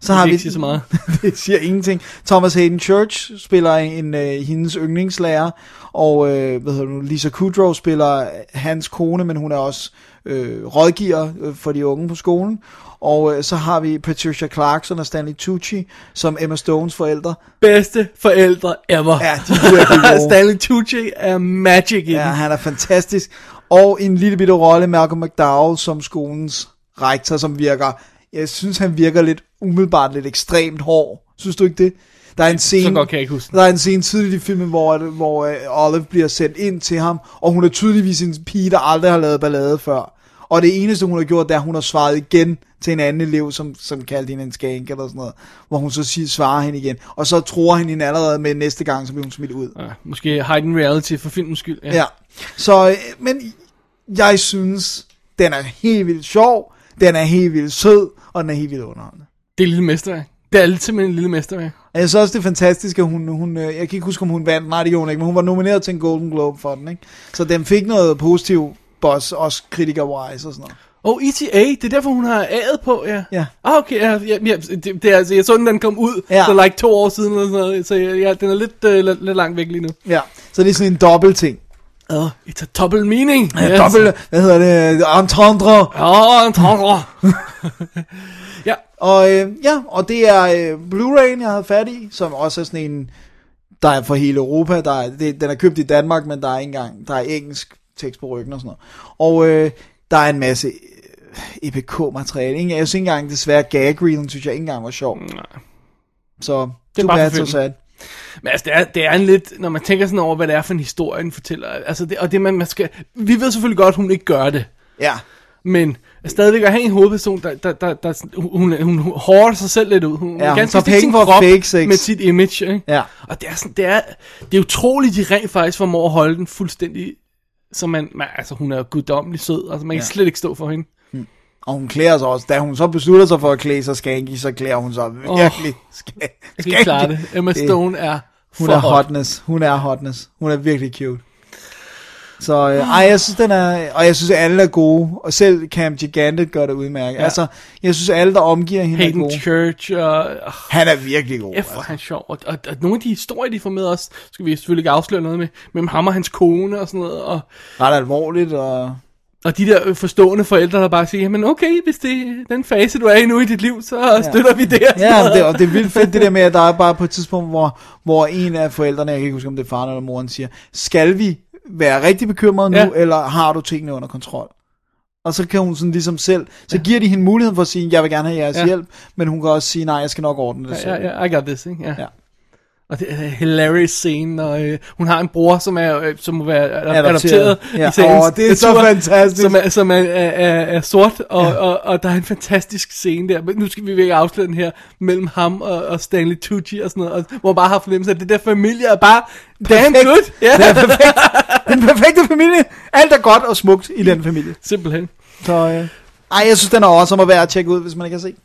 [SPEAKER 5] så
[SPEAKER 6] Det
[SPEAKER 5] har
[SPEAKER 6] ikke
[SPEAKER 5] vi...
[SPEAKER 6] siger så meget.
[SPEAKER 5] det siger ingenting. Thomas Hayden Church spiller en øh, hendes yndlingslærer, og øh, hvad hedder du, Lisa Kudrow spiller hans kone, men hun er også øh, rådgiver øh, for de unge på skolen. Og øh, så har vi Patricia Clarkson og Stanley Tucci som Emma Stones forældre.
[SPEAKER 6] Bedste forældre ever.
[SPEAKER 5] Ja, de er virkelig gode.
[SPEAKER 6] Stanley Tucci er magic i
[SPEAKER 5] Ja,
[SPEAKER 6] ja.
[SPEAKER 5] han er fantastisk. Og en lille bitte rolle, Malcolm McDowell, som skolens rektor, som virker... Jeg synes, han virker lidt umiddelbart lidt ekstremt hård. Synes du ikke det? Der er en scene,
[SPEAKER 6] godt kan jeg ikke huske den.
[SPEAKER 5] Der er en scene tidligt i filmen, hvor, hvor øh, Olive bliver sendt ind til ham, og hun er tydeligvis en pige, der aldrig har lavet ballade før. Og det eneste, hun har gjort, det er, at hun har svaret igen til en anden elev, som, som kaldte hende en skank eller sådan noget, hvor hun så siger, svarer hende igen. Og så tror han hende allerede med næste gang, så bliver hun smidt ud.
[SPEAKER 6] Ja, måske Hidden Reality for filmens skyld. Ja.
[SPEAKER 5] Ja. Så, øh, men jeg synes, den er helt vildt sjov, den er helt vildt sød, og den er helt vildt underholdende.
[SPEAKER 6] Det er et lille mesterværk. Det er lidt simpelthen en lille mesterværk.
[SPEAKER 5] Og Jeg synes også, det er fantastisk, at hun, hun, øh, jeg kan ikke huske, om hun vandt, nej det gjorde hun ikke, men hun var nomineret til en Golden Globe for den, ikke? Så den fik noget positiv boss, også kritiker-wise og sådan noget.
[SPEAKER 6] Og oh, ETA, det er derfor, hun har A'et på, ja.
[SPEAKER 5] Ja.
[SPEAKER 6] Ah, okay, ja, ja, ja det, det, er, altså, jeg så den, da den kom ud,
[SPEAKER 5] Ja.
[SPEAKER 6] ja. så like to år siden, eller sådan noget, så ja, den er lidt, øh, lidt, lidt langt væk lige nu.
[SPEAKER 5] Ja, så det er sådan en dobbelt ting.
[SPEAKER 6] Oh, it's a double meaning.
[SPEAKER 5] Yes. Dobbelt, hvad hedder det, entendre.
[SPEAKER 6] Åh, en tårer.
[SPEAKER 5] Og øh, ja, og det er øh, Blu-ray'en, jeg havde fat i, som også er sådan en, der er for hele Europa. Der er, det, den er købt i Danmark, men der er ikke engang, der er engelsk tekst på ryggen og sådan noget. Og øh, der er en masse øh, EPK-materiale. Ikke- Jeg synes ikke engang, desværre, gag reelen, synes jeg ikke engang var sjov. Nej. Så, det
[SPEAKER 6] er
[SPEAKER 5] er
[SPEAKER 6] bare
[SPEAKER 5] bare
[SPEAKER 6] for
[SPEAKER 5] så
[SPEAKER 6] filmen.
[SPEAKER 5] sad.
[SPEAKER 6] Men altså, det er, det er en lidt, når man tænker sådan over, hvad det er for en historie, den fortæller. Altså, det, og det, man, man skal, vi ved selvfølgelig godt, at hun ikke gør det.
[SPEAKER 5] Ja,
[SPEAKER 6] Men stadigvæk at have en hovedperson, der, der, der, der hun, hun, hun hårder sig selv lidt ud. Hun,
[SPEAKER 5] Ja,
[SPEAKER 6] hun
[SPEAKER 5] hun
[SPEAKER 6] kan
[SPEAKER 5] tager
[SPEAKER 6] vist ikke
[SPEAKER 5] penge
[SPEAKER 6] sin
[SPEAKER 5] for at
[SPEAKER 6] krop
[SPEAKER 5] fake sex.
[SPEAKER 6] Med sit image, ikke?
[SPEAKER 5] Ja.
[SPEAKER 6] Og det er, sådan, det, er, det er utroligt, de rent faktisk formår at holde den fuldstændig... Så man, man, altså hun er jo guddommelig sød, altså man kan
[SPEAKER 5] Ja.
[SPEAKER 6] slet ikke stå for hende.
[SPEAKER 5] og hun klæder sig også. Da hun så beslutter sig for at klæde sig skanky, så klæder hun sig virkelig oh,
[SPEAKER 6] Det er klart det. Emma Stone er
[SPEAKER 5] Hun
[SPEAKER 6] for
[SPEAKER 5] er hotness. Hun er hotness. Hun er virkelig cute. Så
[SPEAKER 6] Ah.
[SPEAKER 5] øh, ej, jeg synes, den er, og jeg synes, alle er gode, og selv Cam Gigantet gør det udmærket. Ja. Altså, jeg synes, alle, der omgiver hende, er
[SPEAKER 6] Hayden
[SPEAKER 5] gode.
[SPEAKER 6] Church, og øh,
[SPEAKER 5] Han er virkelig god. altså.
[SPEAKER 6] F, hvor er han sjov. Og, og, og, nogle af de historier, de får med os, skal vi selvfølgelig ikke afsløre noget med, mellem ham og hans kone og sådan noget, og,
[SPEAKER 5] Ret alvorligt, og
[SPEAKER 6] og de der øh, forstående forældre, der bare siger, men okay, hvis det er den fase, du er i nu i dit liv, så støtter vi det. og sådan
[SPEAKER 5] Ja, men
[SPEAKER 6] noget.
[SPEAKER 5] det, og det er vildt fedt det der med, at der er bare på et tidspunkt, hvor, hvor en af forældrene, jeg kan ikke huske, om det er faren eller moren, siger, skal vi være rigtig bekymrede nu, ja.
[SPEAKER 6] Ja.
[SPEAKER 5] eller har du tingene under kontrol? Og så kan hun sådan ligesom selv, så giver de hende muligheden for at sige, jeg vil gerne have jeres ja.
[SPEAKER 6] Ja.
[SPEAKER 5] hjælp, men hun kan også sige, nej, jeg skal nok ordne det selv.
[SPEAKER 6] Ja, ja, ja, I got this, ikke? Ja.
[SPEAKER 5] Ja.
[SPEAKER 6] ja. Og det er en hilarious scene, og øh, hun har en bror, som er øh, som må være adopteret, adopteret
[SPEAKER 5] Ja.
[SPEAKER 6] i sagens
[SPEAKER 5] Åh, det er så fantastisk.
[SPEAKER 6] Som er, som er, er, er, er sort, og, ja. og, og, og der er en fantastisk scene der, men nu skal vi ikke afsløre den her, mellem ham og, og Stanley Tucci og sådan noget, og, hvor man bare har fornemmelse af, at det der familie er bare damn
[SPEAKER 5] Perfekt.
[SPEAKER 6] good. Ja,
[SPEAKER 5] Det er perfekt. Den perfekte familie. Alt er godt og smukt i den familie.
[SPEAKER 6] simpelthen.
[SPEAKER 5] Så, øh. Ej, jeg synes, den er også om at være at tjekke ud, hvis man ikke har set.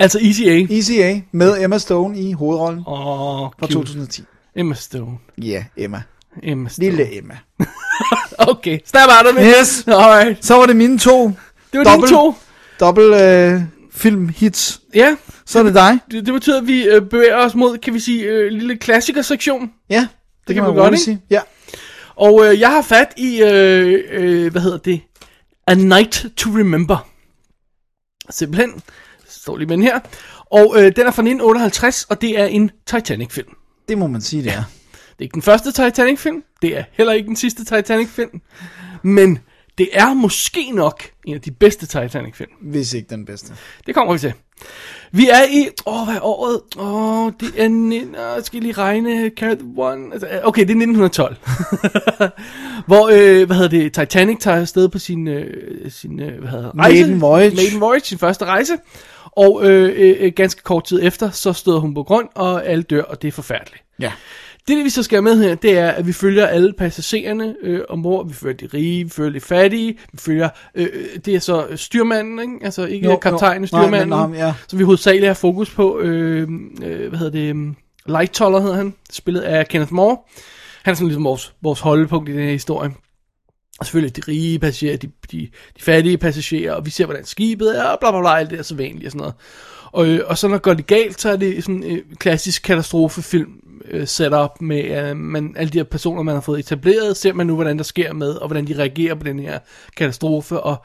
[SPEAKER 6] Altså ECA.
[SPEAKER 5] ECA med Emma Stone i hovedrollen
[SPEAKER 6] Åh, oh,
[SPEAKER 5] fra 2010.
[SPEAKER 6] Emma Stone.
[SPEAKER 5] Ja, yeah, Emma.
[SPEAKER 6] Emma Stone.
[SPEAKER 5] Lille Emma.
[SPEAKER 6] Okay, snap out of it.
[SPEAKER 5] Yes.
[SPEAKER 6] Alright.
[SPEAKER 5] Så var det mine to
[SPEAKER 6] Det var
[SPEAKER 5] Dobbelt.
[SPEAKER 6] de to.
[SPEAKER 5] dobbelt øh, filmhits.
[SPEAKER 6] Ja.
[SPEAKER 5] Så er det dig.
[SPEAKER 6] det, det betyder, at vi øh, bevæger os mod, kan vi sige, øh, en lille klassikersektion.
[SPEAKER 5] Ja, det, det
[SPEAKER 6] kan
[SPEAKER 5] kan man
[SPEAKER 6] vi godt,
[SPEAKER 5] godt
[SPEAKER 6] ikke?
[SPEAKER 5] sige. Ja.
[SPEAKER 6] Og øh, jeg har fat i, øh, øh, hvad hedder det? A Night to Remember. Simpelthen. Jeg Står lige med den her. Og øh, den er fra 1958, og det er en Titanic-film.
[SPEAKER 5] Det må man sige, det er.
[SPEAKER 6] Det er ikke den første Titanic-film. Det er heller ikke den sidste Titanic-film. Men det er måske nok en af de bedste Titanic-film.
[SPEAKER 5] Hvis ikke den bedste.
[SPEAKER 6] Det kommer vi til. Vi er i... Åh, hvad er året? Åh, det er... nitten- åh, skal jeg lige regne? Carrot One... Altså, Okay, det er 1912. Hvor, øh, hvad hedder det, Titanic tager afsted på sin, øh, sin øh, hvad hedder, rejse.
[SPEAKER 5] Maiden voyage.
[SPEAKER 6] Maiden Voyage, sin første rejse. Og øh, øh, øh, ganske kort tid efter, så støder hun på grund, og alle dør, og det er forfærdeligt.
[SPEAKER 5] Ja.
[SPEAKER 6] Det, vi så skal have med her, det er, at vi følger alle passagererne øh, ombord. Vi følger de rige, vi følger de fattige, vi følger, øh, øh, det er så styrmanden, ikke? altså ikke
[SPEAKER 5] Jo,
[SPEAKER 6] jo, kaptajnen,
[SPEAKER 5] jo. Nej, men
[SPEAKER 6] styrmanden,
[SPEAKER 5] ham, ja.
[SPEAKER 6] som vi hovedsageligt har fokus på, øh, øh, hvad hedder det, øh, Lightoller hedder han, spillet af Kenneth Moore. Han er sådan ligesom vores, vores holdepunkt i den her historie. Og selvfølgelig de rige passagerer, de, de, de fattige passagerer, og vi ser, hvordan skibet er, og bla bla bla, alt det er så vanligt og sådan noget. Og, øh, og så når går det galt, så er det sådan øh, klassisk katastrofefilm øh, setup med øh, man, alle de her personer, man har fået etableret, ser man nu, hvordan der sker med, og hvordan de reagerer på den her katastrofe, og,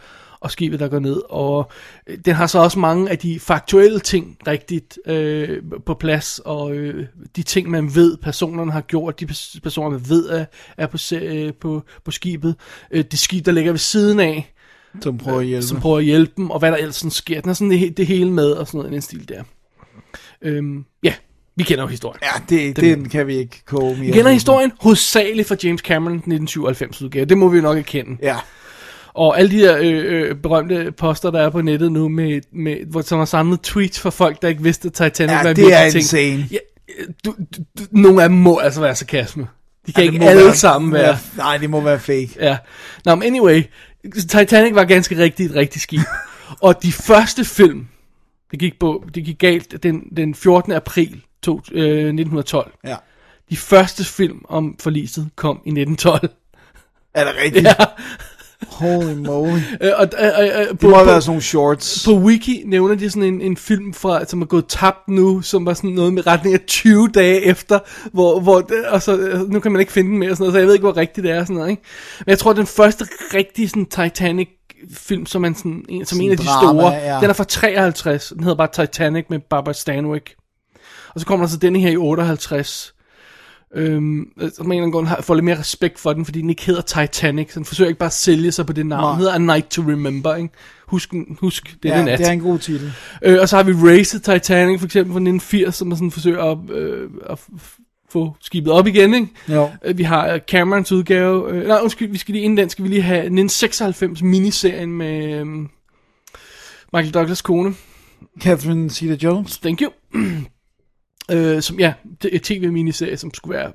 [SPEAKER 6] og skibet, der går ned. Og øh, den har så også mange af de faktuelle ting rigtigt øh, på plads, og øh, de ting, man ved, personerne har gjort, de pers- personer, man ved, er, er på, se- øh, på, på skibet. Øh, det skib, der ligger ved siden af,
[SPEAKER 5] Som prøver at hjælpe.
[SPEAKER 6] som prøver at hjælpe dem, og hvad der ellers sådan sker. Den er sådan det, he- det hele med, og sådan noget i den stil der. Øhm, ja, vi kender jo historien.
[SPEAKER 5] Ja, det, den kan vi ikke koge mere.
[SPEAKER 6] Vi kender historien hovedsageligt fra James Cameron 1997 udgave. Det må vi jo nok erkende.
[SPEAKER 5] Ja.
[SPEAKER 6] Og alle de her øh, øh, berømte poster, der er på nettet nu, med, med, hvor, som har samlet tweets fra folk, der ikke vidste, at Titanic
[SPEAKER 5] Ja,
[SPEAKER 6] var en
[SPEAKER 5] det er
[SPEAKER 6] virkelig ting.
[SPEAKER 5] insane.
[SPEAKER 6] Ja, øh, du, du, du, nogle af dem må altså være sarkasme. De
[SPEAKER 5] Ja,
[SPEAKER 6] kan ja,
[SPEAKER 5] det
[SPEAKER 6] ikke
[SPEAKER 5] må
[SPEAKER 6] alle
[SPEAKER 5] være-
[SPEAKER 6] sammen være.
[SPEAKER 5] Ja, nej, det må være fake.
[SPEAKER 6] Ja. Nå, men anyway, Titanic var ganske rigtigt et rigtigt skib. og de første film, Det gik, på, det gik galt den, den 14. april to, øh, 1912.
[SPEAKER 5] Ja.
[SPEAKER 6] De første film om forliset kom i 1912.
[SPEAKER 5] Er det rigtigt?
[SPEAKER 6] Ja.
[SPEAKER 5] Holy moly.
[SPEAKER 6] Øh, og, øh, øh, øh,
[SPEAKER 5] Det
[SPEAKER 6] på,
[SPEAKER 5] må have
[SPEAKER 6] på,
[SPEAKER 5] været sådan nogle shorts.
[SPEAKER 6] på Wiki nævner de sådan en, en film fra, som er gået tabt nu, som var sådan noget med retning af 20 dage efter, hvor, hvor det- og så, øh, nu kan man ikke finde den mere, og sådan noget, så jeg ved ikke, hvor rigtigt det er, og sådan noget, ikke? Men jeg tror, den første rigtige sådan, Titanic film, som, man sådan, en, som
[SPEAKER 5] Sådan
[SPEAKER 6] en af de
[SPEAKER 5] drama,
[SPEAKER 6] store,
[SPEAKER 5] ja.
[SPEAKER 6] den er fra 53, den hedder bare Titanic med Barbara Stanwyck. Og så kommer der så denne her i 58, Øhm, øh, som en eller anden grund har, får lidt mere respekt for den, fordi den ikke hedder Titanic. Så den forsøger ikke bare at sælge sig på det navn.
[SPEAKER 5] Nej.
[SPEAKER 6] Den hedder A Night to Remember, ikke? Husk, den- husk det er
[SPEAKER 5] ja,
[SPEAKER 6] ja, nat.
[SPEAKER 5] det er en god titel.
[SPEAKER 6] Øh, og så har vi Race Titanic for eksempel fra 1980, som er sådan forsøger at, øh, at f- f- få skibet op igen, ikke?
[SPEAKER 5] Jo.
[SPEAKER 6] Øh, Vi har øh, Camerons udgave. Øh, nej, undskyld, vi skal lige inden den skal vi lige have 1996 miniserien med øh, Michael Douglas kone.
[SPEAKER 5] Catherine Zeta-Jones.
[SPEAKER 6] Thank you. øh, som ja, det er tv-miniserie, som skulle være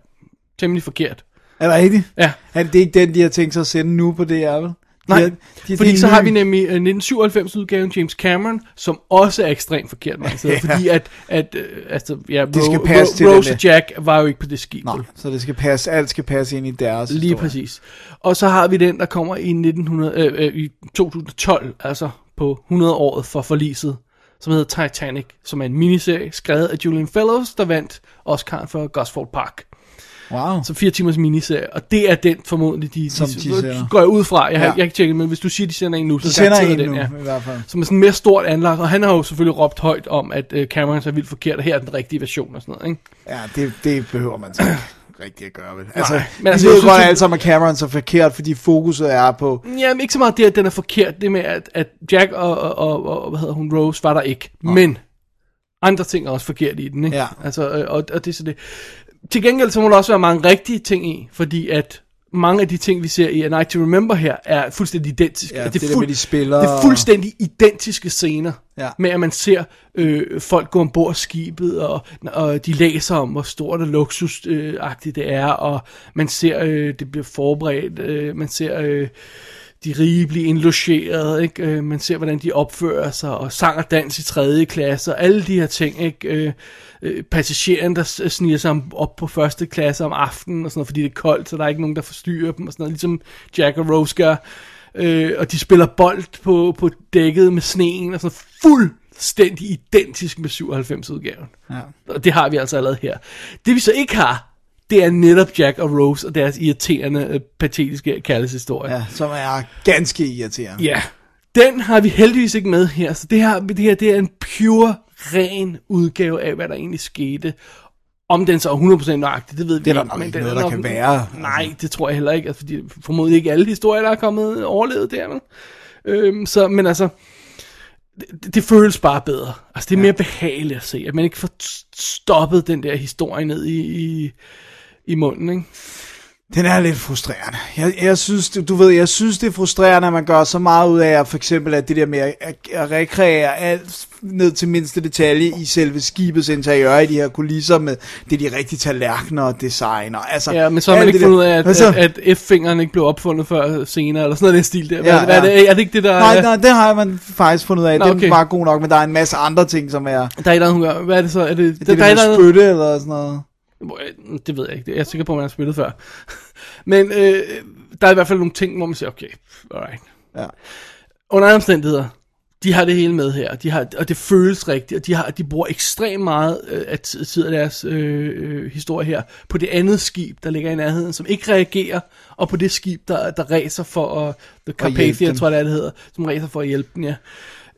[SPEAKER 6] temmelig forkert.
[SPEAKER 5] Er det rigtigt?
[SPEAKER 6] Ja,
[SPEAKER 5] Er det, det er ikke den, de har tænkt sig at sende nu på det, er vel? De
[SPEAKER 6] Nej,
[SPEAKER 5] har, de, det
[SPEAKER 6] fordi
[SPEAKER 5] er
[SPEAKER 6] så
[SPEAKER 5] en
[SPEAKER 6] har
[SPEAKER 5] ny-
[SPEAKER 6] vi nemlig 1997 udgaven James Cameron, som også er ekstremt forkert mange steder,
[SPEAKER 5] Ja.
[SPEAKER 6] fordi at, at øh, altså, ja,
[SPEAKER 5] Det skal
[SPEAKER 6] Ro-
[SPEAKER 5] passe
[SPEAKER 6] Ro-
[SPEAKER 5] til den
[SPEAKER 6] Rose
[SPEAKER 5] der.
[SPEAKER 6] og Jack var jo ikke på det skib.
[SPEAKER 5] Nej,
[SPEAKER 6] vel?
[SPEAKER 5] så det skal passe, alt skal passe ind i deres
[SPEAKER 6] Lige
[SPEAKER 5] historie.
[SPEAKER 6] præcis. Og så har vi den, der kommer i, 1900, øh, øh, i 2012, altså på 100-året for forliset, som hedder Titanic, som er en miniserie skrevet af Julian Fellows, der vandt Oscar'en for Gosford Park.
[SPEAKER 5] Wow.
[SPEAKER 6] Så fire timers miniserie, og det er den formodentlig, de,
[SPEAKER 5] Som
[SPEAKER 6] de,
[SPEAKER 5] de sender.
[SPEAKER 6] går jeg ud fra. Jeg, har,
[SPEAKER 5] Ja.
[SPEAKER 6] jeg har ikke tjekket, men hvis du siger, de sender en nu, så
[SPEAKER 5] De sender
[SPEAKER 6] garanterer
[SPEAKER 5] en
[SPEAKER 6] den,
[SPEAKER 5] nu,
[SPEAKER 6] ja
[SPEAKER 5] i hvert fald.
[SPEAKER 6] som er sådan mere stort anlagt, og han har jo selvfølgelig råbt højt om, at øh, Cameron er vildt forkert, og her er den rigtige version og sådan noget, ikke?
[SPEAKER 5] Ja, det, det behøver man så ikke rigtig at gøre, vel? Altså, Nej,
[SPEAKER 6] men
[SPEAKER 5] men altså, vi
[SPEAKER 6] altså, jeg
[SPEAKER 5] ved
[SPEAKER 6] synes,
[SPEAKER 5] godt
[SPEAKER 6] at-
[SPEAKER 5] alle sammen, at Cameron så forkert, fordi fokuset er på...
[SPEAKER 6] Jamen, ikke så meget det, at den er forkert, det med, at, at Jack og, og, og, og, hvad hedder hun, Rose var der ikke, men andre ting er også forkerte i den, ikke?
[SPEAKER 5] Ja.
[SPEAKER 6] Altså, øh, og, og det er så det. Til gengæld, så må der også være mange rigtige ting i, fordi at mange af de ting, vi ser i A Night to Remember her, er fuldstændig identiske. Altså,
[SPEAKER 5] Ja,
[SPEAKER 6] Og
[SPEAKER 5] det, det der med, de spiller...
[SPEAKER 6] Det er fuldstændig identiske scener,
[SPEAKER 5] Ja.
[SPEAKER 6] med at man ser øh, folk gå ombord skibet, og, og de læser om, hvor stort og luksusagtigt øh, det er, og man ser, øh, det bliver forberedt, øh, man ser øh, de rige blive indlogeret, ikke? Øh, man ser, hvordan de opfører sig, og sang og dans i tredje klasse, og alle de her ting, ikke? Øh, øh, passageren, der s- øh, sniger sig om- op på første klasse om aftenen, og sådan noget, fordi det er koldt, så der er ikke nogen, der forstyrrer dem, og sådan noget, ligesom Jack og Rose gør. Øh, og de spiller bold på, på dækket med sneen, og sådan noget. fuldstændig identisk med 97-udgaven.
[SPEAKER 5] Ja.
[SPEAKER 6] Og det har vi altså allerede her. Det vi så ikke har, det er netop Jack og Rose og deres irriterende, øh, patetiske kærlighedshistorie.
[SPEAKER 5] ja, som er ganske irriterende.
[SPEAKER 6] Ja. Den har vi heldigvis ikke med her, så det her, det her det er en pure, ren udgave af, hvad der egentlig skete. Om den så er 100% nøjagtig, det ved vi
[SPEAKER 5] Det er der
[SPEAKER 6] ikke.
[SPEAKER 5] nok
[SPEAKER 6] men
[SPEAKER 5] ikke
[SPEAKER 6] den
[SPEAKER 5] noget,
[SPEAKER 6] er
[SPEAKER 5] der
[SPEAKER 6] nok-
[SPEAKER 5] kan være. altså.
[SPEAKER 6] Nej, det tror jeg heller ikke, altså, fordi formodentlig ikke alle historier, der er kommet, overlevet der. Men, øhm, så, men altså, det, det føles bare bedre. Altså, det er mere behageligt at se, at man ikke får st- stoppet den der historie ned i, i, i munden, ikke?
[SPEAKER 5] Den er lidt frustrerende. Jeg, jeg synes, det- du ved, jeg synes, det er frustrerende, at man gør så meget ud af, at for eksempel at det der med at, at- at rekreere alt ned til mindste detalje i selve skibets interiør, i de her kulisser med det er de rigtige tallerkener og designer. Altså,
[SPEAKER 6] Ja, men så har man
[SPEAKER 5] alt
[SPEAKER 6] ikke
[SPEAKER 5] det der-
[SPEAKER 6] fundet ud af, at,
[SPEAKER 5] Altså,
[SPEAKER 6] at, at F-fingeren ikke blev opfundet før øh, senere, eller sådan noget i den stil der. Hvad,
[SPEAKER 5] Ja,
[SPEAKER 6] ja, hvad er,
[SPEAKER 5] ja.
[SPEAKER 6] det, er det ikke det, der...
[SPEAKER 5] Nej, nej, det har man faktisk fundet ud af.
[SPEAKER 6] Nå,
[SPEAKER 5] Nå, okay. Den
[SPEAKER 6] okay.
[SPEAKER 5] var god nok, men der er en masse andre ting, som er...
[SPEAKER 6] Der er et eller andet, hun gør. Hvad er det så? Er det,
[SPEAKER 5] Det, det
[SPEAKER 6] der
[SPEAKER 5] der
[SPEAKER 6] er
[SPEAKER 5] med
[SPEAKER 6] et
[SPEAKER 5] spytte eller sådan noget.
[SPEAKER 6] eller andet, øh, det ved jeg ikke. Jeg er sikker på, at man har spillet før. men øh, der er i hvert fald nogle ting, hvor man siger, okay, alright.
[SPEAKER 5] Ja.
[SPEAKER 6] Under andre omstændigheder, de har det hele med her, de har, og det føles rigtigt, og de, har, de bruger ekstremt meget øh, af t- tid af deres øh, øh, historie her på det andet skib, der ligger i nærheden, som ikke reagerer, og på det skib, der, der ræser for at, The Carpathia,
[SPEAKER 5] dem.
[SPEAKER 6] tror jeg det, er, det hedder, som ræser for at hjælpe den, ja.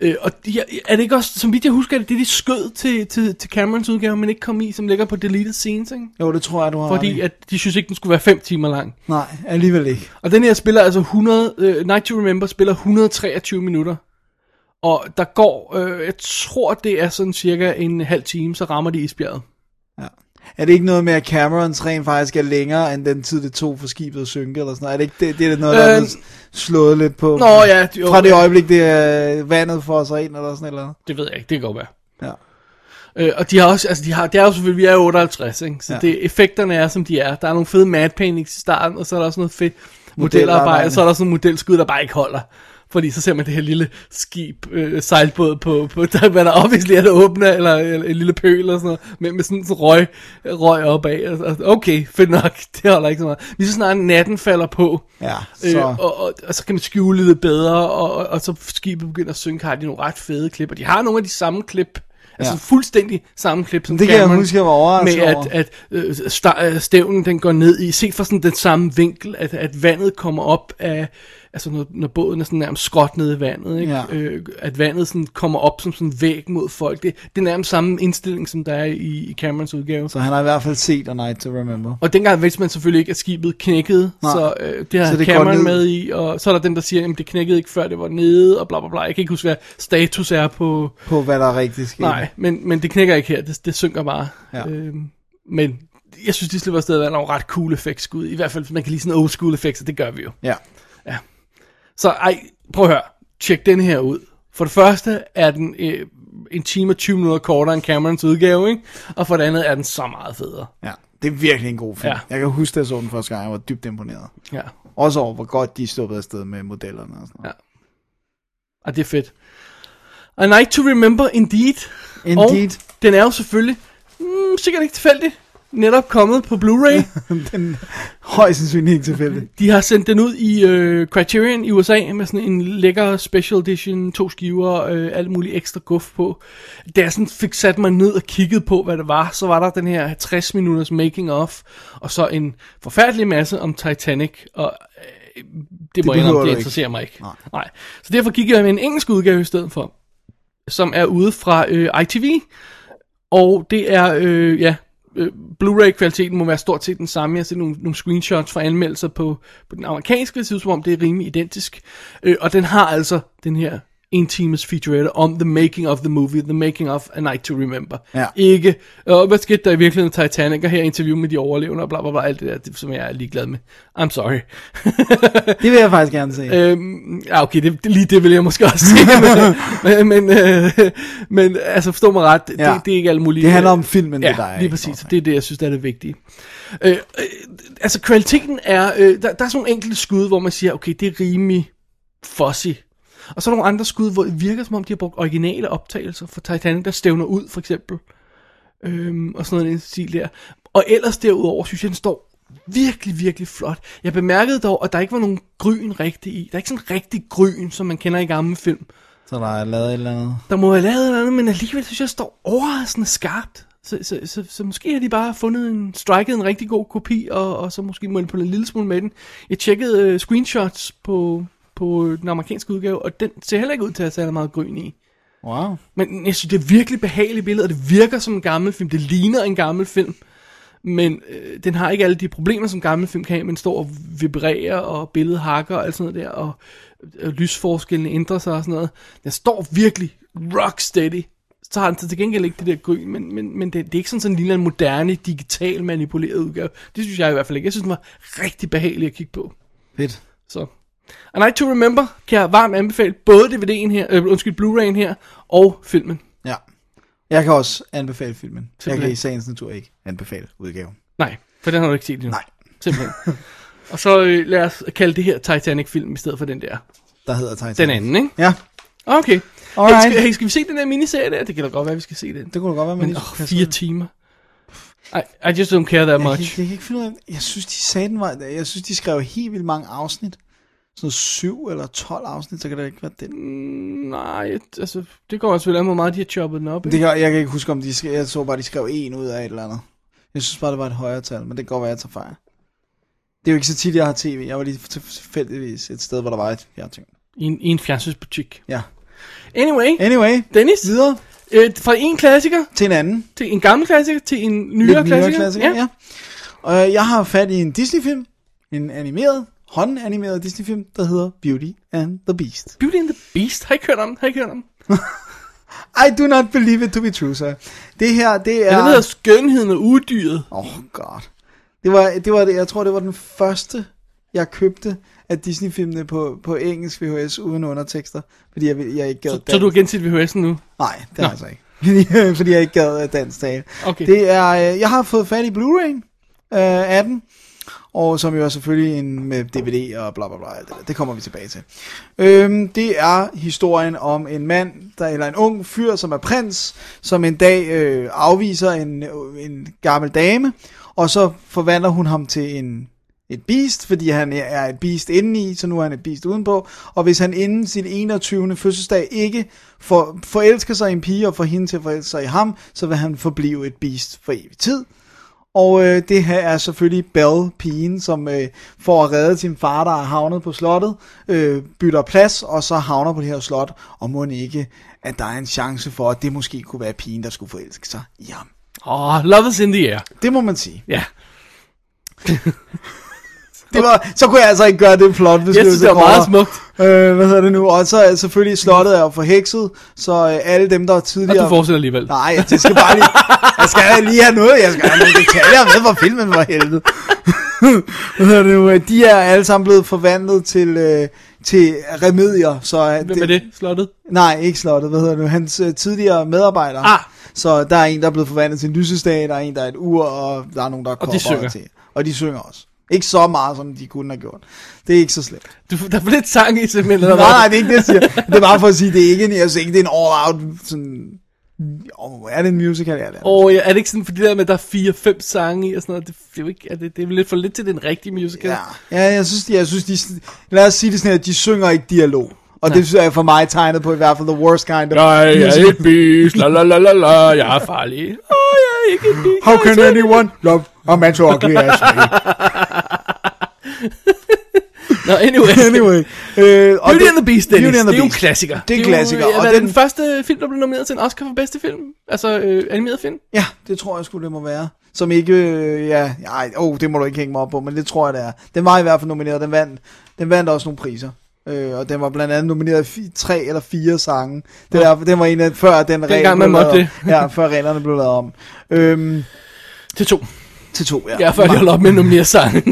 [SPEAKER 6] Øh, og de, er det ikke også, som vidt jeg husker, er det det, de skød til, til, til Camerons udgave, men ikke kom i, som ligger på deleted scenes, ikke?
[SPEAKER 5] Jo, det tror jeg, du har ret
[SPEAKER 6] Fordi
[SPEAKER 5] i.
[SPEAKER 6] at de synes ikke, den skulle være 5 timer lang.
[SPEAKER 5] Nej, alligevel ikke.
[SPEAKER 6] Og den her spiller altså 100, øh, Night to Remember spiller 123 minutter. Og der går, øh, jeg tror det er sådan cirka en halv time, så rammer de isbjerget.
[SPEAKER 5] Er det ikke noget med, at Camerons rent faktisk er længere, end den tid, det tog for skibet at synke eller sådan noget? Er det ikke det, det er noget, der er
[SPEAKER 6] Øh,
[SPEAKER 5] blevet slået lidt på?
[SPEAKER 6] Nå ja, jo,
[SPEAKER 5] Fra det øjeblik, det er vandet for os ind eller sådan noget.
[SPEAKER 6] det ved jeg ikke, det kan godt være.
[SPEAKER 5] Ja.
[SPEAKER 6] Øh, og de har også, altså de har, det er jo selvfølgelig, vi er jo 58, ikke? så
[SPEAKER 5] Ja.
[SPEAKER 6] ja. det, effekterne er som de er. Der er nogle fede madpaintings i starten, og så er der også noget fedt, modelarbejde, så er der sådan en modelskud, der bare ikke holder. Fordi så ser man det her lille skib, øh, sejlbåd på, på der, hvad der obviously er der åbner, eller, eller en lille pøl eller sådan noget, med, med sådan en røg, røg opad. Og, og, okay, fedt nok, det holder ikke så meget. Lige så snart natten falder på,
[SPEAKER 5] Ja,
[SPEAKER 6] så.
[SPEAKER 5] så-
[SPEAKER 6] Øh, og, og, og, så kan man skjule lidt bedre, og, og, og så skibet begynder at synke, har de nogle ret fede klip, og de har nogle af de samme klip, altså
[SPEAKER 5] Ja.
[SPEAKER 6] fuldstændig samme klip, som
[SPEAKER 5] Det kan jeg
[SPEAKER 6] Cameron,
[SPEAKER 5] huske, jeg var overrasket
[SPEAKER 6] Med at,
[SPEAKER 5] over.
[SPEAKER 6] at øh, sta- øh, stævnen den går ned i, set fra sådan den samme vinkel, at, at vandet kommer op af, altså når, når båden er sådan nærmest skråt ned i vandet, ikke?
[SPEAKER 5] Ja.
[SPEAKER 6] Øh, at vandet sådan kommer op som sådan en væg mod folk. Det, det er nærmest samme indstilling, som der er i, i Camerons udgave.
[SPEAKER 5] Så han har i hvert fald set A Night to Remember.
[SPEAKER 6] Og dengang vidste man selvfølgelig ikke, at skibet knækkede,
[SPEAKER 5] Nej.
[SPEAKER 6] så øh, det
[SPEAKER 5] Så
[SPEAKER 6] har
[SPEAKER 5] det går
[SPEAKER 6] Cameron
[SPEAKER 5] ned.
[SPEAKER 6] med i, og så er der dem, der siger, at det knækkede ikke før det var nede, og bla bla bla. Jeg kan ikke huske, hvad status er på...
[SPEAKER 5] På hvad der rigtig skete.
[SPEAKER 6] Nej, men, men det knækker ikke her, det, det synker bare.
[SPEAKER 5] Ja.
[SPEAKER 6] Øhm, men jeg synes, de slipper afsted med nogle ret cool effects ud. I hvert fald, hvis man kan lide sådan old school effects, og det gør vi jo.
[SPEAKER 5] Ja.
[SPEAKER 6] Så ej, prøv at høre. Tjek den her ud. For det første er den øh, en time og 20 minutter kortere end Camerons udgave, ikke? Og for det andet er den så meget federe.
[SPEAKER 5] ja. Det er virkelig en god film.
[SPEAKER 6] Ja.
[SPEAKER 5] Ja. Jeg kan huske, da jeg så den første gang, jeg var dybt imponeret.
[SPEAKER 6] Ja.
[SPEAKER 5] Også over, hvor godt de stoppede afsted med modellerne og sådan noget.
[SPEAKER 6] Ja. Og Ah, det er fedt. A Night to Remember, indeed.
[SPEAKER 5] Indeed.
[SPEAKER 6] Og den er jo selvfølgelig, mm, sikkert ikke tilfældigt, netop kommet på Blu-ray.
[SPEAKER 5] den højst sandsynligt ikke tilfældigt.
[SPEAKER 6] De har sendt den ud i øh, Criterion i USA med sådan en lækker special edition, to skiver, øh, alt muligt ekstra guf på. Da jeg sådan fik sat mig ned og kigget på, hvad det var, så var der den her 60 minutters making of, og så en forfærdelig masse om Titanic, og øh, det må
[SPEAKER 5] behøver
[SPEAKER 6] jeg indrømme,
[SPEAKER 5] du
[SPEAKER 6] det
[SPEAKER 5] ikke.
[SPEAKER 6] interesserer mig ikke. Nej. Nej. Så derfor gik jeg med en engelsk udgave i stedet for, som er ude fra øh, ITV, og det er, øh, ja, øh, Blu-ray-kvaliteten må være stort set den samme. Jeg har set nogle, nogle screenshots fra anmeldelser på, på den amerikanske, det ser ud som om det er rimelig identisk. Øh, og den har altså den her en times featurette om the making of the movie, the making of A Night to Remember.
[SPEAKER 5] Ja.
[SPEAKER 6] Ikke, og hvad skete der i virkeligheden med Titanic, og her interview med de overlevende, og bla bla bla, alt det der, det, som jeg er ligeglad med. I'm sorry.
[SPEAKER 5] Det vil jeg faktisk gerne se.
[SPEAKER 6] Øhm, ja, okay, det, det, lige det vil jeg måske også sige, men, men, øh, men altså forstå mig ret, det,
[SPEAKER 5] Ja.
[SPEAKER 6] det, det er ikke alle mulige...
[SPEAKER 5] Det handler om filmen,
[SPEAKER 6] ja,
[SPEAKER 5] det der er.
[SPEAKER 6] lige
[SPEAKER 5] ikke?
[SPEAKER 6] præcis, det er det, jeg synes, der er det vigtige. Øh, øh, altså kvaliteten er, øh, der, der er sådan nogle enkelte skud, hvor man siger, okay, det er rimelig fuzzy. Og så er der nogle andre skud, hvor det virker, som om de har brugt originale optagelser fra Titanic, der stævner ud, for eksempel. Øhm, og sådan noget i den stil der. Og ellers derudover, synes jeg, den står virkelig, virkelig flot. Jeg bemærkede dog, at der ikke var nogen gryn rigtig i. Der er ikke sådan rigtig gryn, som man kender i gamle film.
[SPEAKER 5] Så der er lavet et eller andet.
[SPEAKER 6] Der må have lavet noget andet, men alligevel synes jeg, det står overraskende skarpt. Så, så, så, så, måske har de bare fundet en, striket en rigtig god kopi, og, og så måske manipuleret en lille smule med den. Jeg tjekkede øh, screenshots på, på den amerikanske udgave, og den ser heller ikke ud til at have meget grøn i.
[SPEAKER 5] Wow.
[SPEAKER 6] Men jeg synes, det er virkelig behageligt billede, og det virker som en gammel film. Det ligner en gammel film. Men øh, den har ikke alle de problemer, som gamle film kan have, men står og vibrerer, og billedet hakker og alt sådan noget der, og, og lysforskellene ændrer sig og sådan noget. Den står virkelig rock steady. Så har den så til gengæld ikke det der grøn, men, men, men det, det, er ikke sådan, sådan en lille moderne, digital manipuleret udgave. Det synes jeg i hvert fald ikke. Jeg synes, den var rigtig behagelig at kigge på.
[SPEAKER 5] Fedt.
[SPEAKER 6] Så. A Night to Remember kan jeg varmt anbefale både DVD'en her, øh, undskyld, Blu-ray'en her, og filmen.
[SPEAKER 5] Ja. Jeg kan også anbefale filmen. Jeg kan
[SPEAKER 6] Simpelthen.
[SPEAKER 5] i sagens natur ikke anbefale udgaven.
[SPEAKER 6] Nej, for den har du ikke set endnu.
[SPEAKER 5] Nej.
[SPEAKER 6] Simpelthen. og så øh, lad os kalde det her Titanic-film i stedet for den der.
[SPEAKER 5] Der hedder Titanic.
[SPEAKER 6] Den anden, ikke?
[SPEAKER 5] Ja,
[SPEAKER 6] Okay.
[SPEAKER 5] Alright.
[SPEAKER 6] Hey, skal, hey, skal vi se den der miniserie der? Det kan da godt være, vi skal se den.
[SPEAKER 5] det kunne da godt være, man
[SPEAKER 6] Men
[SPEAKER 5] lige
[SPEAKER 6] åh,
[SPEAKER 5] skulle
[SPEAKER 6] fire
[SPEAKER 5] kaste
[SPEAKER 6] timer. I, I just don't care that
[SPEAKER 5] ud. jeg, kan,
[SPEAKER 6] much.
[SPEAKER 5] ikke- jeg kan ikke finde ud af, jeg synes, de sagde den var, jeg synes, de skrev helt vildt mange afsnit. Sådan syv eller 12 afsnit, så kan det ikke være
[SPEAKER 6] Mm.
[SPEAKER 5] den.
[SPEAKER 6] Nej, altså, det går også selvfølgelig an, hvor meget de har choppet den op.
[SPEAKER 5] Det
[SPEAKER 6] Det...
[SPEAKER 5] kan, jeg kan ikke huske, om de skrev, jeg så bare, de skrev en ud af et eller andet. Jeg synes bare, det var et højere tal, men det kan godt være, jeg tager fejl. Det er jo ikke så tit, jeg har tv. Jeg var lige til- tilfældigvis et sted, hvor der var et fjernsyn.
[SPEAKER 6] I, en, I en fjernsynsbutik.
[SPEAKER 5] Ja.
[SPEAKER 6] Anyway,
[SPEAKER 5] Anyway,
[SPEAKER 6] Dennis,
[SPEAKER 5] videre
[SPEAKER 6] øh, fra en klassiker
[SPEAKER 5] til en anden.
[SPEAKER 6] til en gammel klassiker til en nyere,
[SPEAKER 5] Lidt nyere
[SPEAKER 6] klassiker.
[SPEAKER 5] klassiker, ja. Og øh, jeg har fat i en Disney-film, en animeret, håndanimeret Disney-film, der hedder Beauty and the Beast.
[SPEAKER 6] Beauty and the Beast. Har I ikke hørt om den? Har I ikke hørt om den?
[SPEAKER 5] I do not believe it to be true, sir. Det her, det
[SPEAKER 6] Ja.
[SPEAKER 5] er...
[SPEAKER 6] Den hedder Skønheden og Udyret.
[SPEAKER 5] Oh god. Det var, det var, det- jeg tror, det var den første, jeg købte af Disney-filmene på, på engelsk VHS uden undertekster, fordi jeg, vil- jeg ikke gad
[SPEAKER 6] Så,
[SPEAKER 5] dansk.
[SPEAKER 6] så du har genset VHS'en nu?
[SPEAKER 5] Nej, det
[SPEAKER 6] Nå.
[SPEAKER 5] har jeg altså ikke. Fordi- fordi jeg ikke gad øh, dansk tale.
[SPEAKER 6] Okay.
[SPEAKER 5] Det er, øh, jeg har fået fat i Blu-ray øh, af den, og som jo er selvfølgelig en med DVD og bla bla bla, alt det, der. det kommer vi tilbage til. Øhm, det er historien om en mand, der, eller en ung fyr, som er prins, som en dag øh, afviser en, en gammel dame, og så forvandler hun ham til en et beast, fordi han er et beast indeni, så nu er han et beast udenpå. Og hvis han inden sin 21. fødselsdag ikke for, forelsker sig i en pige og får hende til at forelske sig i ham, så vil han forblive et beast for evig tid. Og øh, det her er selvfølgelig Belle, pigen, som øh, for at redde sin far, der er havnet på slottet, øh, bytter plads, og så havner på det her slot, og må ikke, at der er en chance for, at det måske kunne være pigen, der skulle forelske sig i ham.
[SPEAKER 6] Åh, oh, love is in the air.
[SPEAKER 5] Det må man sige.
[SPEAKER 6] Ja.
[SPEAKER 5] Det var, så kunne jeg altså ikke gøre det flot, hvis
[SPEAKER 6] Jeg synes, det var
[SPEAKER 5] kortere.
[SPEAKER 6] meget smukt.
[SPEAKER 5] Øh, hvad hedder det nu? Og så er selvfølgelig slottet er jo forhekset, så øh, alle dem, der er
[SPEAKER 6] Og
[SPEAKER 5] tidligere...
[SPEAKER 6] du fortsætter alligevel.
[SPEAKER 5] Nej, det skal bare lige... Jeg skal da lige have noget, jeg skal have nogle detaljer med fra filmen, for helvede. Hvad hedder det nu? De er alle sammen blevet forvandlet til, øh, til remedier, så... øh,
[SPEAKER 6] Hvem er det? Slottet?
[SPEAKER 5] Nej, ikke slottet, hvad hedder det nu? Hans øh, tidligere medarbejdere.
[SPEAKER 6] Ah.
[SPEAKER 5] Så der er en, der er blevet forvandlet til en lysestage, der er en, der er et ur, og der er nogen, der er
[SPEAKER 6] Og de
[SPEAKER 5] kopper
[SPEAKER 6] synger.
[SPEAKER 5] til. Og de synger også. Ikke så meget, som de kunne have gjort. Det er ikke så slemt.
[SPEAKER 6] Du, der er for lidt sang i simpelthen.
[SPEAKER 5] Nej,
[SPEAKER 6] eller hvad?
[SPEAKER 5] nej, det er ikke det, jeg siger. Det er bare for at sige, det er ikke en, jeg synes ikke, det er en all-out, sådan... Oh, er det en musical? Ja, det er det.
[SPEAKER 6] Og ja, er det ikke sådan, fordi der med, at der er fire-fem sange i og sådan noget, det, det er jo ikke, er det, det er vel lidt for lidt til den rigtige musical.
[SPEAKER 5] Ja, ja jeg synes, de, jeg synes de, lad os sige det sådan her, de synger ikke dialog. Og det synes jeg for mig tegnet på i hvert fald the worst kind of
[SPEAKER 6] Jeg er
[SPEAKER 5] musical.
[SPEAKER 6] et beast, la la la la la, jeg er farlig. Åh, oh, jeg er ikke et beast.
[SPEAKER 5] How can anyone love a man so ugly as me?
[SPEAKER 6] Nå, anyway.
[SPEAKER 5] Anyway. Øh,
[SPEAKER 6] Beauty and the Beast, Dennis.
[SPEAKER 5] Beauty and the
[SPEAKER 6] det er jo
[SPEAKER 5] Beast.
[SPEAKER 6] en klassiker.
[SPEAKER 5] Det er en
[SPEAKER 6] jo,
[SPEAKER 5] klassiker,
[SPEAKER 6] øh,
[SPEAKER 5] og
[SPEAKER 6] hvad er
[SPEAKER 5] den-
[SPEAKER 6] den første film, der blev nomineret til en Oscar for bedste film. Altså øh, animeret film.
[SPEAKER 5] Ja, det tror jeg skulle det må være. Som ikke, øh, ja, ej, oh, det må du ikke hænge mig op på, men det tror jeg, det er. Den var i hvert fald nomineret, den vandt, den vandt også nogle priser. Øh, og den var blandt andet nomineret i fi- tre eller fire sange. Det der, den var en af, før den regel
[SPEAKER 6] Dengang man
[SPEAKER 5] blev lavet
[SPEAKER 6] måtte
[SPEAKER 5] om. Ja, før reglerne blev lavet om. Øhm,
[SPEAKER 6] Til to.
[SPEAKER 5] til to, ja.
[SPEAKER 6] Ja, før jeg holdt op med at nominere sange.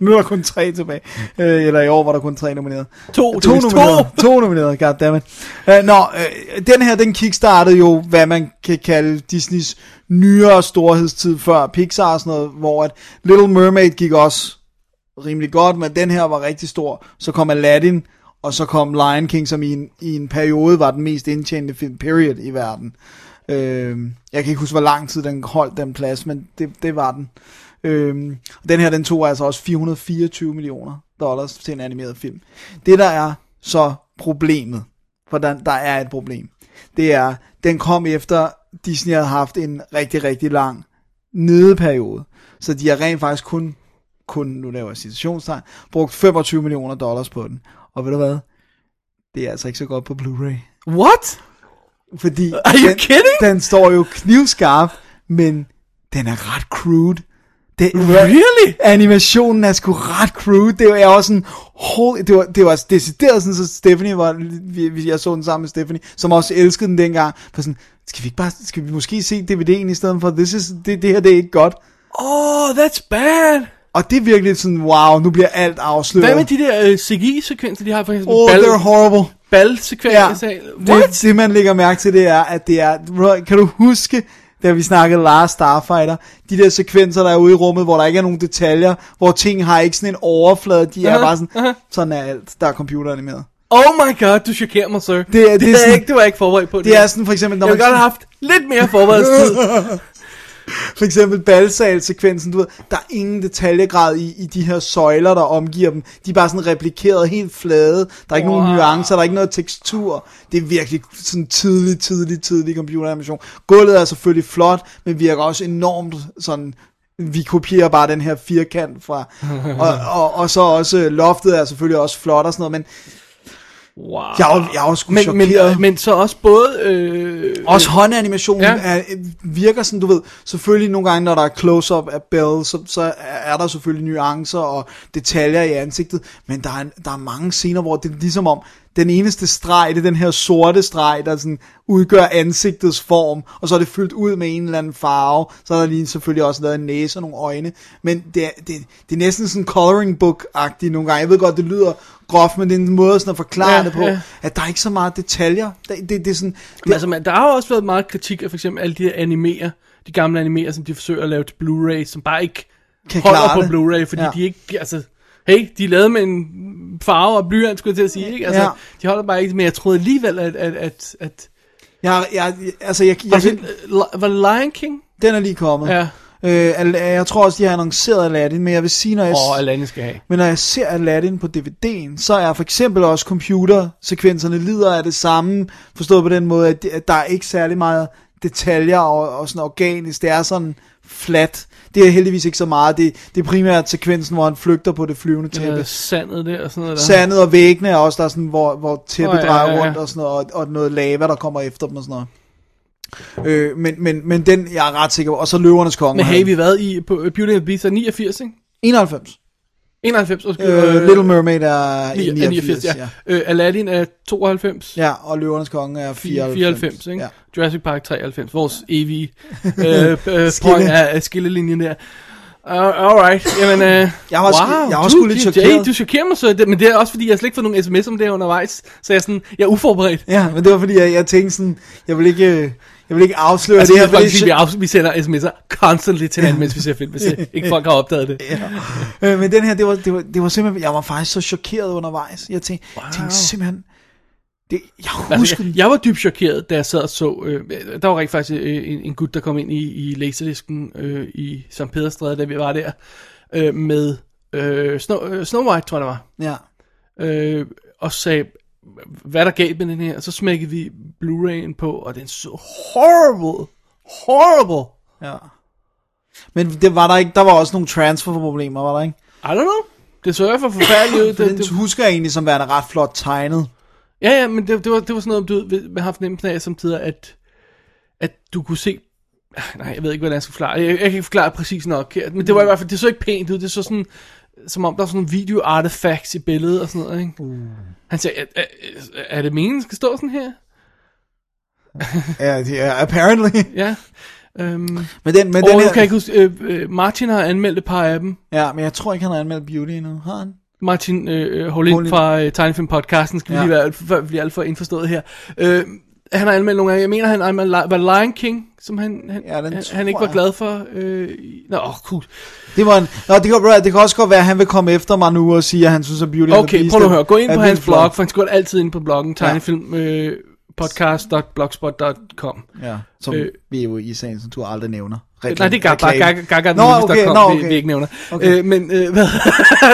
[SPEAKER 5] Nu er der kun tre tilbage. Øh, eller i år var der kun tre nomineret.
[SPEAKER 6] to,
[SPEAKER 5] to
[SPEAKER 6] Dennis,
[SPEAKER 5] nomineret. To nomineret, goddammit. Uh, nå, uh, den her, den kickstartede jo, hvad man kan kalde Disneys nyere storhedstid før Pixar og sådan noget, hvor at Little Mermaid gik også rimelig godt, men den her var rigtig stor. Så kom Aladdin, og så kom Lion King, som i en, i en periode var den mest indtjente film, period, i verden. Øh, jeg kan ikke huske, hvor lang tid den holdt den plads, men det, det var den. Øh, og den her, den tog altså også 424 millioner dollars til en animeret film. Det, der er så problemet, for der, der er et problem, det er, den kom efter, Disney havde haft en rigtig, rigtig lang nedeperiode. Så de har rent faktisk kun, kun nu laver jeg citationstegn, brugt 25 millioner dollars på den. Og ved du hvad? Det er altså ikke så godt på Blu-ray.
[SPEAKER 6] What?
[SPEAKER 5] Fordi
[SPEAKER 6] Are you
[SPEAKER 5] den,
[SPEAKER 6] kidding?
[SPEAKER 5] den står jo knivskarp, men den er ret crude. Det,
[SPEAKER 6] Really?
[SPEAKER 5] Animationen er sgu ret crude. Det var også sådan, holy, det var, det var decideret sådan, så Stephanie var, vi- vi- jeg så den sammen med Stephanie, som også elskede den dengang, for sådan, skal vi ikke bare, skal vi måske se DVD'en i stedet for, this is, det, det her, det er ikke godt.
[SPEAKER 6] Oh, that's bad.
[SPEAKER 5] Og det er virkelig sådan, wow, nu bliver alt afsløret.
[SPEAKER 6] Hvad med de der øh, CGI-sekvenser, de har for eksempel?
[SPEAKER 5] Oh,
[SPEAKER 6] ball-
[SPEAKER 5] they're horrible.
[SPEAKER 6] ballsekvenser.
[SPEAKER 5] Det, det man lægger mærke til, det er, at det er... Kan du huske, da vi snakkede Last Starfighter, de der sekvenser, der er ude i rummet, hvor der ikke er nogen detaljer, hvor ting har ikke sådan en overflade, de er
[SPEAKER 6] Aha,
[SPEAKER 5] bare sådan,
[SPEAKER 6] aha.
[SPEAKER 5] sådan er alt, der er computeranimeret.
[SPEAKER 6] Oh my god, du chokerer mig, sir. Det,
[SPEAKER 5] Det, er- det,
[SPEAKER 6] det,
[SPEAKER 5] er
[SPEAKER 6] er
[SPEAKER 5] sådan,
[SPEAKER 6] ikke, det var jeg ikke forberedt på.
[SPEAKER 5] det er sådan for eksempel, når
[SPEAKER 6] jeg
[SPEAKER 5] man,
[SPEAKER 6] ville godt have haft lidt mere forberedelsestid.
[SPEAKER 5] for eksempel balsal-sekvensen, du ved, der er ingen detaljegrad i, i de her søjler, der omgiver dem. De er bare sådan replikeret helt flade. Der er ikke wow. nogen nuancer, der er ikke noget tekstur. Det er virkelig sådan tidlig, tidlig, tidlig computeranimation. Gulvet er selvfølgelig flot, men virker også enormt sådan vi kopierer bare den her firkant fra, og, og, og så også øh, loftet er selvfølgelig også flot og sådan noget, men
[SPEAKER 6] wow.
[SPEAKER 5] jeg er jo, jeg er jo sgu
[SPEAKER 6] men, men,
[SPEAKER 5] chokeret.
[SPEAKER 6] øh, men så også både... Øh,
[SPEAKER 5] Også håndanimationen ja.
[SPEAKER 6] Ja.
[SPEAKER 5] er, øh, virker sådan, du ved, selvfølgelig nogle gange, når der er close-up af Belle, så, så er der selvfølgelig nuancer og detaljer i ansigtet, men der er, en- der er mange scener, hvor det er ligesom om, den eneste streg, det er den her sorte streg, der sådan udgør ansigtets form, og så er det fyldt ud med en eller anden farve, så er der lige selvfølgelig også lavet en næse og nogle øjne, men det er, det, det er næsten sådan coloring book-agtigt nogle gange, jeg ved godt, det lyder groft, men det er en måde sådan at forklare ja,
[SPEAKER 6] Ja,
[SPEAKER 5] det på, ja.
[SPEAKER 6] ja.
[SPEAKER 5] at der er ikke så meget detaljer, det, det, det er sådan,
[SPEAKER 6] Men
[SPEAKER 5] det,
[SPEAKER 6] altså, man, der har jo også været meget kritik af for eksempel alle de her animer, de gamle animer, som de forsøger at lave til Blu-ray, som bare ikke
[SPEAKER 5] Kan
[SPEAKER 6] holder
[SPEAKER 5] klare
[SPEAKER 6] på
[SPEAKER 5] det.
[SPEAKER 6] Blu-ray, fordi
[SPEAKER 5] Ja.
[SPEAKER 6] ja. de ikke, altså, hey, de er lavet med en farve og blyant, skulle jeg til at sige, ikke? Altså,
[SPEAKER 5] Ja.
[SPEAKER 6] ja. de holder bare ikke, men jeg troede alligevel, at, at, at, at
[SPEAKER 5] Jeg, jeg, altså, jeg, jeg,
[SPEAKER 6] altså,
[SPEAKER 5] jeg,
[SPEAKER 6] øh, var det Lion King?
[SPEAKER 5] den er lige kommet.
[SPEAKER 6] Ja.
[SPEAKER 5] Øh, Al- jeg tror også, de har annonceret Aladdin, men jeg vil sige, når jeg,
[SPEAKER 6] Åh, oh, Alanis skal have.
[SPEAKER 5] men når jeg ser Aladdin på DVD'en, så er for eksempel også computersekvenserne lider af det samme, forstået på den måde, at, at der er ikke særlig meget detaljer og, og sådan organisk. Det er sådan flat. Det er heldigvis ikke så meget. Det, det er primært sekvensen, hvor han flygter på det flyvende tæppe.
[SPEAKER 6] Ja, sandet der og sådan noget der.
[SPEAKER 5] Sandet og væggene er også der, sådan, hvor, hvor tæppet oh,
[SPEAKER 6] Åh, ja,
[SPEAKER 5] drejer
[SPEAKER 6] ja, ja.
[SPEAKER 5] rundt og sådan noget, og, og noget lava, der kommer efter dem og sådan noget. Øh, men, men, men den, jeg er ret sikker på, og så løvernes konge.
[SPEAKER 6] Men
[SPEAKER 5] han-
[SPEAKER 6] hey, vi har været i på øh, Beauty and the Beast er 89, ikke?
[SPEAKER 5] 91.
[SPEAKER 6] 91, undskyld.
[SPEAKER 5] Øh, Little Mermaid er i
[SPEAKER 6] 89, 89 ja. ja. Øh, Aladdin er 92.
[SPEAKER 5] Ja, og Løvernes Konge er 94.
[SPEAKER 6] 94, ikke?
[SPEAKER 5] Ja.
[SPEAKER 6] Ja. Jurassic Park 93, vores evige øh, øh, point er, er skillelinjen der. Uh, alright, jamen, øh,
[SPEAKER 5] Jeg var sgu-
[SPEAKER 6] wow,
[SPEAKER 5] jeg var sgu
[SPEAKER 6] du,
[SPEAKER 5] lidt
[SPEAKER 6] DJ,
[SPEAKER 5] chokeret.
[SPEAKER 6] Du chokerer mig så, det- men det er også fordi, jeg slet ikke fået nogen sms om det her undervejs, så jeg er sådan, jeg er uforberedt.
[SPEAKER 5] ja, men det var fordi, jeg, jeg tænkte sådan, jeg vil ikke, øh, jeg vil ikke afsløre
[SPEAKER 6] Altså,
[SPEAKER 5] det her,
[SPEAKER 6] det er
[SPEAKER 5] fordi
[SPEAKER 6] faktisk, vi, afs- vi sender sms'er constantly til hinanden, mens vi ser film, hvis ikke folk har opdaget det. Ja.
[SPEAKER 5] Øh, men den her, det var, det, var, det var simpelthen, jeg var faktisk så chokeret undervejs. Jeg tænkte, wow. tænkte simpelthen, det, jeg
[SPEAKER 6] Altså,
[SPEAKER 5] husker
[SPEAKER 6] jeg, jeg var dybt chokeret, da jeg sad og så, øh, der var rent faktisk øh, en, en gut, der kom ind i, i Laserdisken øh, i St. Pederstræde, da vi var der, øh, med øh, Snow, øh, Snow White, tror jeg det var.
[SPEAKER 5] Ja,
[SPEAKER 6] øh, og sagde, hvad er der galt med den her? Og så smækkede vi Blu-ray'en på, og den så horrible, horrible.
[SPEAKER 5] ja. Men det var der ikke, der var også nogle transferproblemer, var der ikke?
[SPEAKER 6] I don't know. Det så i hvert fald forfærdeligt ud.
[SPEAKER 5] For
[SPEAKER 6] Det,
[SPEAKER 5] den
[SPEAKER 6] det,
[SPEAKER 5] husker jeg egentlig som værende ret flot tegnet.
[SPEAKER 6] ja, ja, men det, det, var, det var sådan noget, du ved, man har fornemmelsen af samtidig, at, at du kunne se... Ah, Nej, jeg ved ikke, hvordan jeg skal forklare. Jeg, jeg kan ikke forklare præcis nok. her, Men det var i hvert fald, det så ikke pænt ud. Det så sådan, som om der var sådan nogle video-artefacts i billedet og sådan noget, ikke? Uh. Han sagde, er, er, er det meningen, den skal stå sådan her?
[SPEAKER 5] Ja, det er, apparently.
[SPEAKER 6] Ja. Øhm.
[SPEAKER 5] Men den, men
[SPEAKER 6] Og
[SPEAKER 5] den
[SPEAKER 6] nu
[SPEAKER 5] her,
[SPEAKER 6] kan jeg ikke huske, øh, øh, Martin har anmeldt et par af dem.
[SPEAKER 5] ja, men jeg tror ikke, han har anmeldt Beauty endnu. Har han?
[SPEAKER 6] Martin øh, øh, Holin
[SPEAKER 5] Holin.
[SPEAKER 6] fra øh, Tegnefilm-podcasten, skal vi
[SPEAKER 5] Ja.
[SPEAKER 6] lige være, alt for, blive alt for indforstået her. Øh, han har anmeldt nogle af, jeg mener, han anmeldte, Li- var det Lion King, som han, han,
[SPEAKER 5] Ja,
[SPEAKER 6] ja,
[SPEAKER 5] den
[SPEAKER 6] han,
[SPEAKER 5] tror
[SPEAKER 6] han ikke var
[SPEAKER 5] jeg.
[SPEAKER 6] glad for. Øh, i- Nå, oh, cool.
[SPEAKER 5] Det var en, nå, det, kan, det kan også godt være, at han vil komme efter mig nu og sige, at han synes, at Beauty and the
[SPEAKER 6] Okay,
[SPEAKER 5] Beast
[SPEAKER 6] prøv nu at
[SPEAKER 5] er-
[SPEAKER 6] høre. Gå ind
[SPEAKER 5] er
[SPEAKER 6] på
[SPEAKER 5] vildt
[SPEAKER 6] hans
[SPEAKER 5] flot.
[SPEAKER 6] blog, for han går altid ind på bloggen, tegnefilm, øh, podcast.blogspot.com.
[SPEAKER 5] Ja, som øh,
[SPEAKER 6] Øh.
[SPEAKER 5] vi jo i sagens natur aldrig nævner. Reklam-
[SPEAKER 6] Nej, det er Gaga,
[SPEAKER 5] reklame.
[SPEAKER 6] Gaga, Gaga,
[SPEAKER 5] Nå, okay,
[SPEAKER 6] kom,
[SPEAKER 5] nå,
[SPEAKER 6] vi,
[SPEAKER 5] okay.
[SPEAKER 6] vi ikke nævner.
[SPEAKER 5] Okay.
[SPEAKER 6] Okay. Øh, men, øh, hvad?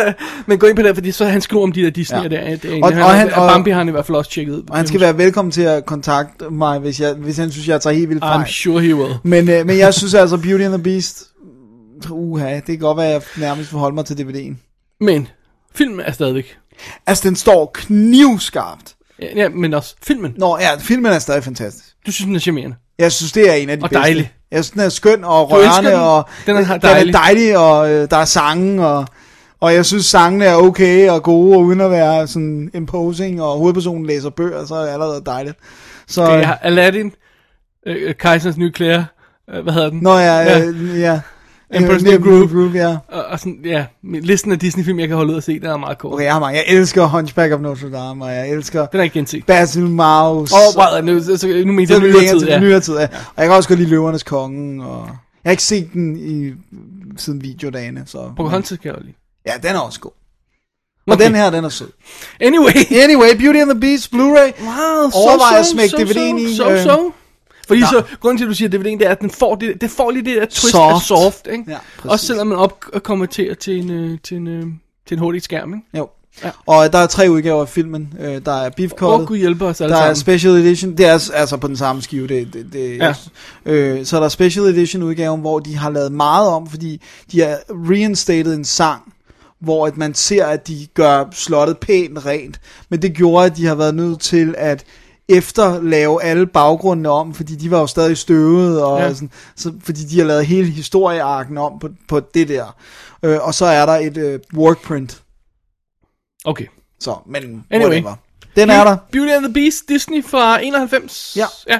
[SPEAKER 6] men gå ind på det, fordi så han skriver om de der Disney'er
[SPEAKER 5] Ja.
[SPEAKER 6] ja. der. Det,
[SPEAKER 5] Og-
[SPEAKER 6] og, han,
[SPEAKER 5] og
[SPEAKER 6] og,
[SPEAKER 5] han-
[SPEAKER 6] han,
[SPEAKER 5] og-
[SPEAKER 6] Bambi har han i hvert fald også tjekket ud.
[SPEAKER 5] Og han skal være velkommen til at kontakte mig, hvis, jeg, hvis han synes, jeg tager helt vildt
[SPEAKER 6] I'm
[SPEAKER 5] fejl.
[SPEAKER 6] sure he will.
[SPEAKER 5] Men, øh, men jeg synes altså, Beauty and the Beast, uha, det kan godt være, at jeg nærmest forholder mig til DVD'en.
[SPEAKER 6] Men, filmen er stadigvæk.
[SPEAKER 5] Altså, den står knivskarpt.
[SPEAKER 6] Ja, ja, men også filmen.
[SPEAKER 5] Nå, ja, filmen er stadig fantastisk.
[SPEAKER 6] Du synes, den er charmerende.
[SPEAKER 5] Jeg synes, det er en af de
[SPEAKER 6] Og
[SPEAKER 5] bedste.
[SPEAKER 6] dejlig.
[SPEAKER 5] Jeg synes, den er skøn og
[SPEAKER 6] Du elsker
[SPEAKER 5] rørende,
[SPEAKER 6] den.
[SPEAKER 5] og
[SPEAKER 6] Den er
[SPEAKER 5] den er
[SPEAKER 6] dejlig.
[SPEAKER 5] dejlig, og øh, der er sange, og, og jeg synes, sangene er okay og gode, og uden at være sådan imposing, og hovedpersonen læser bøger, så er det allerede dejligt. Så,
[SPEAKER 6] Det er Aladdin, øh, øh, Kejserens nye klæder, øh, hvad hedder den?
[SPEAKER 5] Nå ja, øh, ja.
[SPEAKER 6] Emperor's
[SPEAKER 5] Øh,
[SPEAKER 6] New Groove.
[SPEAKER 5] Groove, ja.
[SPEAKER 6] Og, og sådan, ja, min- listen af Disney-film, jeg kan holde ud og se, den er meget kort.
[SPEAKER 5] Okay, jeg har mange. Jeg elsker Hunchback of Notre Dame, og jeg elsker
[SPEAKER 6] Den har jeg ikke genset.
[SPEAKER 5] Basil Mouse.
[SPEAKER 6] Åh, oh, wow, nu, så, så, nu mener
[SPEAKER 5] det
[SPEAKER 6] jeg
[SPEAKER 5] er
[SPEAKER 6] nyere
[SPEAKER 5] længere
[SPEAKER 6] tid,
[SPEAKER 5] til ja.
[SPEAKER 6] ja.
[SPEAKER 5] nyere tid, ja. Og jeg kan også godt lide Løvernes Konge, og... Jeg har ikke set den i, siden videodagene, så...
[SPEAKER 6] Pocahontas kan jeg jo lide.
[SPEAKER 5] Ja, den er også god. Og den her, den er sød.
[SPEAKER 6] Anyway.
[SPEAKER 5] Anyway, Beauty and the Beast, Blu-ray.
[SPEAKER 6] Wow,
[SPEAKER 5] Overvej
[SPEAKER 6] so,
[SPEAKER 5] at smække
[SPEAKER 6] so, so,
[SPEAKER 5] DVD'en i,
[SPEAKER 6] So,
[SPEAKER 5] øh.
[SPEAKER 6] so, Fordi
[SPEAKER 5] Nå.
[SPEAKER 6] så, grunden til, at du siger DVD'en, det er, at den får det, det får lige det der twist soft. af
[SPEAKER 5] Soft.
[SPEAKER 6] soft, ikke?
[SPEAKER 5] Ja, præcis.
[SPEAKER 6] Også selvom man opkonverterer til en, øh, til en, øh, til en HD-skærm, ikke?
[SPEAKER 5] Jo. Ja.
[SPEAKER 6] Ja.
[SPEAKER 5] Og der er tre udgaver af filmen. Øh, Der er Beef
[SPEAKER 6] Åh,
[SPEAKER 5] Cuttet.
[SPEAKER 6] Gud hjælper os alle
[SPEAKER 5] Der er
[SPEAKER 6] sammen.
[SPEAKER 5] Special Edition, det er s- altså på den samme skive, det, det, det
[SPEAKER 6] Ja.
[SPEAKER 5] øh, så er der Special Edition udgaven, hvor de har lavet meget om, fordi de har reinstated en sang, hvor at man ser, at de gør slottet pænt rent, men det gjorde, at de har været nødt til at efterlave alle baggrundene om, fordi de var jo stadig støvet, og ja.
[SPEAKER 6] Ja.
[SPEAKER 5] sådan, så, fordi de har lavet hele historiearken om på, på det der. Øh, og så er der et øh, workprint,
[SPEAKER 6] Okay.
[SPEAKER 5] så, men
[SPEAKER 6] Anyway.
[SPEAKER 5] whatever. Den er der.
[SPEAKER 6] Beauty and the Beast, Disney fra 91.
[SPEAKER 5] Ja.
[SPEAKER 6] ja.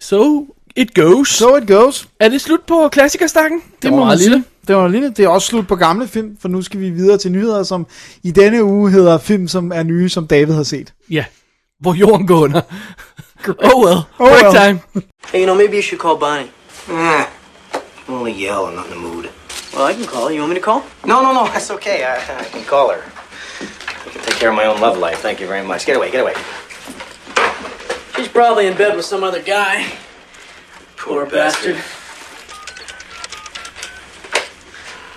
[SPEAKER 6] So, it goes. So.
[SPEAKER 5] So it goes.
[SPEAKER 6] Er det slut på klassikerstakken? Det,
[SPEAKER 5] var meget
[SPEAKER 6] sige.
[SPEAKER 5] lille. Det var lille. Det er også slut på gamle film, for nu skal vi videre til nyheder, som i denne uge hedder film, som er nye, som David har set.
[SPEAKER 6] Ja. Hvor jorden går under. oh well.
[SPEAKER 5] Oh
[SPEAKER 6] Oh Break
[SPEAKER 5] well.
[SPEAKER 6] time.
[SPEAKER 1] Eh,
[SPEAKER 4] Hey, you know, maybe you should call Bonnie.
[SPEAKER 1] Ah, I'm only yell, I'm not in the mood.
[SPEAKER 4] Well, I can call. You want me to call?
[SPEAKER 1] No, no, no, that's okay. I, I can call her. I can take care of my own love life. Thank you very much. Get away, get away.
[SPEAKER 4] She's probably in bed with some other guy. Poor, bastard.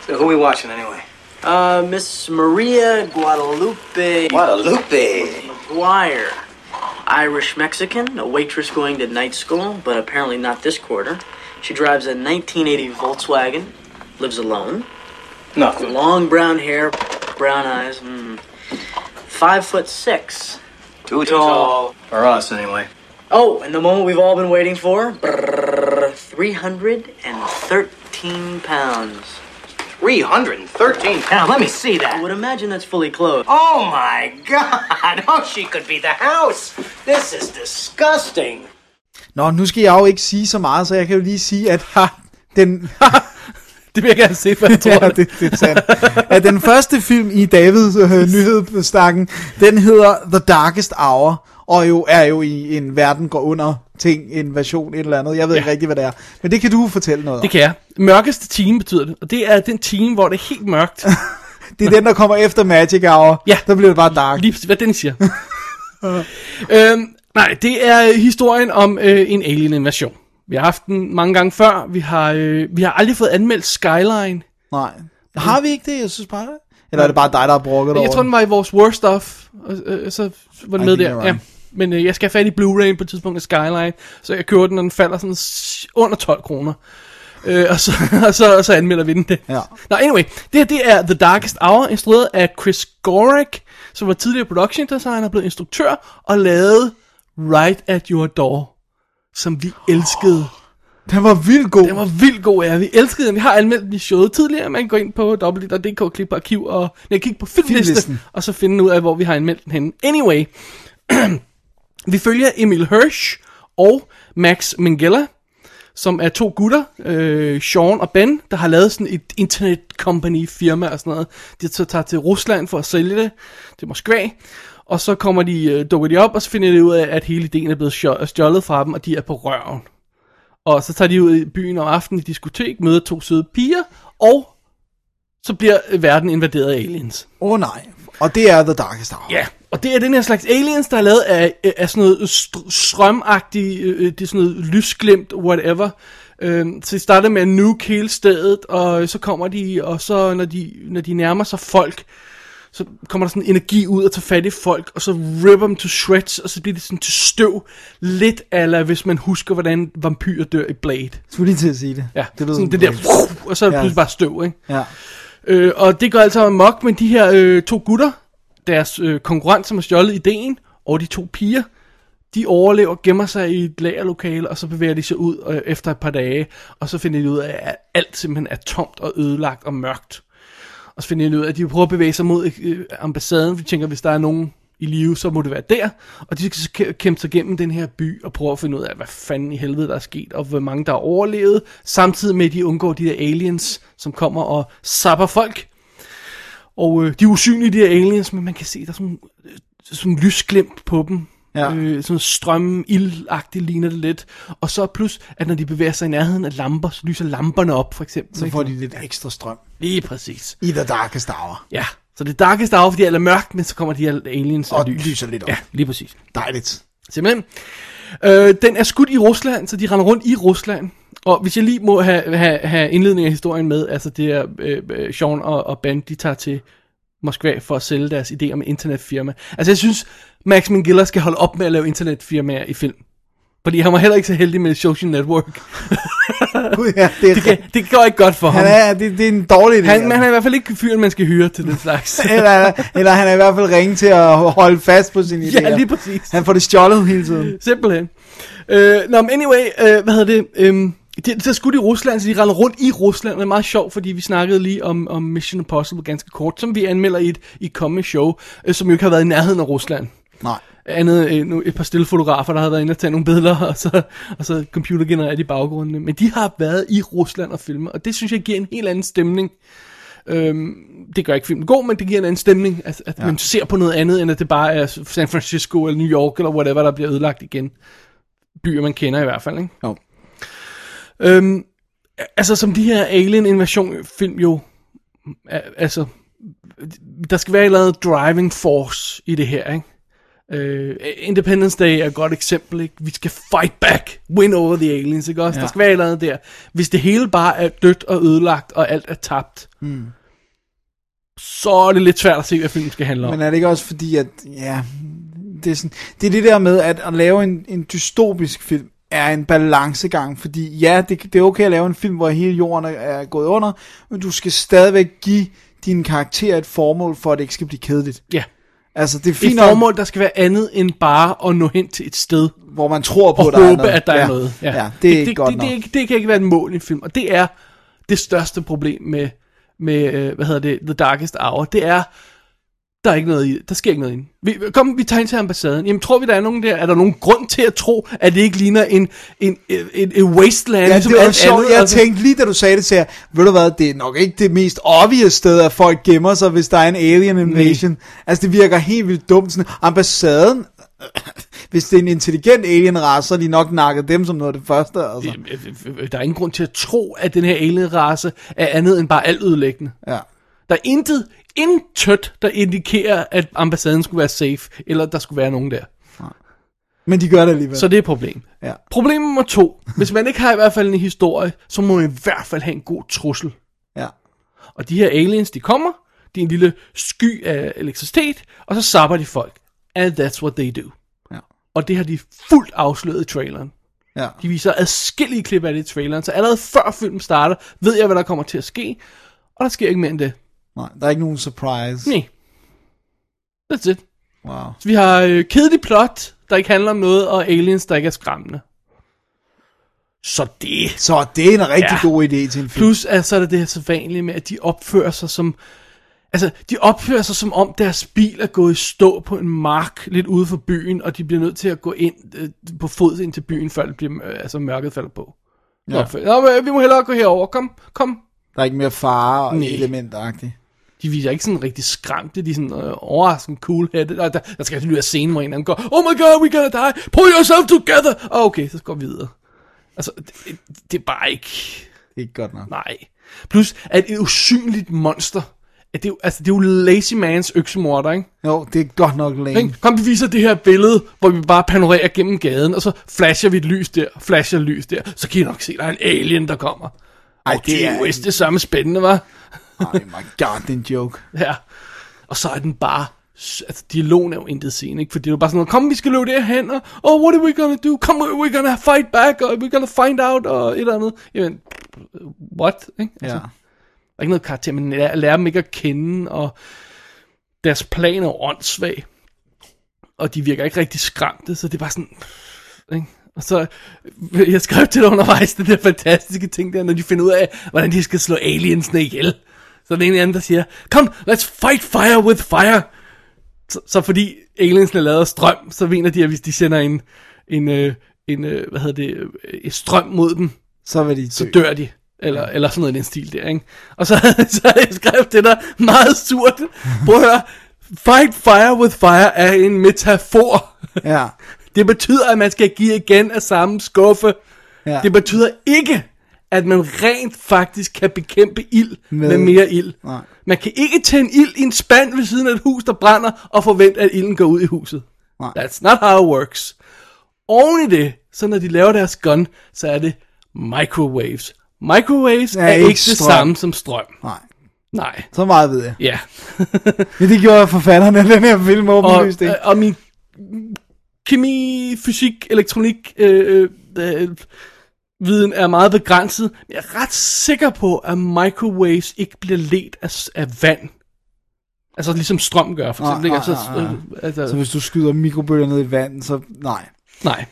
[SPEAKER 1] So who are we watching anyway?
[SPEAKER 4] Uh, Miss Maria Guadalupe
[SPEAKER 1] Guadalupe.
[SPEAKER 4] McGuire. Irish Mexican, a waitress going to night school, but apparently not this quarter. She drives a 1980 Volkswagen, lives alone,
[SPEAKER 1] Nothing.
[SPEAKER 4] long brown hair, brown eyes, mm. five foot six.
[SPEAKER 1] Too tall. For us, anyway.
[SPEAKER 4] Oh, and the moment we've all been waiting for, brrrr, 313 pounds.
[SPEAKER 1] 313 pounds. Let me see
[SPEAKER 4] I
[SPEAKER 1] that.
[SPEAKER 4] would imagine that's fully clothed.
[SPEAKER 1] Oh my god. Oh, she could be the house. This is disgusting.
[SPEAKER 5] Nå, nu skal jeg jo ikke sige så meget, så jeg kan jo lige sige, at ha, den...
[SPEAKER 6] Det vil jeg gerne se, for jeg tror
[SPEAKER 5] ja,
[SPEAKER 6] det.
[SPEAKER 5] det, det er sandt. At den første film i Davids øh, nyhedsstakken, den hedder The Darkest Hour, og jo er jo i en verden går under ting, en version, et eller andet. Jeg ved ja. ikke rigtig, hvad det er. Men det kan du fortælle noget
[SPEAKER 6] Det kan jeg. Mørkeste time betyder det, og det er den time, hvor det er helt mørkt.
[SPEAKER 5] om. Det er den, der kommer efter Magic Hour.
[SPEAKER 6] Ja.
[SPEAKER 5] Der bliver det bare dark.
[SPEAKER 6] Lige præcis, hvad den siger. øhm, nej, det er historien om øh, en alien invasion. Vi har haft den mange gange før. Vi har, øh, vi har aldrig fået anmeldt Skyline.
[SPEAKER 5] Nej. Har vi ikke det? Jeg synes bare... Eller er det bare dig, der har brokket over
[SPEAKER 6] Jeg tror, den var i vores worst of, og, øh, så var den
[SPEAKER 5] I
[SPEAKER 6] med
[SPEAKER 5] think
[SPEAKER 6] der.
[SPEAKER 5] you're
[SPEAKER 6] Ja.
[SPEAKER 5] right.
[SPEAKER 6] Men øh, jeg skal have fat i Blu-ray på et tidspunkt af Skyline, så jeg køber den, når den falder sådan s- under 12 kroner. Øh, og, så, og, så, og så anmelder vi den der.
[SPEAKER 5] Ja.
[SPEAKER 6] Nå, anyway, det her det er The Darkest Hour, instrueret af Chris Gorick, som var tidligere production designer, blevet instruktør, og lavede Right at Your Door, som vi elskede.
[SPEAKER 5] Den var vildt god.
[SPEAKER 6] Den var vildt god, ja. Vi elskede den. Vi har anmeldt den i showet tidligere. Man kan gå ind på www.dk og klikke på arkiv og nej, kigge på filmlisten,
[SPEAKER 5] Filmlisten.
[SPEAKER 6] filmlisten, og så finde ud af, hvor vi har anmeldt den henne. Anyway, vi følger Emil Hirsch og Max Mengele, som er to gutter, øh, Sean og Ben, der har lavet sådan et internet company firma og sådan noget. De så tager til Rusland for at sælge det til Moskva, og så kommer de, øh, dukker de op, og så finder de ud af, at hele ideen er blevet stjå- stjålet fra dem, og de er på røven. Og så tager de ud i byen om aftenen i diskotek, møder to søde piger, og så bliver verden invaderet af aliens.
[SPEAKER 5] Åh oh, nej. Og det er The Darkest Hour.
[SPEAKER 6] Ja, og det er den her slags aliens, der er lavet af, øh, af sådan noget str- strømagtigt, øh, det er sådan noget lysglimt, whatever. Øh, så de starter med at nuke hele stedet, og så kommer de, og så når de, når de nærmer sig folk, så kommer der sådan energi ud og tager fat i folk, og så ripper dem til shreds, og så bliver det sådan til støv, lidt eller hvis man husker, hvordan vampyrer dør i Blade.
[SPEAKER 5] Skulle lige til at sige det.
[SPEAKER 6] Ja,
[SPEAKER 5] det
[SPEAKER 6] det
[SPEAKER 5] lyder
[SPEAKER 6] sådan
[SPEAKER 5] som-
[SPEAKER 6] det der, og så er det
[SPEAKER 5] Ja.
[SPEAKER 6] pludselig bare støv, ikke?
[SPEAKER 5] Ja.
[SPEAKER 6] Øh, og det går altså amok, men de her øh, to gutter, deres øh, konkurrent, som har stjålet ideen, og de to piger, de overlever, gemmer sig i et lagerlokale, og så bevæger de sig ud øh, efter et par dage, og så finder de ud af, at alt simpelthen er tomt og ødelagt og mørkt. Og så finder de ud af, at de prøver at bevæge sig mod øh, ambassaden, for de tænker, hvis der er nogen i live, så må det være der. Og de skal så kæ- kæmpe sig gennem den her by og prøve at finde ud af, hvad fanden i helvede der er sket, og hvor mange der er overlevet, samtidig med, at de undgår de der aliens, som kommer og sapper folk. Og øh, de er usynlige, de der aliens, men man kan se, der er sådan, øh, sådan lysglimt på dem.
[SPEAKER 5] Ja.
[SPEAKER 6] Øh, sådan strømme, ildagtigt ligner det lidt. Og så plus, at når de bevæger sig i nærheden af lamper, så lyser lamperne op, for eksempel.
[SPEAKER 5] Så
[SPEAKER 6] ikke?
[SPEAKER 5] får de lidt ekstra strøm.
[SPEAKER 6] Lige præcis.
[SPEAKER 5] I The Darkest Hour.
[SPEAKER 6] Ja, så det darkest hour, fordi alt er mørkt, men så kommer de her aliens og,
[SPEAKER 5] Og
[SPEAKER 6] lys.
[SPEAKER 5] lyser lidt op.
[SPEAKER 6] Ja, lige præcis.
[SPEAKER 5] Dejligt.
[SPEAKER 6] Simpelthen. Øh, den er skudt i Rusland, så de render rundt i Rusland. Og hvis jeg lige må have, have, have indledningen af historien med, altså det er øh, øh, Sean og, og Ben, de tager til Moskva for at sælge deres idé om et internetfirma. Altså jeg synes, Max Mingiller skal holde op med at lave internetfirmaer i film. Fordi han var heller ikke så heldig med Social Network.
[SPEAKER 5] Gud, ja, det er
[SPEAKER 6] Det, kan, det går ikke godt for ham.
[SPEAKER 5] Han er, det, det er en dårlig idé.
[SPEAKER 6] han, men han
[SPEAKER 5] altså.
[SPEAKER 6] er i hvert fald ikke fyren, man skal hyre til den slags.
[SPEAKER 5] eller, eller han er i hvert fald ringe til at holde fast på sine idéer.
[SPEAKER 6] ja, lige præcis.
[SPEAKER 5] Han får det stjålet hele tiden.
[SPEAKER 6] Simpelthen. Øh, nå, men anyway, øh, hvad hedder det? Øhm, det, det er skudt i Rusland, så de render rundt i Rusland, og det er meget sjovt, fordi vi snakkede lige om, om Mission Impossible ganske kort, som vi anmelder i et i et kommende show, øh, som jo ikke har været i nærheden af Rusland.
[SPEAKER 5] Nej.
[SPEAKER 6] Andet øh, nu- et par stille fotografer, der havde været inde og tage nogle billeder, og så, og så computergenereret i baggrunden. Men de har været i Rusland og filmer, og det synes jeg giver en helt anden stemning. Øhm, det gør ikke filmen god, men det giver en anden stemning, at, at ja. man ser på noget andet, end at det bare er San Francisco eller New York eller whatever, der bliver ødelagt igen. Byer, man kender i hvert fald, ikke?
[SPEAKER 5] Jo.
[SPEAKER 6] Øhm, altså som de her Alien Invasion film jo, er- altså, der skal være et eller andet driving force i det her, ikke? Øh, Independence Day er et godt eksempel, ikke? Vi skal fight back, win over the aliens, ikke også? Ja. Der skal være et eller andet der. Hvis det hele bare er dødt og ødelagt, og alt er tabt, mm.
[SPEAKER 5] Hmm.
[SPEAKER 6] så er det lidt svært at se, hvad filmen skal handle om.
[SPEAKER 5] Men er det ikke også fordi, at ja, det, er sådan, det er det der med, at at lave en, en dystopisk film, er en balancegang, fordi ja, det, det er okay at lave en film, hvor hele jorden er, er gået under, men du skal stadigvæk give din karakter et formål, for at det ikke skal blive kedeligt.
[SPEAKER 6] ja.
[SPEAKER 5] Altså, det er
[SPEAKER 6] Et
[SPEAKER 5] fint nok,
[SPEAKER 6] formål, der skal være andet end bare at nå hen til et sted,
[SPEAKER 5] hvor man tror på,
[SPEAKER 6] og
[SPEAKER 5] at der er
[SPEAKER 6] håbe,
[SPEAKER 5] noget.
[SPEAKER 6] at der er
[SPEAKER 5] ja.
[SPEAKER 6] noget.
[SPEAKER 5] Ja, ja det er ikke
[SPEAKER 6] det,
[SPEAKER 5] godt
[SPEAKER 6] det,
[SPEAKER 5] nok.
[SPEAKER 6] Det, er ikke- det kan ikke være et mål i en film, og det er det største problem med, med øh, hvad hedder det, The Darkest Hour, det er, der er ikke noget i det. Der sker ikke noget i den. Vi, kom, vi tager ind til ambassaden. Jamen, tror vi, der er nogen der? Er der nogen grund til at tro, at det ikke ligner en, en, en, en, en wasteland?
[SPEAKER 5] Ja,
[SPEAKER 6] som
[SPEAKER 5] det var
[SPEAKER 6] alt
[SPEAKER 5] sjovt.
[SPEAKER 6] andet?
[SPEAKER 5] Jeg
[SPEAKER 6] Altså,
[SPEAKER 5] tænkte lige, da du sagde det, så jeg, ved du hvad, det er nok ikke det mest obvious sted, at folk gemmer sig, hvis der er en alien invasion. Altså, det virker helt vildt dumt. Sådan, ambassaden, hvis det er en intelligent alien race, så har de nok nakket dem som noget af det første. Altså.
[SPEAKER 6] øh, øh, Der er ingen grund til at tro, at den her alien-race er andet end bare alt ødelæggende.
[SPEAKER 5] Ja.
[SPEAKER 6] Der er intet, intet, der indikerer, at ambassaden skulle være safe, eller der skulle være nogen der.
[SPEAKER 5] Men de gør det alligevel.
[SPEAKER 6] Så det er et problem.
[SPEAKER 5] Ja.
[SPEAKER 6] Problem nummer to. Hvis man ikke har i hvert fald en historie, så må man i hvert fald have en god trussel.
[SPEAKER 5] Ja.
[SPEAKER 6] Og de her aliens, de kommer, de er en lille sky af elektricitet, og så sapper de folk. And that's what they do.
[SPEAKER 5] Ja.
[SPEAKER 6] Og det har de fuldt afsløret i traileren.
[SPEAKER 5] Ja.
[SPEAKER 6] De viser adskillige klip af det i traileren, så allerede før filmen starter, ved jeg, hvad der kommer til at ske. Og der sker ikke mere end det.
[SPEAKER 5] Nej, der er ikke nogen surprise.
[SPEAKER 6] Nej. That's it.
[SPEAKER 5] Wow.
[SPEAKER 6] Så vi har øh, kedelig plot, der ikke handler om noget, og aliens, der ikke er skræmmende. Så det.
[SPEAKER 5] Så det er en rigtig
[SPEAKER 6] Ja.
[SPEAKER 5] ja. god idé til en film.
[SPEAKER 6] Plus, at så er der det her så vanlige med, at de opfører sig som... Altså, de opfører sig som om deres bil er gået i stå på en mark lidt ude for byen, og de bliver nødt til at gå ind øh, på fod ind til byen, før det bliver, øh, altså, mørket falder på. Ja. Nå, men, øh, vi må hellere gå herover. Kom, kom.
[SPEAKER 5] Der er ikke mere fare og
[SPEAKER 6] Nej.
[SPEAKER 5] elementagtigt.
[SPEAKER 6] De viser ikke sådan rigtig skræmte, de er sådan øh, overraskende cool headed. Og der, der skal lige være scene, hvor en af dem går, Oh my god, we gonna die, pull yourself together. Og okay, så går vi videre. Altså, det, det er bare ikke...
[SPEAKER 5] Det er ikke godt nok.
[SPEAKER 6] Nej. Plus, at et usynligt monster, at det, er jo- altså, det er jo lazy mans øksemorder, ikke?
[SPEAKER 5] Jo, det er godt nok lame.
[SPEAKER 6] Ikke? Kom, vi viser det her billede, hvor vi bare panorerer gennem gaden, og så flasher vi et lys der, flasher et lys der, så kan I nok se, der er en alien, der kommer. Ej, oh, det er... det er samme spændende, var.
[SPEAKER 5] Oh my god, det er en joke.
[SPEAKER 6] Ja. Og så er den bare... Altså, dialogen er jo intet scene, ikke? For det er jo bare sådan noget, kom, vi skal løbe derhen, og, oh, what are we gonna do? Come, we're gonna fight back, og we're gonna find out, og et eller andet. Jamen, what? Ikke? Altså,
[SPEAKER 5] Ja.
[SPEAKER 6] Der er ikke noget karakter, men lærer, lærer dem ikke at kende, og deres plan er åndssvag. Og de virker ikke rigtig skræmte, så det er bare sådan... Ikke? Og så, øh, jeg skrev til dig undervejs, det der fantastiske ting der, når de finder ud af, hvordan de skal slå aliensene ihjel. Så er der en eller anden, der siger, kom, let's fight fire with fire. Så, så fordi aliensene er lavet af strøm, så mener de, at hvis de sender en, en, øh, en, øh, hvad hedder det, øh, en strøm mod dem,
[SPEAKER 5] Så vil de dø.
[SPEAKER 6] så dør de. Eller, eller sådan noget i den stil der, ikke? Og så, så havde jeg skrevet det der meget surt. Prøv at høre. Fight fire with fire er en metafor.
[SPEAKER 5] Ja.
[SPEAKER 6] Det betyder, at man skal give igen af samme skuffe.
[SPEAKER 5] Ja.
[SPEAKER 6] Det betyder ikke, at man rent faktisk kan bekæmpe ild med,
[SPEAKER 5] Med-
[SPEAKER 6] med mere ild.
[SPEAKER 5] Nej.
[SPEAKER 6] Man kan ikke tænde ild i en spand ved siden af et hus, der brænder, og forvente, at ilden går ud i huset.
[SPEAKER 5] Nej.
[SPEAKER 6] That's not how it works. Oven i det, så når de laver deres gun, så er det microwaves. Microwaves
[SPEAKER 5] Ja,
[SPEAKER 6] er, er ikke
[SPEAKER 5] ikke
[SPEAKER 6] det
[SPEAKER 5] strøm.
[SPEAKER 6] samme som strøm.
[SPEAKER 5] Nej.
[SPEAKER 6] Nej.
[SPEAKER 5] Så meget ved jeg.
[SPEAKER 6] Ja.
[SPEAKER 5] Men det gjorde forfatterne af den her film
[SPEAKER 6] og, øh,
[SPEAKER 5] åbenlyst, ikke?
[SPEAKER 6] og, og min kemi, fysik, elektronik, øh, øh, øh, viden er meget begrænset. Jeg er ret sikker på, at microwaves ikke bliver let af, af vand. Altså ligesom strøm gør, for
[SPEAKER 5] Nej,
[SPEAKER 6] eksempel. ikke?
[SPEAKER 5] nej,
[SPEAKER 6] Altså,
[SPEAKER 5] nej, nej.
[SPEAKER 6] øh, altså,
[SPEAKER 5] Så hvis du skyder mikrobølger ned i vand, så nej.
[SPEAKER 6] Nej.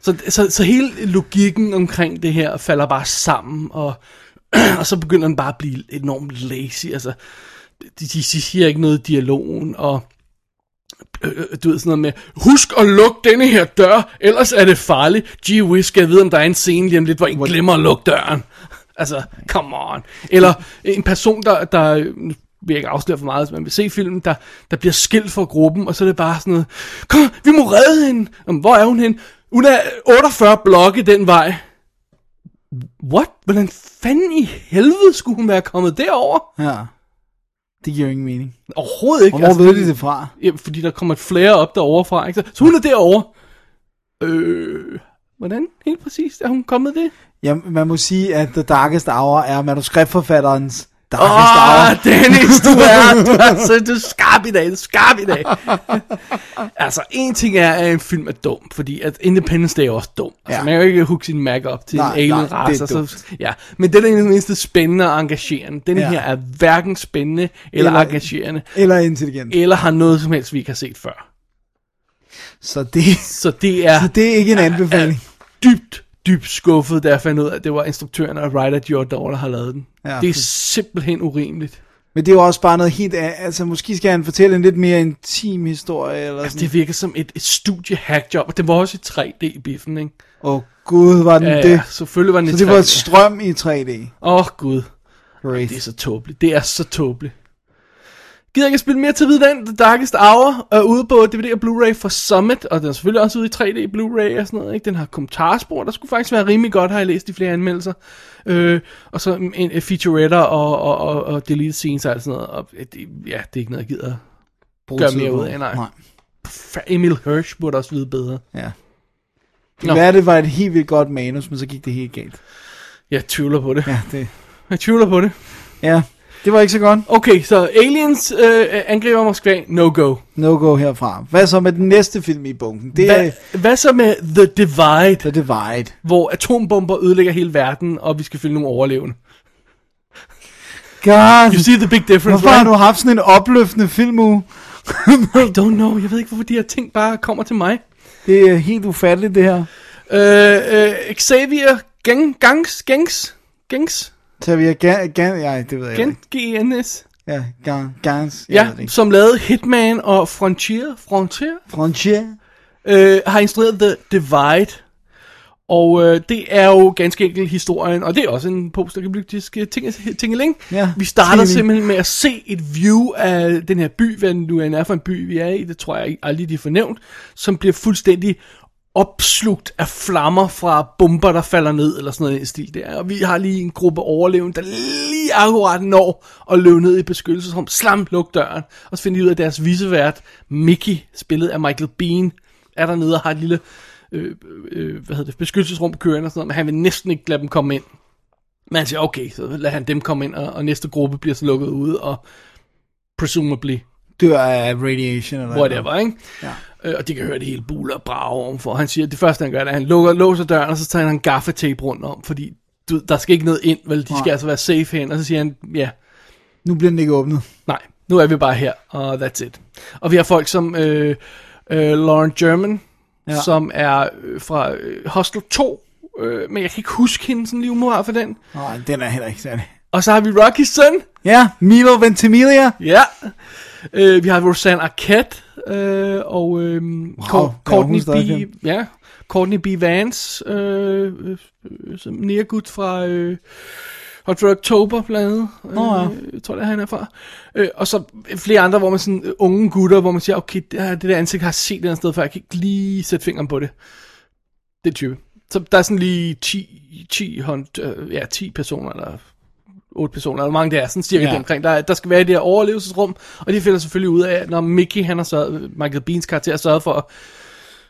[SPEAKER 6] Så, så, så hele logikken omkring det her falder bare sammen, og, og så begynder den bare at blive enormt lazy. Altså, de, de, de siger ikke noget i dialogen, og øh, øh, du ved sådan noget med, husk at lukke denne her dør, ellers er det farligt. Gee whiz, skal jeg vide, om der er en scene lige om lidt, hvor en glemmer at lukke døren. Altså, come on. Eller en person, der, der nu vil jeg ikke afsløre for meget, hvis man vil se filmen, der, der bliver skilt fra gruppen, og så er det bare sådan noget, kom, vi må redde hende. Jamen, hvor er hun henne? Hun er 48 blokke den vej. what? Hvordan fanden i helvede skulle hun være kommet derover?
[SPEAKER 5] Ja. Det giver jo ingen mening.
[SPEAKER 6] Overhovedet ikke. Altså,
[SPEAKER 5] Og hvor ved de det fra?
[SPEAKER 6] Ja, fordi der kommer et flere op derovre fra, ikke? Så, så hun er derovre. Øh, hvordan helt præcist er hun kommet det?
[SPEAKER 5] Ja, man må sige, at The Darkest Hour er manuskriptforfatterens
[SPEAKER 6] Åh,
[SPEAKER 5] Darkest Hour.
[SPEAKER 6] oh, Dennis, du er, du er, så, du er skarp i dag, du er skarp i dag. altså, en ting er, at en film er dum, fordi at Independence Day er også dum. Altså,
[SPEAKER 5] Ja.
[SPEAKER 6] ja. man kan jo ikke hooke sin mag op til
[SPEAKER 5] Nej,
[SPEAKER 6] en
[SPEAKER 5] nej,
[SPEAKER 6] alien
[SPEAKER 5] det er
[SPEAKER 6] race. Så, ja. Men den er den eneste spændende og engagerende. Den
[SPEAKER 5] Ja.
[SPEAKER 6] ja. her er hverken spændende eller,
[SPEAKER 5] Eller-
[SPEAKER 6] eller engagerende,
[SPEAKER 5] Eller intelligent.
[SPEAKER 6] eller har noget som helst, vi ikke har set før.
[SPEAKER 5] Så det,
[SPEAKER 6] Så det er...
[SPEAKER 5] så det er ikke en anbefaling.
[SPEAKER 6] dybt, dybt skuffet, da jeg fandt ud af, at det var instruktøren og writer Giordano, der har lavet den.
[SPEAKER 5] Ja,
[SPEAKER 6] Ja, det er
[SPEAKER 5] for-
[SPEAKER 6] simpelthen urimeligt.
[SPEAKER 5] Men det er jo også bare noget helt af, altså måske skal han fortælle en lidt mere intim historie, eller
[SPEAKER 6] Altså,
[SPEAKER 5] sådan.
[SPEAKER 6] det virker som et, et studie-hackjob, og den var også i 3D i biffen, ikke?
[SPEAKER 5] Åh oh, gud, var den
[SPEAKER 6] Ja,
[SPEAKER 5] det.
[SPEAKER 6] ja, selvfølgelig var den
[SPEAKER 5] Så
[SPEAKER 6] i
[SPEAKER 5] det var
[SPEAKER 6] 3D.
[SPEAKER 5] et strøm i 3D.
[SPEAKER 6] Åh, oh, gud. Det er
[SPEAKER 5] Great.
[SPEAKER 6] så tåbeligt. Det er så tåbeligt. Gider ikke at spille mere tid ved den. The Darkest Hour er ude på DVD og Blu-ray fra Summit, og den er selvfølgelig også ude i 3D Blu-ray og sådan noget. Ikke? Den har kommentarspor, der skulle faktisk være rimelig godt, har jeg læst i flere anmeldelser. Øh, og så en, en featuretter og, og, og, og deleted scenes og alt sådan noget. Og, øh, det, ja, det er ikke noget, jeg gider.
[SPEAKER 5] Brug
[SPEAKER 6] Gør
[SPEAKER 5] tid
[SPEAKER 6] mere
[SPEAKER 5] på.
[SPEAKER 6] ud af, nej. Fa- Emil Hirsch burde også vide bedre.
[SPEAKER 5] Ja. Det
[SPEAKER 6] Nå.
[SPEAKER 5] kan være, det var et helt vildt godt manus, men så gik det helt galt.
[SPEAKER 6] Jeg tvivler på det.
[SPEAKER 5] Ja, det,
[SPEAKER 6] Jeg tvivler på det.
[SPEAKER 5] ja. det var ikke så godt.
[SPEAKER 6] Okay, så Aliens øh, angriber Moskva. No-go.
[SPEAKER 5] No-go herfra. Hvad så med den næste film i bunken? Det er
[SPEAKER 6] Hvad, hvad så med The Divide?
[SPEAKER 5] The Divide.
[SPEAKER 6] hvor atombomber ødelægger hele verden, og vi skal finde nogle overlevende.
[SPEAKER 5] God,
[SPEAKER 6] You see the big difference,
[SPEAKER 5] hvorfor har
[SPEAKER 6] right?
[SPEAKER 5] du haft sådan en opløftende filmuge?
[SPEAKER 6] I don't know. Jeg ved ikke, hvorfor de her ting bare kommer til mig.
[SPEAKER 5] Det er helt ufatteligt, det her.
[SPEAKER 6] Øh, øh, Xavier Gang, Gangs, Gangs, Gangs,
[SPEAKER 5] Så vi har gan, gan, ja, det ved jeg
[SPEAKER 6] Gen,
[SPEAKER 5] ikke.
[SPEAKER 6] G-E-N-S.
[SPEAKER 5] Ja, gan, gans, jeg ved det
[SPEAKER 6] Ja,
[SPEAKER 5] ikke.
[SPEAKER 6] som lavede Hitman og Frontier, Frontier,
[SPEAKER 5] Frontier.
[SPEAKER 6] øh, har instrueret The Divide. Og øh, det er jo ganske enkelt historien, og det er også en postapokalyptisk øh, ting- tingeling.
[SPEAKER 5] Ja,
[SPEAKER 6] vi starter
[SPEAKER 5] tingeling.
[SPEAKER 6] simpelthen med at se et view af den her by, hvad den nu end er for en by, vi er i, det tror jeg ikke aldrig, de får nævnt, som bliver fuldstændig opslugt af flammer fra bomber, der falder ned, eller sådan noget i den stil der. Og vi har lige en gruppe overlevende, der lige akkurat når at løbe ned i beskyttelsesrum. Slam, luk døren. Og så finder de ud af, at deres visevært, Mickey, spillet af Michael Bean, er dernede og har et lille øh, øh, hvad hedder det, beskyttelsesrum kørende og sådan noget, men han vil næsten ikke lade dem komme ind. Men han siger, okay, så lader han dem komme ind, og, og næste gruppe bliver så lukket ud, og presumably
[SPEAKER 5] Dør af radiation eller
[SPEAKER 6] whatever, ikke? Ja. Øh, og de kan høre det hele bule og brage ovenfor. Han siger, at det første, han gør, det er, at han lukker, låser døren, og så tager han en gaffatape rundt om, fordi du, ved, der skal ikke noget ind, vel? De skal
[SPEAKER 5] Nej.
[SPEAKER 6] altså være safe hen, og så siger han, ja,
[SPEAKER 5] Nu bliver den ikke åbnet.
[SPEAKER 6] Nej, nu er vi bare her, og that's it. Og vi har folk som øh, øh, Lauren German,
[SPEAKER 5] Ja.
[SPEAKER 6] ja. som er øh, fra øh, Hostel 2, øh, men jeg kan ikke huske hende sådan lige umiddelbart for den.
[SPEAKER 5] Nej, den er heller ikke særlig.
[SPEAKER 6] Og så har vi Rocky Sun,
[SPEAKER 5] Ja, Milo Ventimiglia.
[SPEAKER 6] ja. Øh, vi har Roseanne Arquette, øh, og øh, wow,
[SPEAKER 5] er
[SPEAKER 6] Courtney,
[SPEAKER 5] hun stadig
[SPEAKER 6] B,
[SPEAKER 5] kendt.
[SPEAKER 6] ja, Courtney B. Vance, øh, øh, øh, som Nergut fra... Øh, Hot for October blandt andet.
[SPEAKER 5] Nå ja.
[SPEAKER 6] Øh, jeg tror det er, han er fra. Øh, og så flere andre, hvor man sådan øh, unge gutter, hvor man siger, okay, det, her, det der ansigt har jeg set et eller andet sted før, jeg kan ikke lige sætte fingeren på det. Det type. Så der er sådan lige 10, 10, hånd, øh, ja, 10 personer, eller 8 personer, eller hvor mange det er, sådan cirka
[SPEAKER 5] Ja.
[SPEAKER 6] ja. det omkring. Der, er- der skal være i det her overlevelsesrum, og de finder selvfølgelig ud af, at når Mickey, han har sørget, Michael Beans karakter, har sørget for at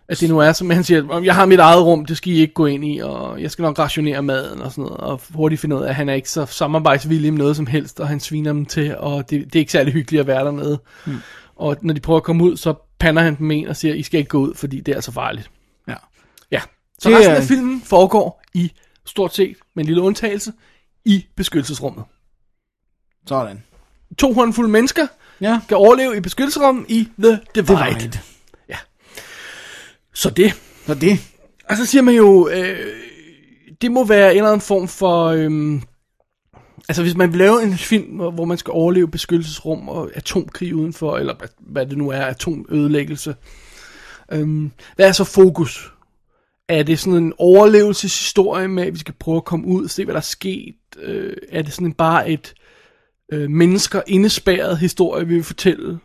[SPEAKER 6] at det nu er, som han siger, "Om jeg har mit eget rum, det skal I ikke gå ind i, og jeg skal nok rationere maden og sådan noget, og hurtigt finde ud af, at han er ikke så samarbejdsvillig med noget som helst, og han sviner dem til, og det, det er ikke særlig hyggeligt at være dernede. Mm. Og når de prøver at komme ud, så pander han dem ind og siger, I skal ikke gå ud, fordi det er så farligt.
[SPEAKER 5] Ja.
[SPEAKER 6] Ja. Så
[SPEAKER 5] Det
[SPEAKER 6] det resten
[SPEAKER 5] er-
[SPEAKER 6] af filmen foregår i, stort set, med en lille undtagelse, i beskyttelsesrummet.
[SPEAKER 5] Sådan.
[SPEAKER 6] To håndfulde mennesker
[SPEAKER 5] Ja.
[SPEAKER 6] skal overleve i beskyttelsesrummet i The Divide.
[SPEAKER 5] Divide.
[SPEAKER 6] Så det.
[SPEAKER 5] Så det.
[SPEAKER 6] Og så siger man jo, øh, det må være en eller anden form for... Øh, altså hvis man vil lave en film, hvor hvor man skal overleve beskyttelsesrum og atomkrig udenfor, eller hvad- hvad det nu er, atomødelæggelse. Øh, hvad er så fokus? Er det sådan en overlevelseshistorie med, at vi skal prøve at komme ud og se, hvad der er sket? Øh, er det sådan bare et øh, mennesker indespærret historie, vi vil fortælle?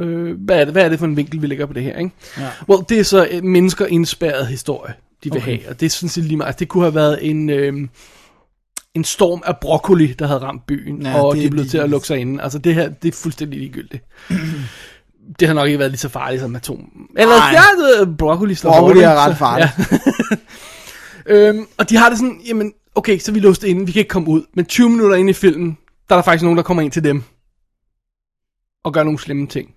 [SPEAKER 6] Øh, hvad, er det, hvad er det for en vinkel, vi lægger på det her, ikke? Ja. Well, det er så øh, mennesker indspærret historie, de vil okay. have, og det synes jeg lige meget. Det kunne have været en, øh, en storm af broccoli, der havde ramt byen,
[SPEAKER 5] Ja,
[SPEAKER 6] ja, og
[SPEAKER 5] det
[SPEAKER 6] de
[SPEAKER 5] er
[SPEAKER 6] blev til at
[SPEAKER 5] ligegyldigt.
[SPEAKER 6] lukke sig inde. Altså det her, det er fuldstændig ligegyldigt. det har nok ikke været lige så farligt som atom. Eller
[SPEAKER 5] Nej.
[SPEAKER 6] ja, det er broccoli slår
[SPEAKER 5] Broccoli
[SPEAKER 6] hårdt,
[SPEAKER 5] er
[SPEAKER 6] ikke?
[SPEAKER 5] ret
[SPEAKER 6] Så-
[SPEAKER 5] farligt.
[SPEAKER 6] Ja. øhm, og de har det sådan, jamen, okay, så er vi låst inde, vi kan ikke komme ud. Men 20 minutter inde i filmen, der er der faktisk nogen, der kommer ind til dem. Og gør nogle slemme ting.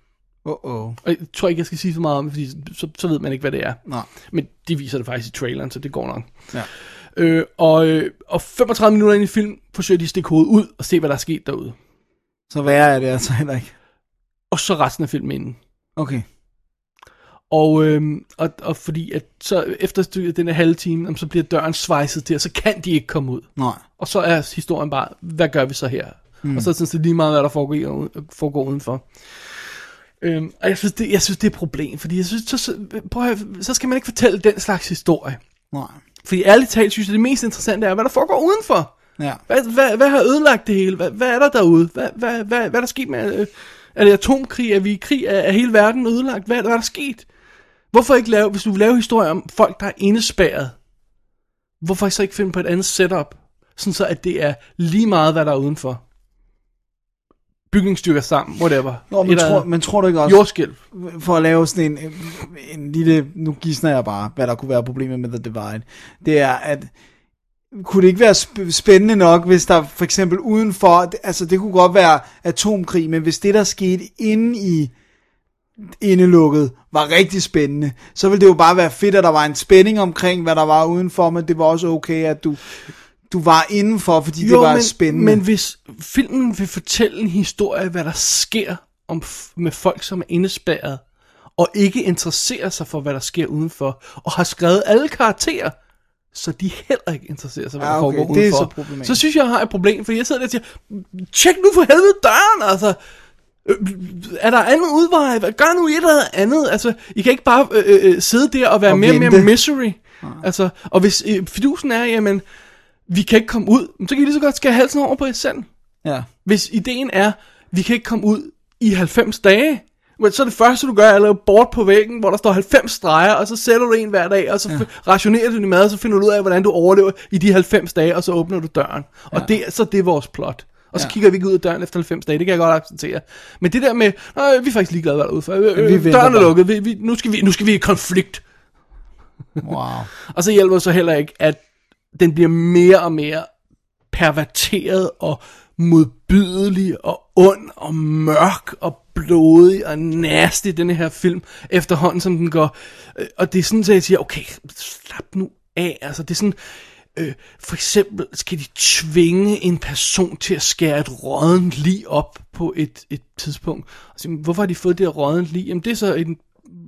[SPEAKER 5] Uh-oh.
[SPEAKER 6] Og jeg tror ikke, jeg skal sige så meget om det, fordi så, så ved man ikke, hvad det er.
[SPEAKER 5] Nej.
[SPEAKER 6] Men de viser det faktisk i traileren, så det går nok.
[SPEAKER 5] Ja.
[SPEAKER 6] Øh, og, øh, og 35 minutter ind i film forsøger de at stikke hovedet ud og se, hvad der er sket derude.
[SPEAKER 5] Så værre er det altså heller ikke.
[SPEAKER 6] Og så resten af filmen inden.
[SPEAKER 5] Okay.
[SPEAKER 6] Og, øhm, og, og fordi at så efter stykket- den her halve time, jamen, så bliver døren svejset til, og så kan de ikke komme ud.
[SPEAKER 5] Nej.
[SPEAKER 6] Og så er historien bare, hvad gør vi så her? Mm. Og så synes det lige meget, hvad der foregår, i- foregår udenfor. Øhm, og jeg synes, det, jeg synes, det er et problem, fordi jeg synes, så- så, prøv at, høre, så skal man ikke fortælle den slags historie.
[SPEAKER 5] Nej.
[SPEAKER 6] Fordi ærligt talt, synes jeg, det mest interessante er, hvad der foregår udenfor.
[SPEAKER 5] Ja.
[SPEAKER 6] Hvad, hvad, hvad har ødelagt det hele? Hvad, hvad er der derude? Hvad, hvad, hvad, hvad er der sket med... Øh, er det atomkrig? Er vi i krig? Er, er hele verden ødelagt? Hvad, hvad er der sket? Hvorfor ikke lave... Hvis du vil lave historier om folk, der er indespærret, hvorfor så ikke finde på et andet setup? Sådan så, at det er lige meget, hvad der er udenfor. Bygningsstykker sammen, whatever.
[SPEAKER 5] Nå, men,
[SPEAKER 6] Eller
[SPEAKER 5] tror, men tror du ikke også,
[SPEAKER 6] Jordskælv.
[SPEAKER 5] for at lave sådan en, en lille, nu gisner jeg bare, hvad der kunne være problemet med The Divide, det er, at kunne det ikke være sp- spændende nok, hvis der for eksempel udenfor, altså det kunne godt være atomkrig, men hvis det der skete inde i indelukket var rigtig spændende, så ville det jo bare være fedt, at der var en spænding omkring, hvad der var udenfor, men det var også okay, at du, du var indenfor, fordi jo, det var
[SPEAKER 6] men,
[SPEAKER 5] spændende.
[SPEAKER 6] Men hvis filmen vil fortælle en historie, hvad der sker om, f- med folk, som er indespærret, og ikke interesserer sig for, hvad der sker udenfor, og har skrevet alle karakterer, så de heller ikke interesserer sig, hvad
[SPEAKER 5] Ja,
[SPEAKER 6] der
[SPEAKER 5] Ah, okay,
[SPEAKER 6] foregår
[SPEAKER 5] det er
[SPEAKER 6] udenfor.
[SPEAKER 5] så problematisk.
[SPEAKER 6] så synes jeg, jeg har et problem, fordi jeg sidder der og siger, tjek nu for helvede døren, altså. Øh, Er der andet udvej? Hvad- Gør nu et eller andet. Altså, I kan ikke bare øh, øh, sidde der og være
[SPEAKER 5] Og
[SPEAKER 6] mere og mere
[SPEAKER 5] vente.
[SPEAKER 6] misery. Altså, og hvis øh, fidusen er, jamen, vi kan ikke komme ud, men så kan I lige så godt skære halsen over på jer selv.
[SPEAKER 5] ja.
[SPEAKER 6] Hvis ideen er, vi kan ikke komme ud i 90 dage, men så er det første, du gør, er at lave bort på væggen, hvor der står 90 streger, og så sætter du en hver dag, og så ja. rationerer du din mad, og så finder du ud af, hvordan du overlever i de 90 dage, og så åbner du døren. Og ja. det, så det er vores plot. Og så ja. kigger vi ikke ud af døren efter 90 dage, det kan jeg godt acceptere. Men det der med, nej, vi er faktisk ligeglade, hvad der er ude for. Øh, øh,
[SPEAKER 5] Vi venter
[SPEAKER 6] døren er
[SPEAKER 5] bare."
[SPEAKER 6] lukket, vi, vi, nu, skal vi, nu skal vi i konflikt.
[SPEAKER 5] Wow.
[SPEAKER 6] Og så hjælper det så heller ikke, at den bliver mere og mere perverteret og modbydelig og ond og mørk og blodig og nasty, den her film, efterhånden som den går. Øh, Og det er sådan, at jeg siger, okay, slap nu af. Altså, det er sådan, øh, for eksempel skal de tvinge en person til at skære et rådent lige op på et, et tidspunkt. Og sige, "Men hvorfor har de fået det her rådent lige? Jamen, det er så en,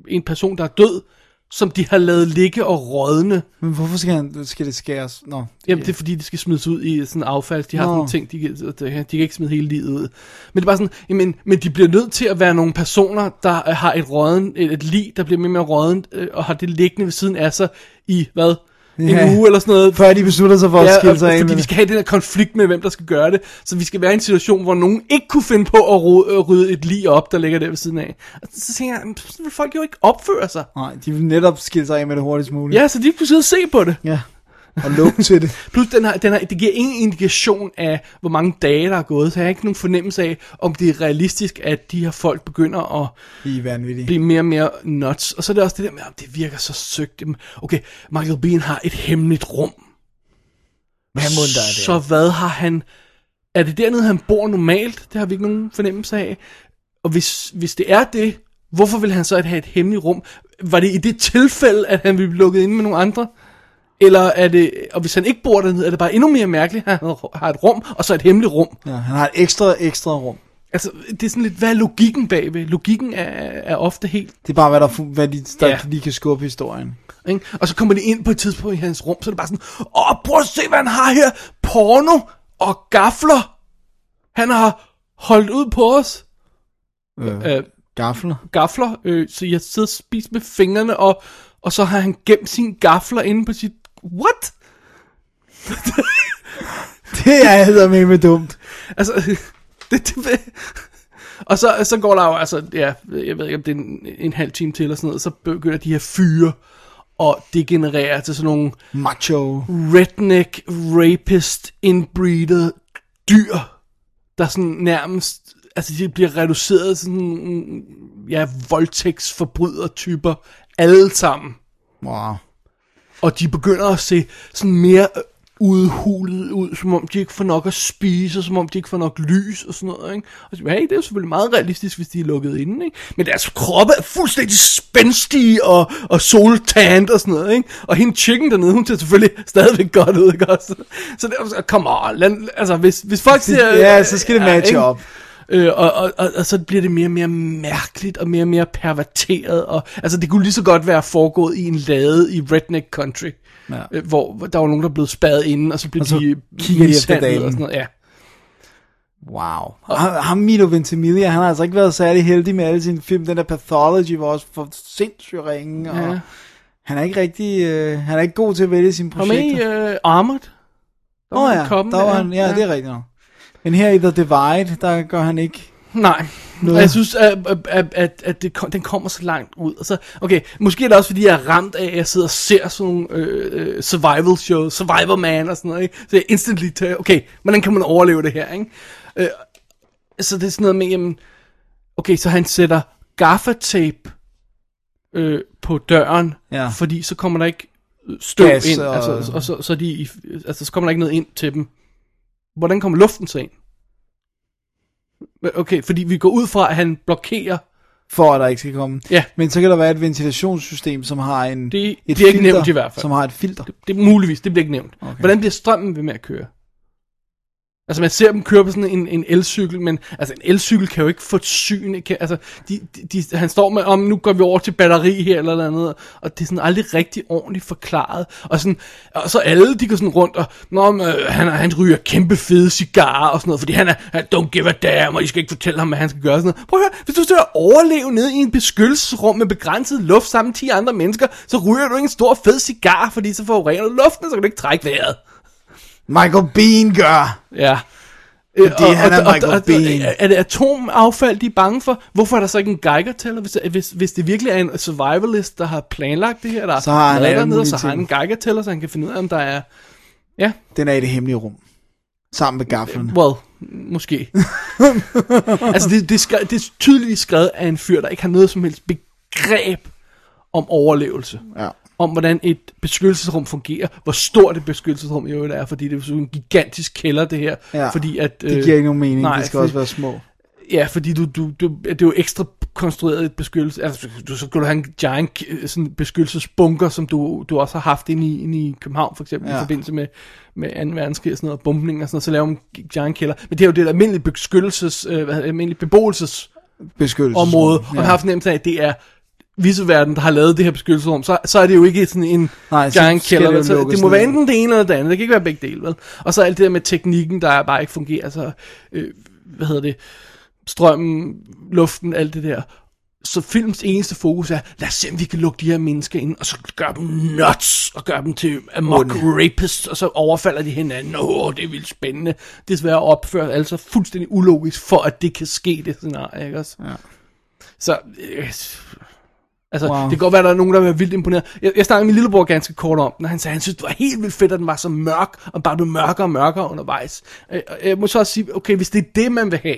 [SPEAKER 6] en person, der er død, som de har lavet ligge og rådne.
[SPEAKER 5] Men hvorfor skal, han, skal det skæres? Nå,
[SPEAKER 6] Jamen, det er fordi, de skal smides ud i sådan affald. De har
[SPEAKER 5] Nå.
[SPEAKER 6] sådan nogle ting, de, kan- de kan ikke smide hele livet ud. Men det er bare sådan, jamen, men de bliver nødt til at være nogle personer, der øh, har et råden, et, et lig, der bliver mere og mere råden, øh, og har det liggende ved siden af sig i, hvad, en
[SPEAKER 5] Ja.
[SPEAKER 6] uge eller sådan noget.
[SPEAKER 5] før de beslutter sig for at skille
[SPEAKER 6] og-
[SPEAKER 5] sig af
[SPEAKER 6] fordi
[SPEAKER 5] med
[SPEAKER 6] vi
[SPEAKER 5] det.
[SPEAKER 6] skal have den her konflikt med, hvem der skal gøre det. Så vi skal være i en situation, hvor nogen ikke kunne finde på at ro- øh, rydde et lig op, der ligger der ved siden af. Og så tænker jeg, jamen, sådan vil folk jo ikke opføre sig.
[SPEAKER 5] Nej, de vil netop skille sig af med det hurtigst muligt.
[SPEAKER 6] Ja, så de kunne sidde og se på det.
[SPEAKER 5] ja. Og lukke til det.
[SPEAKER 6] Plus, den har, den har, det giver ingen indikation af, hvor mange dage, der er gået, så jeg har ikke nogen fornemmelse af, om det er realistisk, at de her folk begynder at
[SPEAKER 5] I er vanvittige.
[SPEAKER 6] blive mere og mere nuts. Og så er det også det der med, at det virker så søgt. Jamen, Okay, Michael Bean har et hemmeligt rum.
[SPEAKER 5] Hvad mund der er det?
[SPEAKER 6] Så hvad har han... Er det dernede, han bor normalt? Det har vi ikke nogen fornemmelse af. Og hvis, hvis det er det, hvorfor vil han så have et hemmeligt rum? Var det i det tilfælde, at han ville blive lukket inde med nogle andre? Eller er det, og hvis han ikke bor dernede, er det bare endnu mere mærkeligt, at han har et rum, og så et hemmeligt rum.
[SPEAKER 5] Ja, han har et ekstra, ekstra rum.
[SPEAKER 6] Altså, det er sådan lidt, hvad er logikken bagved? Logikken er, er ofte helt
[SPEAKER 5] Det er bare, hvad, der, fu- hvad de, der
[SPEAKER 6] Ja.
[SPEAKER 5] lige kan skubbe historien.
[SPEAKER 6] Ikke? Og så kommer de ind på et tidspunkt i hans rum, så er det bare sådan, åh, prøv at se, hvad han har her. Porno og gafler. Han har holdt ud på os.
[SPEAKER 5] Øh,
[SPEAKER 6] Øh,
[SPEAKER 5] gafler.
[SPEAKER 6] gafler, øh, så jeg sidder og spiser med fingrene, og, og så har han gemt sine gafler inde på sit... What?
[SPEAKER 5] Det er hedder med med dumt.
[SPEAKER 6] Altså, det, det, og så, så går der jo, altså, ja, jeg ved ikke, om det er en, en halv time til eller sådan noget, så begynder de her fyre og degenererer til sådan nogle
[SPEAKER 5] Macho.
[SPEAKER 6] redneck, rapist, inbreeder dyr, der sådan nærmest, altså de bliver reduceret til sådan, mm, ja, voldtægtsforbrydertyper, alle sammen.
[SPEAKER 5] Wow.
[SPEAKER 6] Og de begynder at se sådan mere øh, udhulet ud, som om de ikke får nok at spise, og som om de ikke får nok lys og sådan noget. Ikke? Og så, hey, det er jo selvfølgelig meget realistisk, hvis de er lukket inde. Ikke? Men deres kroppe er fuldstændig spændstige og, og soltant og sådan noget. Ikke? Og hende chicken dernede, hun ser selvfølgelig stadigvæk godt ud. Ikke? også? Så det er jo så, come on. Lad, altså, hvis, hvis folk siger...
[SPEAKER 5] Ja, så skal det matche
[SPEAKER 6] ikke?
[SPEAKER 5] op.
[SPEAKER 6] Øh, og, og, og, og så bliver det mere og mere mærkeligt og mere og mere perverteret. Og, altså det kunne lige så godt være foregået i en lade i Redneck Country,
[SPEAKER 5] Ja.
[SPEAKER 6] ja. øh, hvor hvor der var nogen, der blev spadet inden, og så blev
[SPEAKER 5] Og så
[SPEAKER 6] de øh,
[SPEAKER 5] kigger de efter
[SPEAKER 6] mishandlet
[SPEAKER 5] damen.
[SPEAKER 6] og sådan noget. Ja.
[SPEAKER 5] Wow. Og ham- ham Milo Ventimiglia, han har altså ikke været særlig heldig med alle sine film. Den der Pathology var også for sindssygt ringe, og
[SPEAKER 6] Ja.
[SPEAKER 5] han er ikke rigtig, øh, han er ikke god til at vælge sine
[SPEAKER 6] Og med i
[SPEAKER 5] projekter.
[SPEAKER 6] øh, Armored.
[SPEAKER 5] Nå oh, ja,
[SPEAKER 6] Kommen,
[SPEAKER 5] der var han, ja, det er rigtigt nok. Men her i The Divide, der gør han ikke
[SPEAKER 6] Nej.
[SPEAKER 5] Noget.
[SPEAKER 6] Og jeg synes, at, at, at, at det kom, den kommer så langt ud. Og så, okay, måske er det også, fordi jeg er ramt af, at jeg sidder og ser sådan nogle øh, øh, survival shows, Survivor Man og sådan noget, ikke? Så jeg instantly tager, okay, hvordan kan man overleve det her, ikke? Øh, så det er sådan noget med, jamen, okay, så han sætter gaffatape øh, på døren,
[SPEAKER 5] Ja.
[SPEAKER 6] fordi så kommer der ikke øh, støv
[SPEAKER 5] Gas
[SPEAKER 6] ind,
[SPEAKER 5] og-
[SPEAKER 6] og... altså, og så, så, er de, i- altså, så kommer der ikke noget ind til dem. Hvordan kommer luften så ind? Men Okay, fordi vi går ud fra, at han blokerer.
[SPEAKER 5] for, at der ikke skal komme.
[SPEAKER 6] Ja.
[SPEAKER 5] Men så kan der være et ventilationssystem, som har en,
[SPEAKER 6] Det-
[SPEAKER 5] et
[SPEAKER 6] det er ikke nævnt i hvert fald.
[SPEAKER 5] Som har et filter.
[SPEAKER 6] Det er muligvis, det bliver ikke nævnt. Okay. Hvordan bliver strømmen ved med at køre? Altså man ser dem køre på sådan en, en elcykel, men altså en elcykel kan jo ikke få et syn. Kan, altså, de, de, de, han står med, om nu går vi over til batteri her eller noget andet, og det er sådan aldrig rigtig ordentligt forklaret. Og, sådan, og så alle, de går sådan rundt, og Nå, men, øh, han, han ryger kæmpe fede cigarer og sådan noget, fordi han er, han don't give a damn, og I skal ikke fortælle ham, hvad han skal gøre. og Sådan noget. Prøv at høre, hvis du står og overleve nede i en beskyttelsesrum med begrænset luft sammen med 10 andre mennesker, så ryger du ikke en stor fed cigar, fordi så forurener du luften, og så kan du ikke trække vejret.
[SPEAKER 5] Michael Bean gør.
[SPEAKER 6] Ja. Øh, Fordi
[SPEAKER 5] han er Michael Biehn.
[SPEAKER 6] Er det atomaffald, de er bange for? Hvorfor er der så ikke en Geiger-tæller? Hvis, hvis, hvis det virkelig er en survivalist, der har planlagt det her, der
[SPEAKER 5] Så har han
[SPEAKER 6] været
[SPEAKER 5] alle
[SPEAKER 6] dernede,
[SPEAKER 5] mulige
[SPEAKER 6] så har han en
[SPEAKER 5] ting.
[SPEAKER 6] Geiger-tæller, så han kan finde ud af, om der er... Ja,
[SPEAKER 5] Den er i det hemmelige rum. Sammen med gaflen.
[SPEAKER 6] well, måske. altså, det, det, er skrevet, det er tydeligt skrevet af en fyr, der ikke har noget som helst begreb om overlevelse.
[SPEAKER 5] Ja.
[SPEAKER 6] Om hvordan et beskyttelsesrum fungerer. Hvor stort et beskyttelsesrum i øvrigt er, fordi det er sådan en gigantisk kælder, det her.
[SPEAKER 5] Ja,
[SPEAKER 6] fordi at, øh,
[SPEAKER 5] Det giver ikke nogen mening. Nej,
[SPEAKER 6] nej,
[SPEAKER 5] de skal
[SPEAKER 6] fordi-
[SPEAKER 5] også være små.
[SPEAKER 6] Ja, fordi du, du, du, det er jo ekstra konstrueret et beskyttelse. Altså, du, så kunne du have en giant øh, sådan beskyttelsesbunker, som du, du også har haft inde i, inde i København, for eksempel, ja.
[SPEAKER 5] Ja.
[SPEAKER 6] i forbindelse med, med 2. verdenskrig og sådan noget, og bombning og sådan noget, så laver man en giant kælder. Men det er jo det almindelige beskyttelses, øh, hvad hedder det, almindelige beboelsesområde,
[SPEAKER 5] Beskyttelsesområde.
[SPEAKER 6] og man har haft nemt af, at det er viseverden, der har lavet det her beskyttelsesrum, så, så er det jo ikke sådan en
[SPEAKER 5] Nej, så
[SPEAKER 6] giant
[SPEAKER 5] skal
[SPEAKER 6] kælder.
[SPEAKER 5] det jo
[SPEAKER 6] Det, så
[SPEAKER 5] lukkes
[SPEAKER 6] det må være
[SPEAKER 5] ned.
[SPEAKER 6] enten det ene eller det andet. Det kan ikke være begge dele, vel? Og så alt det der med teknikken, der bare ikke fungerer. Altså, øh, hvad hedder det? Strømmen, luften, alt det der. Så films eneste fokus er, lad os se, om vi kan lukke de her mennesker ind, og så gøre dem nuts, og gøre dem til amok rapists, og så overfalder de hinanden. Åh, det er vildt spændende. Desværre opført altså fuldstændig ulogisk for, at det kan ske, det scenarie, ikke også?
[SPEAKER 5] Ja.
[SPEAKER 6] Så, øh, altså,
[SPEAKER 5] Wow.
[SPEAKER 6] wow. det kan godt være, at der er nogen, der er vildt imponeret. Jeg, jeg snakkede med min lillebror ganske kort om den, og han sagde, han synes, det var helt vildt fedt, at den var så mørk, og bare blev mørkere og mørkere undervejs. Øh, og jeg må så også sige, okay, hvis det er det, man vil have,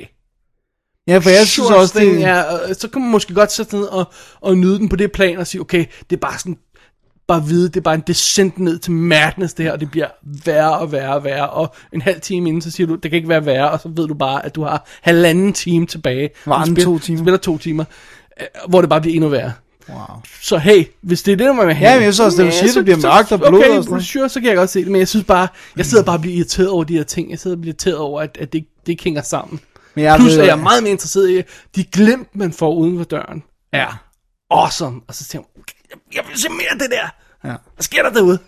[SPEAKER 5] Ja, for jeg synes
[SPEAKER 6] sure
[SPEAKER 5] også,
[SPEAKER 6] thing,
[SPEAKER 5] det,
[SPEAKER 6] ja, øh, så kan man måske godt sætte sig ned og, og nyde den på det plan, og sige, okay, det er bare sådan, bare vide, det er bare en descent ned til madness det her, og det bliver værre og værre og værre, og en halv time inden, så siger du, det kan ikke være værre, og så ved du bare, at du har halvanden time tilbage.
[SPEAKER 5] Var den
[SPEAKER 6] Du spil-
[SPEAKER 5] to timer?
[SPEAKER 6] Spiller to timer, øh, hvor det bare bliver endnu værre.
[SPEAKER 5] Wow.
[SPEAKER 6] Så hey, hvis det er det, man vil have...
[SPEAKER 5] Ja, men jeg synes også, det du
[SPEAKER 6] ja,
[SPEAKER 5] siger,
[SPEAKER 6] så-
[SPEAKER 5] det bliver
[SPEAKER 6] så-
[SPEAKER 5] mørkt og blodet
[SPEAKER 6] Okay,
[SPEAKER 5] og sådan noget.
[SPEAKER 6] sure, så kan jeg godt se det, men jeg synes bare, jeg sidder bare og bliver irriteret over de her ting. Jeg sidder og bliver irriteret over, at, at det, ikke- det ikke hænger sammen.
[SPEAKER 5] Men jeg
[SPEAKER 6] Plus
[SPEAKER 5] ved-
[SPEAKER 6] er jeg meget mere interesseret i, de glimt, man får uden for døren, er awesome. Og så tænker jeg, okay, jeg, jeg vil se mere af det der.
[SPEAKER 5] Ja.
[SPEAKER 6] Hvad sker der derude?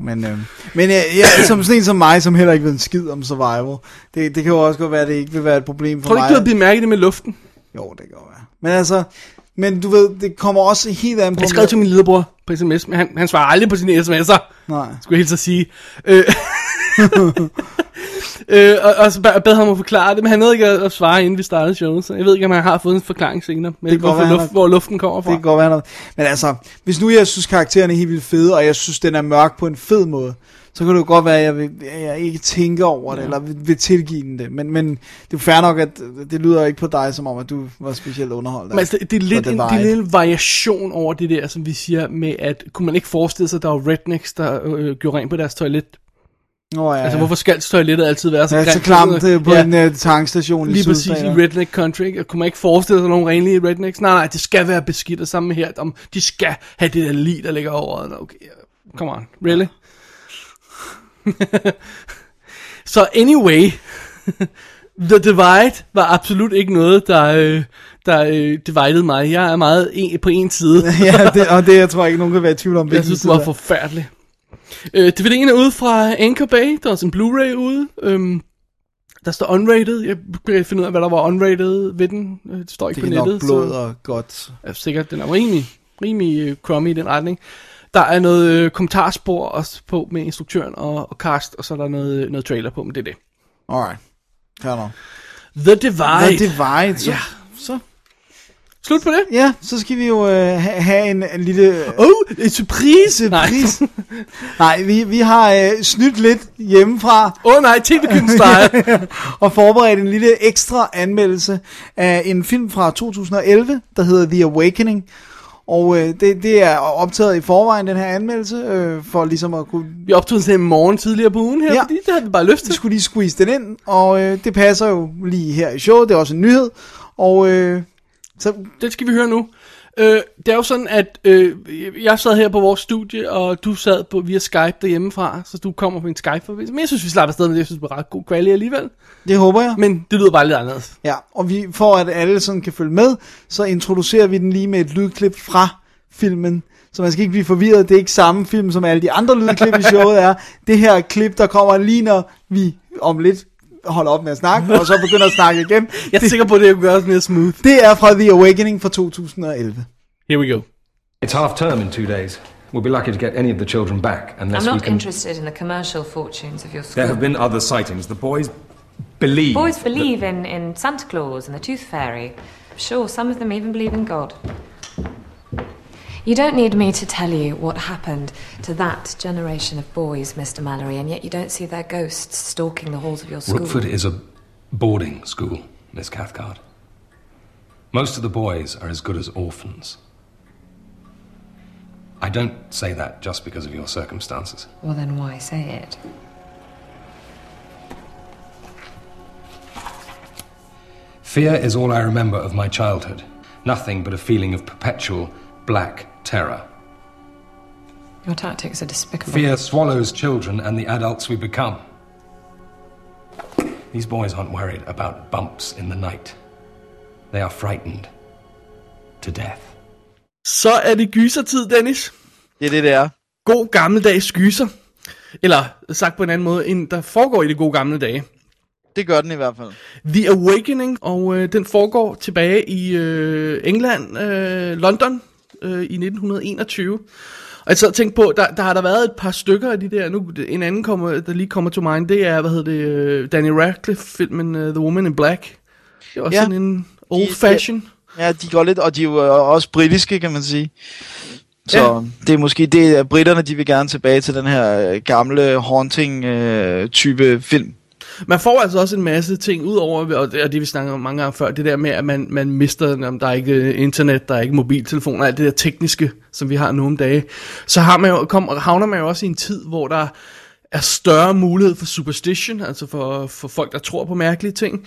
[SPEAKER 5] Men, øh, men øh, jeg, som sådan en som mig, som heller ikke ved en skid om survival, det, det kan jo også godt være, at det ikke vil være et problem for
[SPEAKER 6] Tror du
[SPEAKER 5] mig.
[SPEAKER 6] ikke, du har bidt mærke i det med luften?
[SPEAKER 5] Jo, det kan godt være. Men altså, men du ved, det kommer også helt an på...
[SPEAKER 6] Jeg skrev til min lillebror på sms, men han, han svarer aldrig på sine sms'er.
[SPEAKER 5] Nej.
[SPEAKER 6] skulle jeg hilse at sige. Øh, Øh, og, og så bad- bad ham om at forklare det, men han nåede ikke at, at svare, inden vi startede showet, så jeg ved ikke, om han har fået en forklaring senere, men
[SPEAKER 5] Det kan
[SPEAKER 6] det
[SPEAKER 5] godt
[SPEAKER 6] hvorfor
[SPEAKER 5] være,
[SPEAKER 6] luft,
[SPEAKER 5] at-
[SPEAKER 6] hvor luften kommer fra.
[SPEAKER 5] Det kan godt være noget. Men altså, hvis nu jeg synes, karakteren er helt vildt fed, og jeg synes, den er mørk på en fed måde, så kan det jo godt være, at jeg, vil, at jeg ikke tænker over det, eller vil, vil tilgive den det. Men, men det er jo fair nok, at det lyder ikke på dig, som om, at du var specielt underholdt. af
[SPEAKER 6] Men altså, det, det, er
[SPEAKER 5] For
[SPEAKER 6] lidt
[SPEAKER 5] The
[SPEAKER 6] en, det er
[SPEAKER 5] Vibe.
[SPEAKER 6] lidt en variation over det der, som vi siger med, at kunne man ikke forestille sig, at der var rednecks, der øh, gjorde rent på deres toilet?
[SPEAKER 5] Nå, ja,
[SPEAKER 6] Altså, hvorfor skal toilettet altid være så
[SPEAKER 5] ja, så
[SPEAKER 6] grimt?
[SPEAKER 5] klamt øh, på en uh, tankstation i
[SPEAKER 6] Lige præcis i
[SPEAKER 5] Sydstater.
[SPEAKER 6] redneck country, ikke? Kunne man ikke forestille sig nogen renlige rednecks? Nej, nej, det skal være beskidt, og sammen her, om de skal have det der lig, der ligger over. Nå, Okay, come on, really? Så anyway, The Divide var absolut ikke noget, der, øh, der øh, divided mig. Jeg er meget en, på en side.
[SPEAKER 5] ja, det, og det jeg tror ikke, nogen kan være i tvivl om.
[SPEAKER 6] Jeg
[SPEAKER 5] hvilken
[SPEAKER 6] synes, det
[SPEAKER 5] side
[SPEAKER 6] var
[SPEAKER 5] det er.
[SPEAKER 6] forfærdelig. Øh, DVD'en er ude fra Anchor Bay. Der er også en Blu-ray ude. Øhm, der står unrated. Jeg kunne ikke finde ud af, hvad der var unrated ved den. Øh, Det står ikke
[SPEAKER 5] det
[SPEAKER 6] på
[SPEAKER 5] er
[SPEAKER 6] nettet.
[SPEAKER 5] nok blod
[SPEAKER 6] Så,
[SPEAKER 5] og godt.
[SPEAKER 6] ja, sikkert, den er rimelig, rimelig øh, crummy i den retning. Der er noget øh, kommentarspor også på med instruktøren og, og cast, og så er der noget, noget trailer på, men det er det.
[SPEAKER 5] Alright. Fair nok.
[SPEAKER 6] The Divide.
[SPEAKER 5] Hvad
[SPEAKER 6] The
[SPEAKER 5] det var, et- så,
[SPEAKER 6] Ja.
[SPEAKER 5] så,
[SPEAKER 6] Slut på det.
[SPEAKER 5] ja, så skal vi jo øh, ha- have en, en lille...
[SPEAKER 6] Oh, en surprise. Nej.
[SPEAKER 5] Surprise. Nej, vi, vi har øh, snydt lidt hjemmefra
[SPEAKER 6] Åh oh, nej, tv-køkken-style.
[SPEAKER 5] og forberedt en lille ekstra anmeldelse af en film fra 2011, der hedder The Awakening. Og øh, det, det er optaget i forvejen, den her anmeldelse, øh, for ligesom at kunne...
[SPEAKER 6] vi optog sådan en morgen tidligere på ugen her,
[SPEAKER 5] Ja.
[SPEAKER 6] ja. fordi det havde vi bare lyst
[SPEAKER 5] Vi
[SPEAKER 6] til.
[SPEAKER 5] skulle lige squeeze den ind, og øh, det passer jo lige her i showet, det er også en nyhed. Og øh, så...
[SPEAKER 6] den skal vi høre nu. Øh, det er jo sådan, at øh, jeg sad her på vores studie, og du sad på, via Skype derhjemmefra, så du kommer på en Skype-forbindelse. Men jeg synes, vi slapper afsted med det. Jeg synes, det var ret god kvalitet alligevel.
[SPEAKER 5] Det håber jeg.
[SPEAKER 6] Men det lyder bare lidt anderledes.
[SPEAKER 5] Ja, og vi, for at alle sådan kan følge med, så introducerer vi den lige med et lydklip fra filmen. Så man skal ikke blive forvirret, det er ikke samme film, som alle de andre lydklip i showet er. Det her klip, der kommer lige når vi om lidt holder op med at snakke, og så begynder at snakke igen.
[SPEAKER 6] Jeg er sikker på, at det gør os mere smooth.
[SPEAKER 5] Det er fra The Awakening fra 2011.
[SPEAKER 6] Here we go.
[SPEAKER 7] It's half term in two days. We'll be lucky to get any of the children back unless
[SPEAKER 8] I'm
[SPEAKER 7] we
[SPEAKER 8] not
[SPEAKER 7] can.
[SPEAKER 8] interested in the commercial fortunes of
[SPEAKER 7] There
[SPEAKER 8] your school.
[SPEAKER 7] have been other sightings. The boys believe.
[SPEAKER 8] Boys
[SPEAKER 7] that-
[SPEAKER 8] believe in, in Santa Claus and the Tooth Fairy. Sure, some of them even believe in God. You don't need me to tell you what happened to that generation of boys, Mr. Mallory, and yet you don't see their ghosts stalking the halls of your school.
[SPEAKER 7] Rookford is a boarding school, Miss Cathcart. Most of the boys are as good as orphans. I don't say that just because of your circumstances.
[SPEAKER 8] Well, then why say it?
[SPEAKER 7] Fear is all I remember of my childhood. Nothing but a feeling of perpetual black terror.
[SPEAKER 8] Your tactics are despicable.
[SPEAKER 7] Fear swallows children and the adults we become. These boys aren't worried about bumps in the night. They are frightened to death.
[SPEAKER 6] Så er det gysertid, Dennis.
[SPEAKER 9] Det er det, det er.
[SPEAKER 6] God gammeldags gyser. Eller sagt på en anden måde, end der foregår i de gode gamle dage.
[SPEAKER 9] Det gør den i hvert fald.
[SPEAKER 6] The Awakening, og øh, den foregår tilbage i øh, England, øh, London, øh, i 1921. Og jeg sad og tænkte på, der, der har der været et par stykker af de der, nu en anden kommer, der lige kommer to mind, det er, hvad hedder det, øh, Danny Radcliffe-filmen uh, The Woman in Black. Det er også
[SPEAKER 9] Ja.
[SPEAKER 6] ja. sådan en old fashion.
[SPEAKER 9] Ja, de går lidt, og de er jo øh, også britiske, kan man sige. Så
[SPEAKER 6] Ja.
[SPEAKER 9] ja. det er måske det, at britterne de vil gerne tilbage til den her øh, gamle haunting-type film.
[SPEAKER 6] Man får altså også en masse ting ud over, og det, og det vi snakkede om mange gange før, det der med, at man, man mister, om der er ikke øh, internet, der er ikke mobiltelefoner, alt det der tekniske, som vi har nu om dage. Så har man jo, kom, havner man jo også i en tid, hvor der er større mulighed for superstition, altså for, for folk, der tror på mærkelige ting.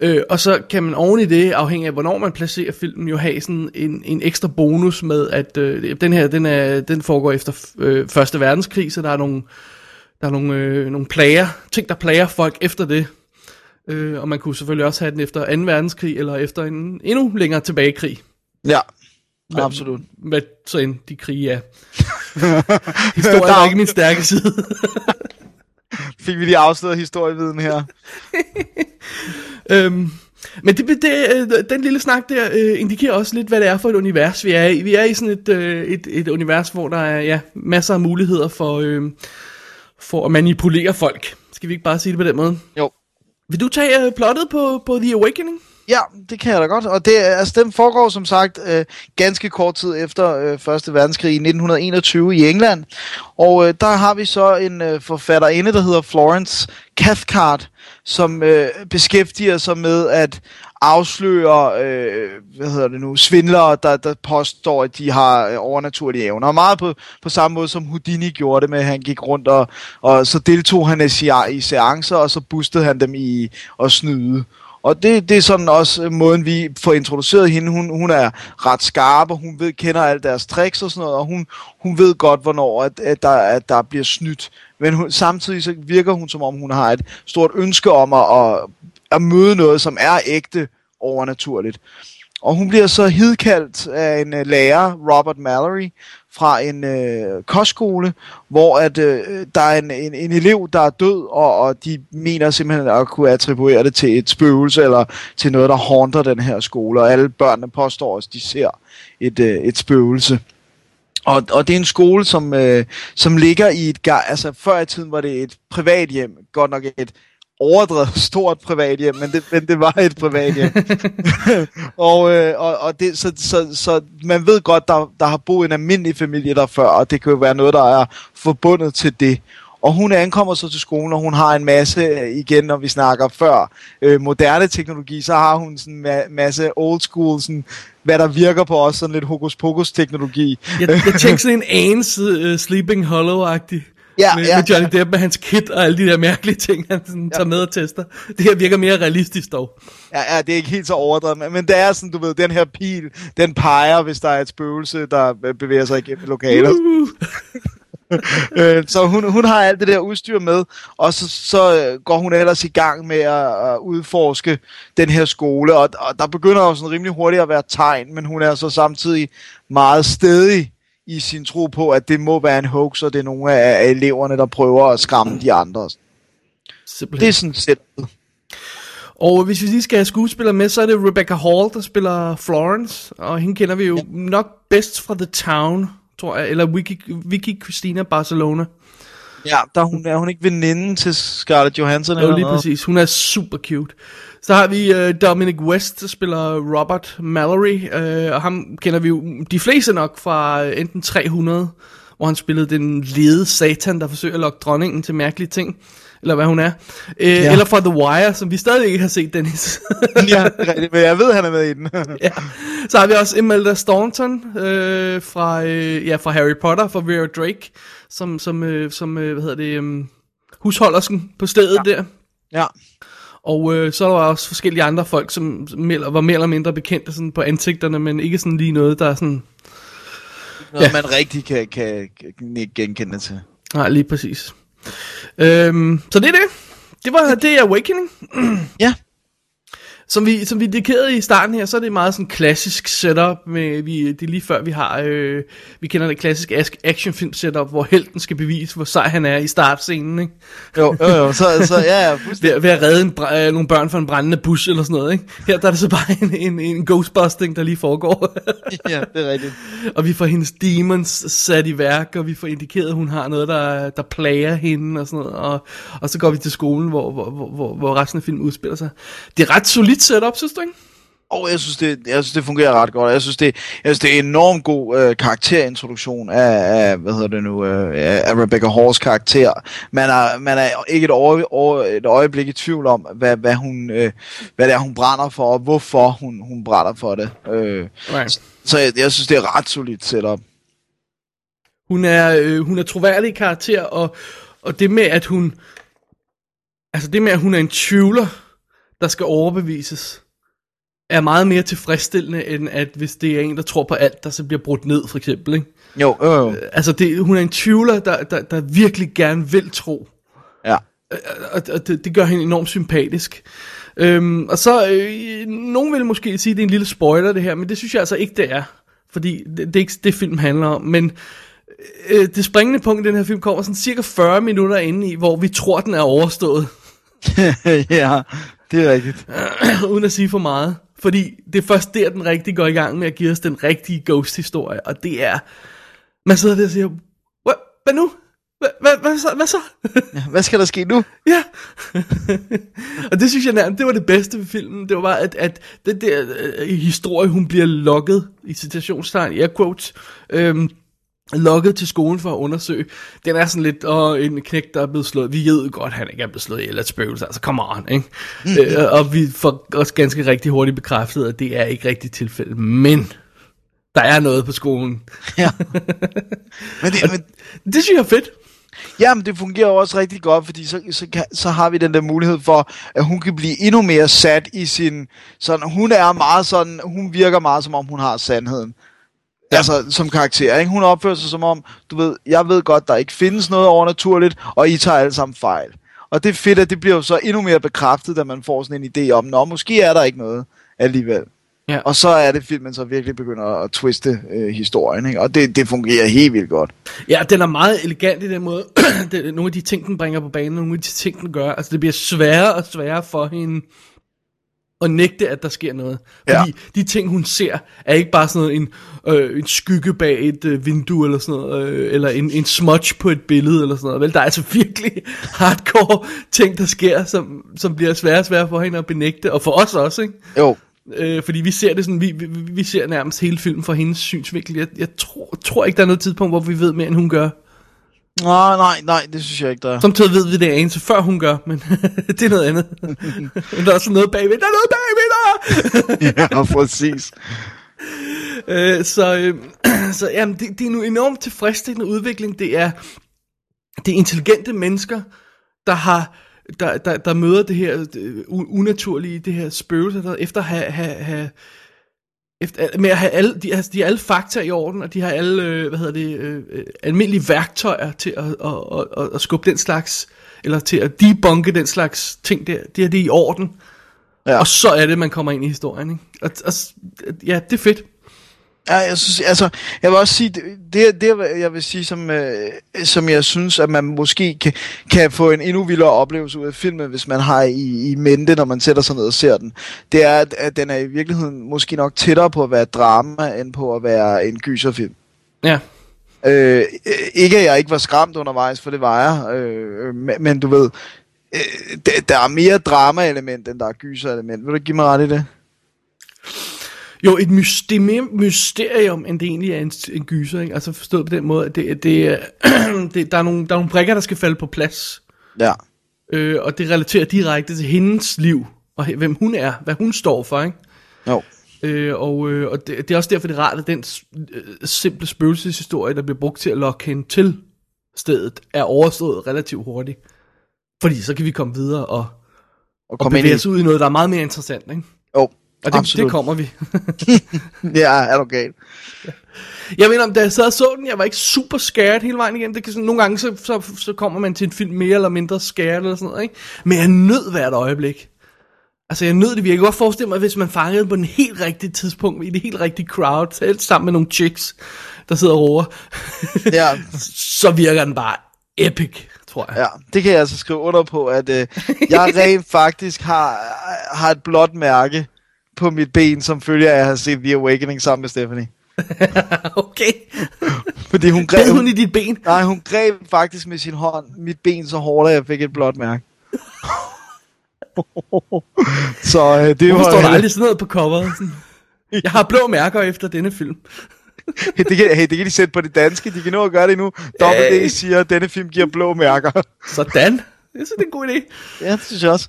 [SPEAKER 6] Øh, og så kan man oven i det, afhængig af hvornår man placerer filmen, jo have sådan en, en ekstra bonus med, at øh, den her den, er, den foregår efter øh, Første Verdenskrig, så der er nogle der er nogle, øh, nogle plager, ting der plager folk efter det. Øh, og man kunne selvfølgelig også have den efter 2. verdenskrig, eller efter en endnu længere tilbage krig.
[SPEAKER 9] Ja, absolut.
[SPEAKER 6] Hvad så end de krige er. Historie er ikke min stærke side.
[SPEAKER 9] Fik vi lige afsløret historieviden her.
[SPEAKER 6] øhm, men det, det, øh, den lille snak der øh, indikerer også lidt, hvad det er for et univers, vi er i. Vi er i sådan et, øh, et, et univers, hvor der er ja, masser af muligheder for, øh, for at manipulere folk, Skal vi ikke bare sige det på den måde?
[SPEAKER 5] Jo.
[SPEAKER 6] Vil du tage øh, plottet på, på The Awakening?
[SPEAKER 5] Ja, det kan jeg da godt. Og det, er- altså, den foregår som sagt øh, ganske kort tid efter øh, Første Verdenskrig i 1921 i England. Og øh, der har vi så en øh, forfatterinde, der hedder Florence Cathcart, som øh, beskæftiger sig med at afsløre, øh, hvad hedder det nu, svindlere, der, der påstår, at de har øh, overnaturlige evner. Og meget på, på samme måde, som Houdini gjorde det med, at han gik rundt, og, og så deltog han i, se- i seancer, og så boostede han dem i at snyde. Og det, det er sådan også øh, måden, vi får introduceret hende. Hun, hun er ret skarp, og hun ved, kender alle deres tricks og sådan noget, og hun, hun ved godt, hvornår at, at der, at der bliver snydt. Men hun, samtidig så virker hun, som om hun har et stort ønske om at, at, at møde noget, som er ægte overnaturligt. Og hun bliver så hidkaldt af en øh, lærer, Robert Mallory, fra en øh, kostskole, hvor at, øh, der er en, en, en elev, der er død, og, og de mener simpelthen at kunne attribuere det til et spøgelse, eller til noget, der haunter den her skole, og alle børnene påstår også, de ser et, øh, et spøgelse. Og, og det er en skole, som, øh, som ligger i et... Gar- altså, før i tiden var det et privat hjem. Godt nok et overdrevet stort privat hjem, men det, men det var et privat hjem. og øh, og, og det, så, så, så man ved godt, der, der har boet en almindelig familie der før, og det kan jo være noget, der er forbundet til det. Og hun ankommer så til skolen, og hun har en masse, øh, igen når vi snakker før, øh, moderne teknologi, så har hun sådan en ma- masse old school, sådan, hvad der virker på os, sådan lidt hokus pokus teknologi.
[SPEAKER 6] Jeg, jeg tænkte sådan en anelse uh, Sleeping Hollow-agtig.
[SPEAKER 5] Ja,
[SPEAKER 6] med,
[SPEAKER 5] ja.
[SPEAKER 6] med Johnny Depp med hans kit og alle de der mærkelige ting, han sådan, tager med og tester. Det her virker mere realistisk dog.
[SPEAKER 5] Ja, ja, det er ikke helt så overdrevet, men, men det er sådan, du ved, den her pil, den peger, hvis der er et spøgelse, der øh, bevæger sig igennem lokalet.
[SPEAKER 6] Uh,
[SPEAKER 5] Øh, så hun, hun har alt det der udstyr med, og så, så øh, går hun ellers i gang med at, at udforske den her skole, og, og der begynder jo sådan rimelig hurtigt at være tegn, men hun er så samtidig meget stedig i sin tro på, at det må være en hoax, og det er nogle af, af eleverne, der prøver at skræmme de andre.
[SPEAKER 6] simpelthen.
[SPEAKER 5] Det er sådan set.
[SPEAKER 6] Og hvis vi lige skal have skuespillere med, så er det Rebecca Hall, der spiller Florence, og hende kender vi jo ja. nok bedst fra The Town, tror jeg, eller Vicky, Vicky Christina Barcelona.
[SPEAKER 5] Ja, der er hun, er hun ikke veninden til Scarlett Johansson?
[SPEAKER 6] Jo, lige
[SPEAKER 5] noget?
[SPEAKER 6] præcis. Hun er super cute. Så har vi øh, Dominic West, der spiller Robert Mallory, øh, og ham kender vi jo de fleste nok fra øh, enten 300, hvor han spillede den lede satan, der forsøger at lokke dronningen til mærkelige ting, eller hvad hun er. Øh, ja. Eller fra The Wire, som vi stadig ikke har set, Dennis.
[SPEAKER 5] ja, det er rigtigt, men jeg ved, han er med i den.
[SPEAKER 6] ja. Så har vi også Imelda Staunton øh, fra, øh, ja, fra Harry Potter, fra Vera Drake, som, som, øh, som øh, hvad hedder det, øh, husholdersken på stedet ja. der.
[SPEAKER 5] ja.
[SPEAKER 6] Og øh, så er der også forskellige andre folk, som som mere- var mere eller mindre bekendte sådan på ansigterne, men ikke sådan lige noget, der er sådan...
[SPEAKER 5] Noget,
[SPEAKER 6] Ja.
[SPEAKER 5] ja. man rigtig kan, kan, kan genkende til.
[SPEAKER 6] Nej, lige præcis. Øhm, så det er det. Det var det er Awakening.
[SPEAKER 5] Ja.
[SPEAKER 6] Som vi, som vi dedikerede i starten her, så er det meget sådan klassisk setup. Med, vi, det er lige før, vi har... Øh, vi kender det klassiske ask- actionfilm setup, hvor helten skal bevise, hvor sej han er i startscenen. Ikke?
[SPEAKER 5] Jo, jo, jo. Så, så ja, ja, fuldstændig.
[SPEAKER 6] Ved, ved at redde en, br- øh, nogle børn fra en brændende bus eller sådan noget. Ikke? Her der er det så bare en, en, en ghostbusting, der lige foregår.
[SPEAKER 5] ja, det er rigtigt.
[SPEAKER 6] Og vi får hendes demons sat i værk, og vi får indikeret, at hun har noget, der, der plager hende og sådan noget. Og, og så går vi til skolen, hvor, hvor, hvor, hvor, hvor resten af filmen udspiller sig. Det er ret solidt setup, synes du ikke?
[SPEAKER 5] Og jeg synes, det, jeg synes, det fungerer ret godt. Jeg synes, det, jeg synes, det er en enormt god øh, karakterintroduktion af, af, hvad hedder det nu, øh, af af Rebecca Halls karakter. Man er, man er ikke et, øje, over, et øjeblik i tvivl om, hvad, hvad, hun, øh, hvad det er, hun brænder for, og hvorfor hun, hun brænder for det. Øh,
[SPEAKER 6] Right.
[SPEAKER 5] så jeg, jeg synes, det er ret solidt setup.
[SPEAKER 6] Hun er, øh, hun er troværdig i karakter, og, og det med, at hun... Altså det med, at hun er en tvivler, der skal overbevises, er meget mere tilfredsstillende, end at hvis det er en, der tror på alt, der så bliver brudt ned, for eksempel. Ikke?
[SPEAKER 5] Jo, jo, jo.
[SPEAKER 6] Altså det, hun er en tvivler, der, der, der virkelig gerne vil tro.
[SPEAKER 5] Ja.
[SPEAKER 6] Øh, og, og det, det gør hende enormt sympatisk. Øhm, og så, øh, nogen vil måske sige, at det er en lille spoiler det her, men det synes jeg altså ikke, det er. Fordi det, det er ikke det, film handler om. Men øh, det springende punkt i den her film kommer sådan cirka 40 minutter inde i, hvor vi tror, den er overstået,
[SPEAKER 5] ja, det er rigtigt.
[SPEAKER 6] uden at sige for meget. Fordi det er først der, den rigtig går i gang med at give os den rigtige ghost-historie, og det er... Man sidder der og siger, "Hva- hvad nu? Hvad, hvad, hvad så? Hvad så?
[SPEAKER 5] Hvad skal der ske nu?
[SPEAKER 6] Ja. og det synes jeg nærmest, det var det bedste ved filmen. Det var bare, at, at den der øh, historie, hun bliver lokket, i citationstegn, i air quotes, øhm, lokket til skolen for at undersøge, den er sådan lidt, og en knæk, der er blevet slået, vi ved godt, han ikke er blevet slået ihjel af et spøgelse, altså come on, ikke? øh, og vi får også ganske rigtig hurtigt bekræftet, at det er ikke rigtigt tilfældet, men der er noget på skolen.
[SPEAKER 5] Ja. Men det, men,
[SPEAKER 6] Det synes jeg er fedt.
[SPEAKER 5] jamen, det fungerer jo også rigtig godt, fordi så, så, kan, så har vi den der mulighed for, at hun kan blive endnu mere sat i sin... Sådan, hun er meget sådan... Hun virker meget, som om hun har sandheden. Ja. Altså, som karakter, ikke? Hun opfører sig som om, du ved, jeg ved godt, der ikke findes noget overnaturligt, og I tager alle sammen fejl. Og det er fedt, at det bliver jo så endnu mere bekræftet, da man får sådan en idé om, nå, måske er der ikke noget alligevel.
[SPEAKER 6] Ja.
[SPEAKER 5] Og så er det filmen, så virkelig begynder at twiste øh, historien, ikke? Og det, det fungerer helt vildt godt.
[SPEAKER 6] Ja, den er meget elegant i den måde. det, er nogle af de ting, den bringer på banen, nogle af de ting, den gør. Altså, det bliver sværere og sværere for hende at nægte, at der sker noget.
[SPEAKER 5] Ja.
[SPEAKER 6] Fordi de ting, hun ser, er ikke bare sådan noget, en, øh, en skygge bag et øh, vindue eller sådan noget, øh, eller en, en smudge på et billede eller sådan noget. Vel, der er altså virkelig hardcore ting, der sker, som, som bliver sværere og sværere for hende at benægte, og for os også, ikke?
[SPEAKER 5] Jo.
[SPEAKER 6] Øh, fordi vi ser det sådan, vi, vi, vi ser nærmest hele filmen fra hendes synsvinkel. Jeg, jeg tror, tror ikke, der er noget tidspunkt, hvor vi ved mere, end hun gør.
[SPEAKER 5] Nej, nej, nej, det synes jeg ikke, der er.
[SPEAKER 6] Samtidig ved vi det er anelse, før hun gør, men det er noget andet. men der er også noget bagved. Der er noget bagved der!
[SPEAKER 5] ja, præcis.
[SPEAKER 6] Øh, så øh, så jamen, det, det er en enormt tilfredsstillende udvikling. Det er, det er intelligente mennesker, der har der, der, der møder det her øh, u- unaturlige, det her spøgelse, der efter at have, have, have efter, med at have alle, de, altså, de har alle fakta i orden, og de har alle, øh, hvad hedder det, øh, øh, almindelige værktøjer til at, at, at, at, at skubbe den slags, eller til at debunke den slags ting der. Det er det er i orden.
[SPEAKER 5] Ja.
[SPEAKER 6] Ja. Og så er det, man kommer ind i historien. Ikke? Og, og, s- ja, det er fedt.
[SPEAKER 5] Ja, jeg synes, altså, jeg vil også sige, det, det, det jeg vil sige, som, øh, som jeg synes, at man måske kan, kan få en endnu vildere oplevelse ud af filmen, hvis man har i, i mente, når man sætter sig ned og ser den, det er, at, at den er i virkeligheden måske nok tættere på at være et drama, end på at være en gyserfilm.
[SPEAKER 6] Ja.
[SPEAKER 5] Øh, ikke at jeg ikke var skræmt undervejs, for det var jeg, øh, men, men du ved, øh, der, der er mere drama-element, end der er gyser-element. Vil du give mig ret i det?
[SPEAKER 6] Jo, et mysterium, mysterium end det egentlig er en, en gyser, ikke? Altså forstået på den måde, at det, det, er- det, der, er nogle, der er nogle brikker, der skal falde på plads.
[SPEAKER 5] Ja.
[SPEAKER 6] Øh, og det relaterer direkte til hendes liv, og he- hvem hun er, hvad hun står for, ikke?
[SPEAKER 5] Jo.
[SPEAKER 6] Øh, og øh, og det, det er også derfor, det er rart, at den s- øh, simple spøgelseshistorie, der bliver brugt til at lokke hende til stedet, er overstået relativt hurtigt. Fordi så kan vi komme videre og,
[SPEAKER 5] Og
[SPEAKER 6] og
[SPEAKER 5] kom ind
[SPEAKER 6] bevæge
[SPEAKER 5] i...
[SPEAKER 6] os ud i noget, der er meget mere interessant, ikke?
[SPEAKER 5] Jo,
[SPEAKER 6] Og det, det kommer vi.
[SPEAKER 5] Ja, er du gal?
[SPEAKER 6] Jeg mener, om da jeg sad og så den, jeg var ikke super scared hele vejen igennem. Det kan sådan, nogle gange, så, så, så kommer man til en film mere eller mindre scared eller sådan noget, ikke? Men jeg nød hvert øjeblik. Altså, jeg nød det virkelig. Jeg kan godt forestille mig, hvis man fangede den på den helt rigtige tidspunkt, i det helt rigtige crowd, selv sammen med nogle chicks, der sidder og roer,
[SPEAKER 5] Ja,
[SPEAKER 6] så virker den bare epic, tror jeg.
[SPEAKER 5] ja, det kan jeg altså skrive under på, at øh, jeg rent faktisk har, har et blåt mærke på mit ben, som følger af at have set The Awakening sammen med Stephanie.
[SPEAKER 6] okay.
[SPEAKER 5] Fordi hun
[SPEAKER 6] Bed
[SPEAKER 5] greb,
[SPEAKER 6] hun i dit ben.
[SPEAKER 5] nej, hun greb faktisk med sin hånd mit ben så hårdt, at jeg fik et blåt mærke. så øh, det
[SPEAKER 6] Hvorfor
[SPEAKER 5] var...
[SPEAKER 6] står der aldrig sådan noget på coveret? Sådan. Jeg har blå mærker efter denne film.
[SPEAKER 5] hey, det, kan, hey, det kan de sætte på det danske. De kan nå at gøre det nu. Dobbelt D siger, at denne film giver blå mærker.
[SPEAKER 6] Sådan. Jeg synes, det er en god idé.
[SPEAKER 5] ja, det synes jeg også.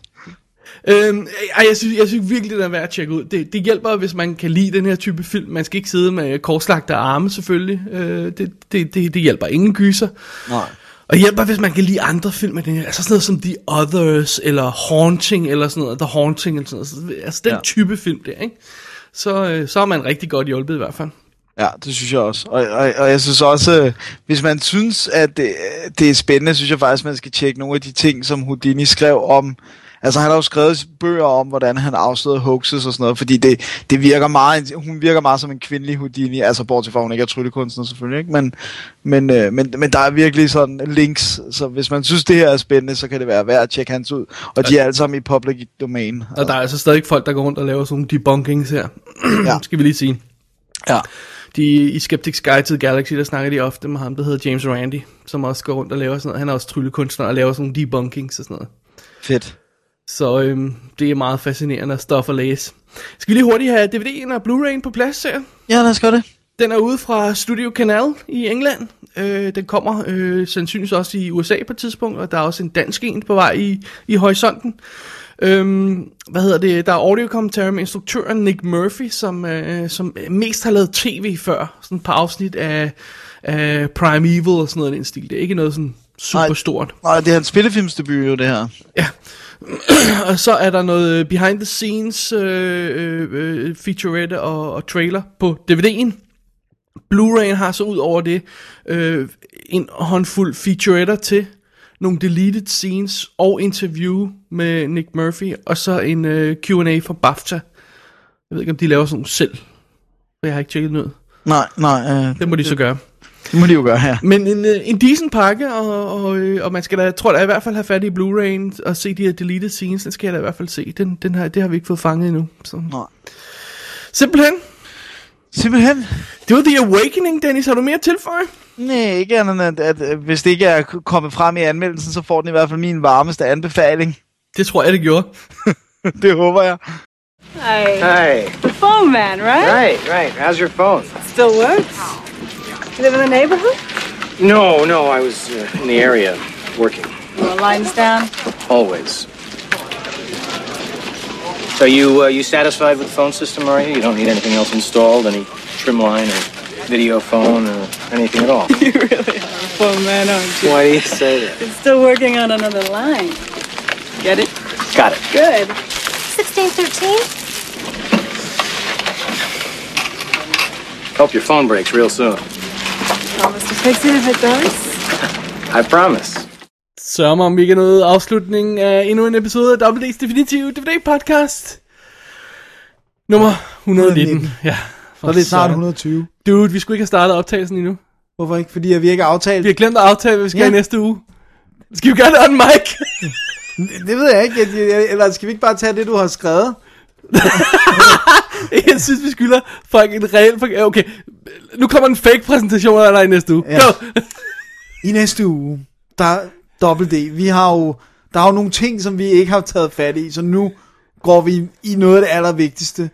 [SPEAKER 6] Øhm, ej, jeg synes, jeg synes virkelig, den er værd at tjekke ud. Det, det hjælper, hvis man kan lide den her type film. Man skal ikke sidde med korslagte arme, selvfølgelig. Øh, det, det, det, det hjælper ingen gyser.
[SPEAKER 5] Nej.
[SPEAKER 6] Og hjælper, hvis man kan lide andre film af den her. Altså sådan noget som The Others, eller Haunting, eller sådan noget. The Haunting, eller sådan noget. Så- Altså den ja. type film der, ikke? Så, øh, så er man rigtig godt hjulpet i hvert fald.
[SPEAKER 5] Ja, det synes jeg også. Og, og, og jeg synes også, øh, hvis man synes, at det, det er spændende, synes jeg faktisk, man skal tjekke nogle af de ting, som Houdini skrev om. Altså han har jo skrevet bøger om, hvordan han afslørede hoaxes og sådan noget, fordi det, det virker meget, hun virker meget som en kvindelig Houdini, altså bortset fra, at hun ikke er tryllekunstner selvfølgelig, ikke? Men, men, øh, men, men der er virkelig sådan links, så hvis man synes, det her er spændende, så kan det være værd at tjekke hans ud. Og de er alle sammen i public domain.
[SPEAKER 6] Og der er altså stadig folk, der går rundt og laver sådan nogle debunkings her.
[SPEAKER 5] Ja.
[SPEAKER 6] skal vi lige sige.
[SPEAKER 5] Ja.
[SPEAKER 6] de, i Skeptics Guide to the Galaxy, der snakker de ofte med ham, der hedder James Randi, som også går rundt og laver sådan noget. Han er også tryllekunstner og laver sådan nogle debunkings og sådan noget.
[SPEAKER 9] Fedt.
[SPEAKER 6] Så øhm, det er meget fascinerende stof at læse. Skal vi lige hurtigt have DVD'en og Blu-ray'en på plads her?
[SPEAKER 9] Ja, lad os gøre det.
[SPEAKER 6] Den er ude fra Studio Canal i England. Øh, den kommer øh, sandsynligvis også i USA på et tidspunkt, og der er også en dansk en på vej i, i horisonten. Øhm, hvad hedder det? Der er audiokommentary med instruktøren Nick Murphy, som, øh, som mest har lavet tv før. Sådan et par afsnit af, af Primeval og sådan noget i den stil. Det er ikke noget sådan super
[SPEAKER 9] Nej.
[SPEAKER 6] stort.
[SPEAKER 9] Nej, det er hans spillefilmsdebut jo, det her.
[SPEAKER 6] Ja. og så er der noget øh, behind the scenes øh, øh, øh, featurette og, og trailer på DVD'en. Blu-ray'en har så ud over det øh, en håndfuld featuretter til, nogle deleted scenes og interview med Nick Murphy, og så en øh, Q&A fra BAFTA. Jeg ved ikke, om de laver sådan nogle selv. Jeg har ikke tjekket noget.
[SPEAKER 9] Nej, nej, øh,
[SPEAKER 6] Det må de så gøre.
[SPEAKER 9] det må de jo gøre her.
[SPEAKER 6] Men en, øh, en decent pakke, og, og, øh, og man skal da, jeg tror da i hvert fald have fat i Blu-ray'en og se de her deleted scenes, den skal jeg da i hvert fald se. Den, den her, det har vi ikke fået fanget endnu. Så.
[SPEAKER 9] Nej.
[SPEAKER 6] Simpelthen,
[SPEAKER 9] Simpelthen.
[SPEAKER 6] det var The Awakening, Dennis. Har du mere at tilføje?
[SPEAKER 9] Nej, ikke andet end, at, at øh, hvis det ikke er k- kommet frem i anmeldelsen, så får den i hvert fald min varmeste anbefaling.
[SPEAKER 6] Det tror jeg, det gjorde.
[SPEAKER 9] Det håber jeg.
[SPEAKER 1] Hey,
[SPEAKER 10] The phone man, right?
[SPEAKER 1] right, right. How's your phone?
[SPEAKER 10] Still works. You live in the neighborhood?
[SPEAKER 1] No, no, I was uh, in the area working.
[SPEAKER 10] Your line's down.
[SPEAKER 1] Always. So you uh, you satisfied with the phone system, are you? You don't need anything else installed, any trim line or video phone or anything at all.
[SPEAKER 10] You really are a phone man, aren't you?
[SPEAKER 1] Why do you say that?
[SPEAKER 10] It's still working on another line. Get it?
[SPEAKER 1] Got it.
[SPEAKER 10] Good.
[SPEAKER 8] 1613?
[SPEAKER 1] Hope your phone breaks real soon.
[SPEAKER 10] Promise to fix it if it does.
[SPEAKER 1] I promise.
[SPEAKER 6] Sørg mig om vi ikke er noget afslutning af endnu en episode af WD's Definitive DVD Podcast. Nummer 119.
[SPEAKER 5] 119.
[SPEAKER 6] Ja.
[SPEAKER 5] Så er det snart 120.
[SPEAKER 6] Dude, vi skulle ikke have startet optagelsen endnu.
[SPEAKER 5] Hvorfor ikke? Fordi at vi ikke har aftalt.
[SPEAKER 6] Vi har glemt at aftale, hvad vi skal
[SPEAKER 5] Ja.
[SPEAKER 6] ja. i næste uge. Skal vi gøre det on mic?
[SPEAKER 5] Det ved jeg ikke. Jeg, jeg, jeg, eller skal vi ikke bare tage det, du har skrevet?
[SPEAKER 6] Jeg synes, vi skylder folk en reel... folk- ja, Okay, nu kommer en fake præsentation af dig i næste uge.
[SPEAKER 5] Ja.
[SPEAKER 6] Ja. Go!
[SPEAKER 5] I næste uge, der er dobbelt D. Vi har jo, der er jo nogle ting, som vi ikke har taget fat i, så nu går vi i noget af det allervigtigste.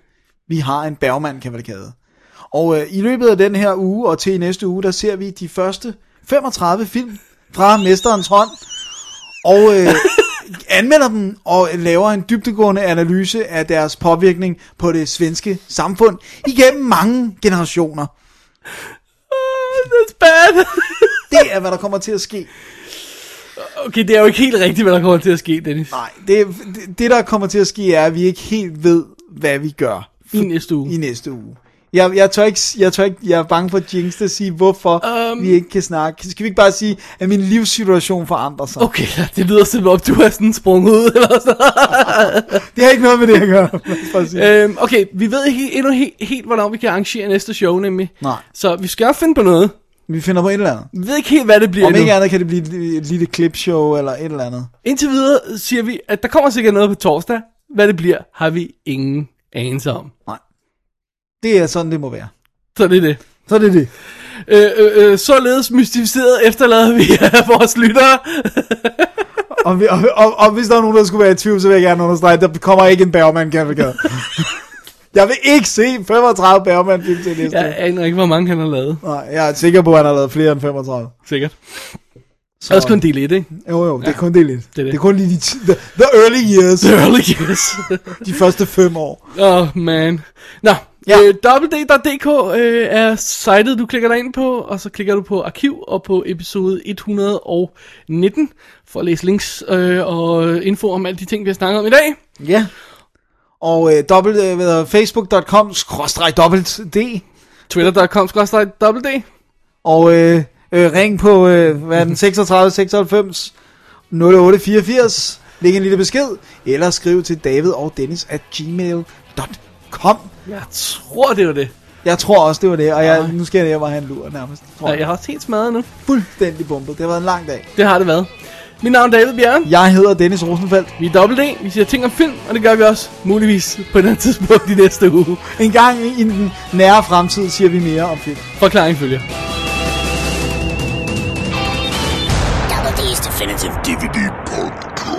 [SPEAKER 5] Vi har en bergmand kavalkade. Og øh, i løbet af den her uge og til i næste uge, der ser vi de første 35 film fra Mesterens hånd. Og øh, anmelder dem og laver en dybtegående analyse af deres påvirkning på det svenske samfund igennem mange generationer.
[SPEAKER 6] Oh, that's bad.
[SPEAKER 5] Det er, hvad der kommer til at ske
[SPEAKER 6] Okay, det er jo ikke helt rigtigt, hvad der kommer til at ske, Dennis.
[SPEAKER 5] Nej, det, det, det der kommer til at ske er, at vi ikke helt ved, hvad vi gør
[SPEAKER 6] I næste uge.
[SPEAKER 5] i næste uge. Jeg, jeg, tør ikke, jeg, tør ikke, jeg er bange for at jinx at sige, hvorfor um,
[SPEAKER 6] Øhm.
[SPEAKER 5] vi ikke kan snakke. Skal vi ikke bare sige, at min livssituation forandrer sig? Okay.
[SPEAKER 6] Okay, ja, det lyder simpelthen op, du er sådan sprunget ud eller sådan
[SPEAKER 5] Det har ikke noget med det at gøre. lad os bare sige.
[SPEAKER 6] øhm, Okay, vi ved ikke endnu helt, helt, hvornår vi kan arrangere næste show nemlig.
[SPEAKER 5] Nej.
[SPEAKER 6] Så vi skal finde på noget.
[SPEAKER 5] Vi finder på et eller andet.
[SPEAKER 6] Vi ved ikke helt, hvad det bliver
[SPEAKER 5] Om
[SPEAKER 6] endnu.
[SPEAKER 5] ikke andet kan det blive et, et lille clipshow eller et eller andet.
[SPEAKER 6] Indtil videre siger vi, at der kommer sikkert noget på torsdag. Hvad det bliver, har vi ingen anelse om.
[SPEAKER 5] Det er sådan, det må være.
[SPEAKER 6] Så det er det.
[SPEAKER 5] Så er det det.
[SPEAKER 6] Øh, øh, øh, således mystificeret efterlader vi vores lyttere.
[SPEAKER 5] Og, vi, og, og, og hvis der er nogen, der skulle være i tvivl, så vil jeg gerne understrege, at der kommer ikke en bergmand kavalkade. Jeg vil ikke se 35 bergmand film til næste uge.
[SPEAKER 6] Jeg aner ikke, hvor mange han har lavet,
[SPEAKER 5] Nej, jeg er sikker på, at han har lavet flere end 35.
[SPEAKER 6] sikkert. Så... Også kun del 1, ikke?
[SPEAKER 5] Jo, jo, det er kun det lidt. Det
[SPEAKER 6] er det.
[SPEAKER 5] er kun lige de, ti- the, the early years,
[SPEAKER 6] The early years.
[SPEAKER 5] de første fem år.
[SPEAKER 6] oh, man. Nå,
[SPEAKER 5] Ja.
[SPEAKER 6] ja. øh, www.dk øh, er sitet, du klikker dig ind på, og så klikker du på arkiv og på episode 119, for at læse links øh, og info om alle de ting, vi har snakket om i dag.
[SPEAKER 5] Ja. Og øh, dobbelt, øh, hvad hedder, facebook.com skråstreg dobbelt d.
[SPEAKER 6] Twitter.com skrådstræk wd.
[SPEAKER 5] Og øh, øh, ring på, øh, hvad er den, 36 96 0884. Læg en lille besked. Eller skriv til david og dennis at gmail.com.
[SPEAKER 6] Jeg tror, det var det.
[SPEAKER 5] Jeg tror også, det var det. Og jeg, nu skal jeg bare have en lur nærmest. Tror
[SPEAKER 6] Ja,
[SPEAKER 5] jeg.
[SPEAKER 6] jeg har også helt smadret nu.
[SPEAKER 5] Fuldstændig bumpet. Det har været en lang dag.
[SPEAKER 6] Det har det været. Mit navn er David Bjerre.
[SPEAKER 5] Jeg hedder Dennis Rosenfeldt.
[SPEAKER 6] Vi er dobbelt D. Vi siger ting om film, og det gør vi også muligvis på et eller andet tidspunkt i næste uge.
[SPEAKER 5] En gang i den nære fremtid siger vi mere om film.
[SPEAKER 6] Forklaring følger.
[SPEAKER 3] Double D's Definitive
[SPEAKER 11] DVD Podcast.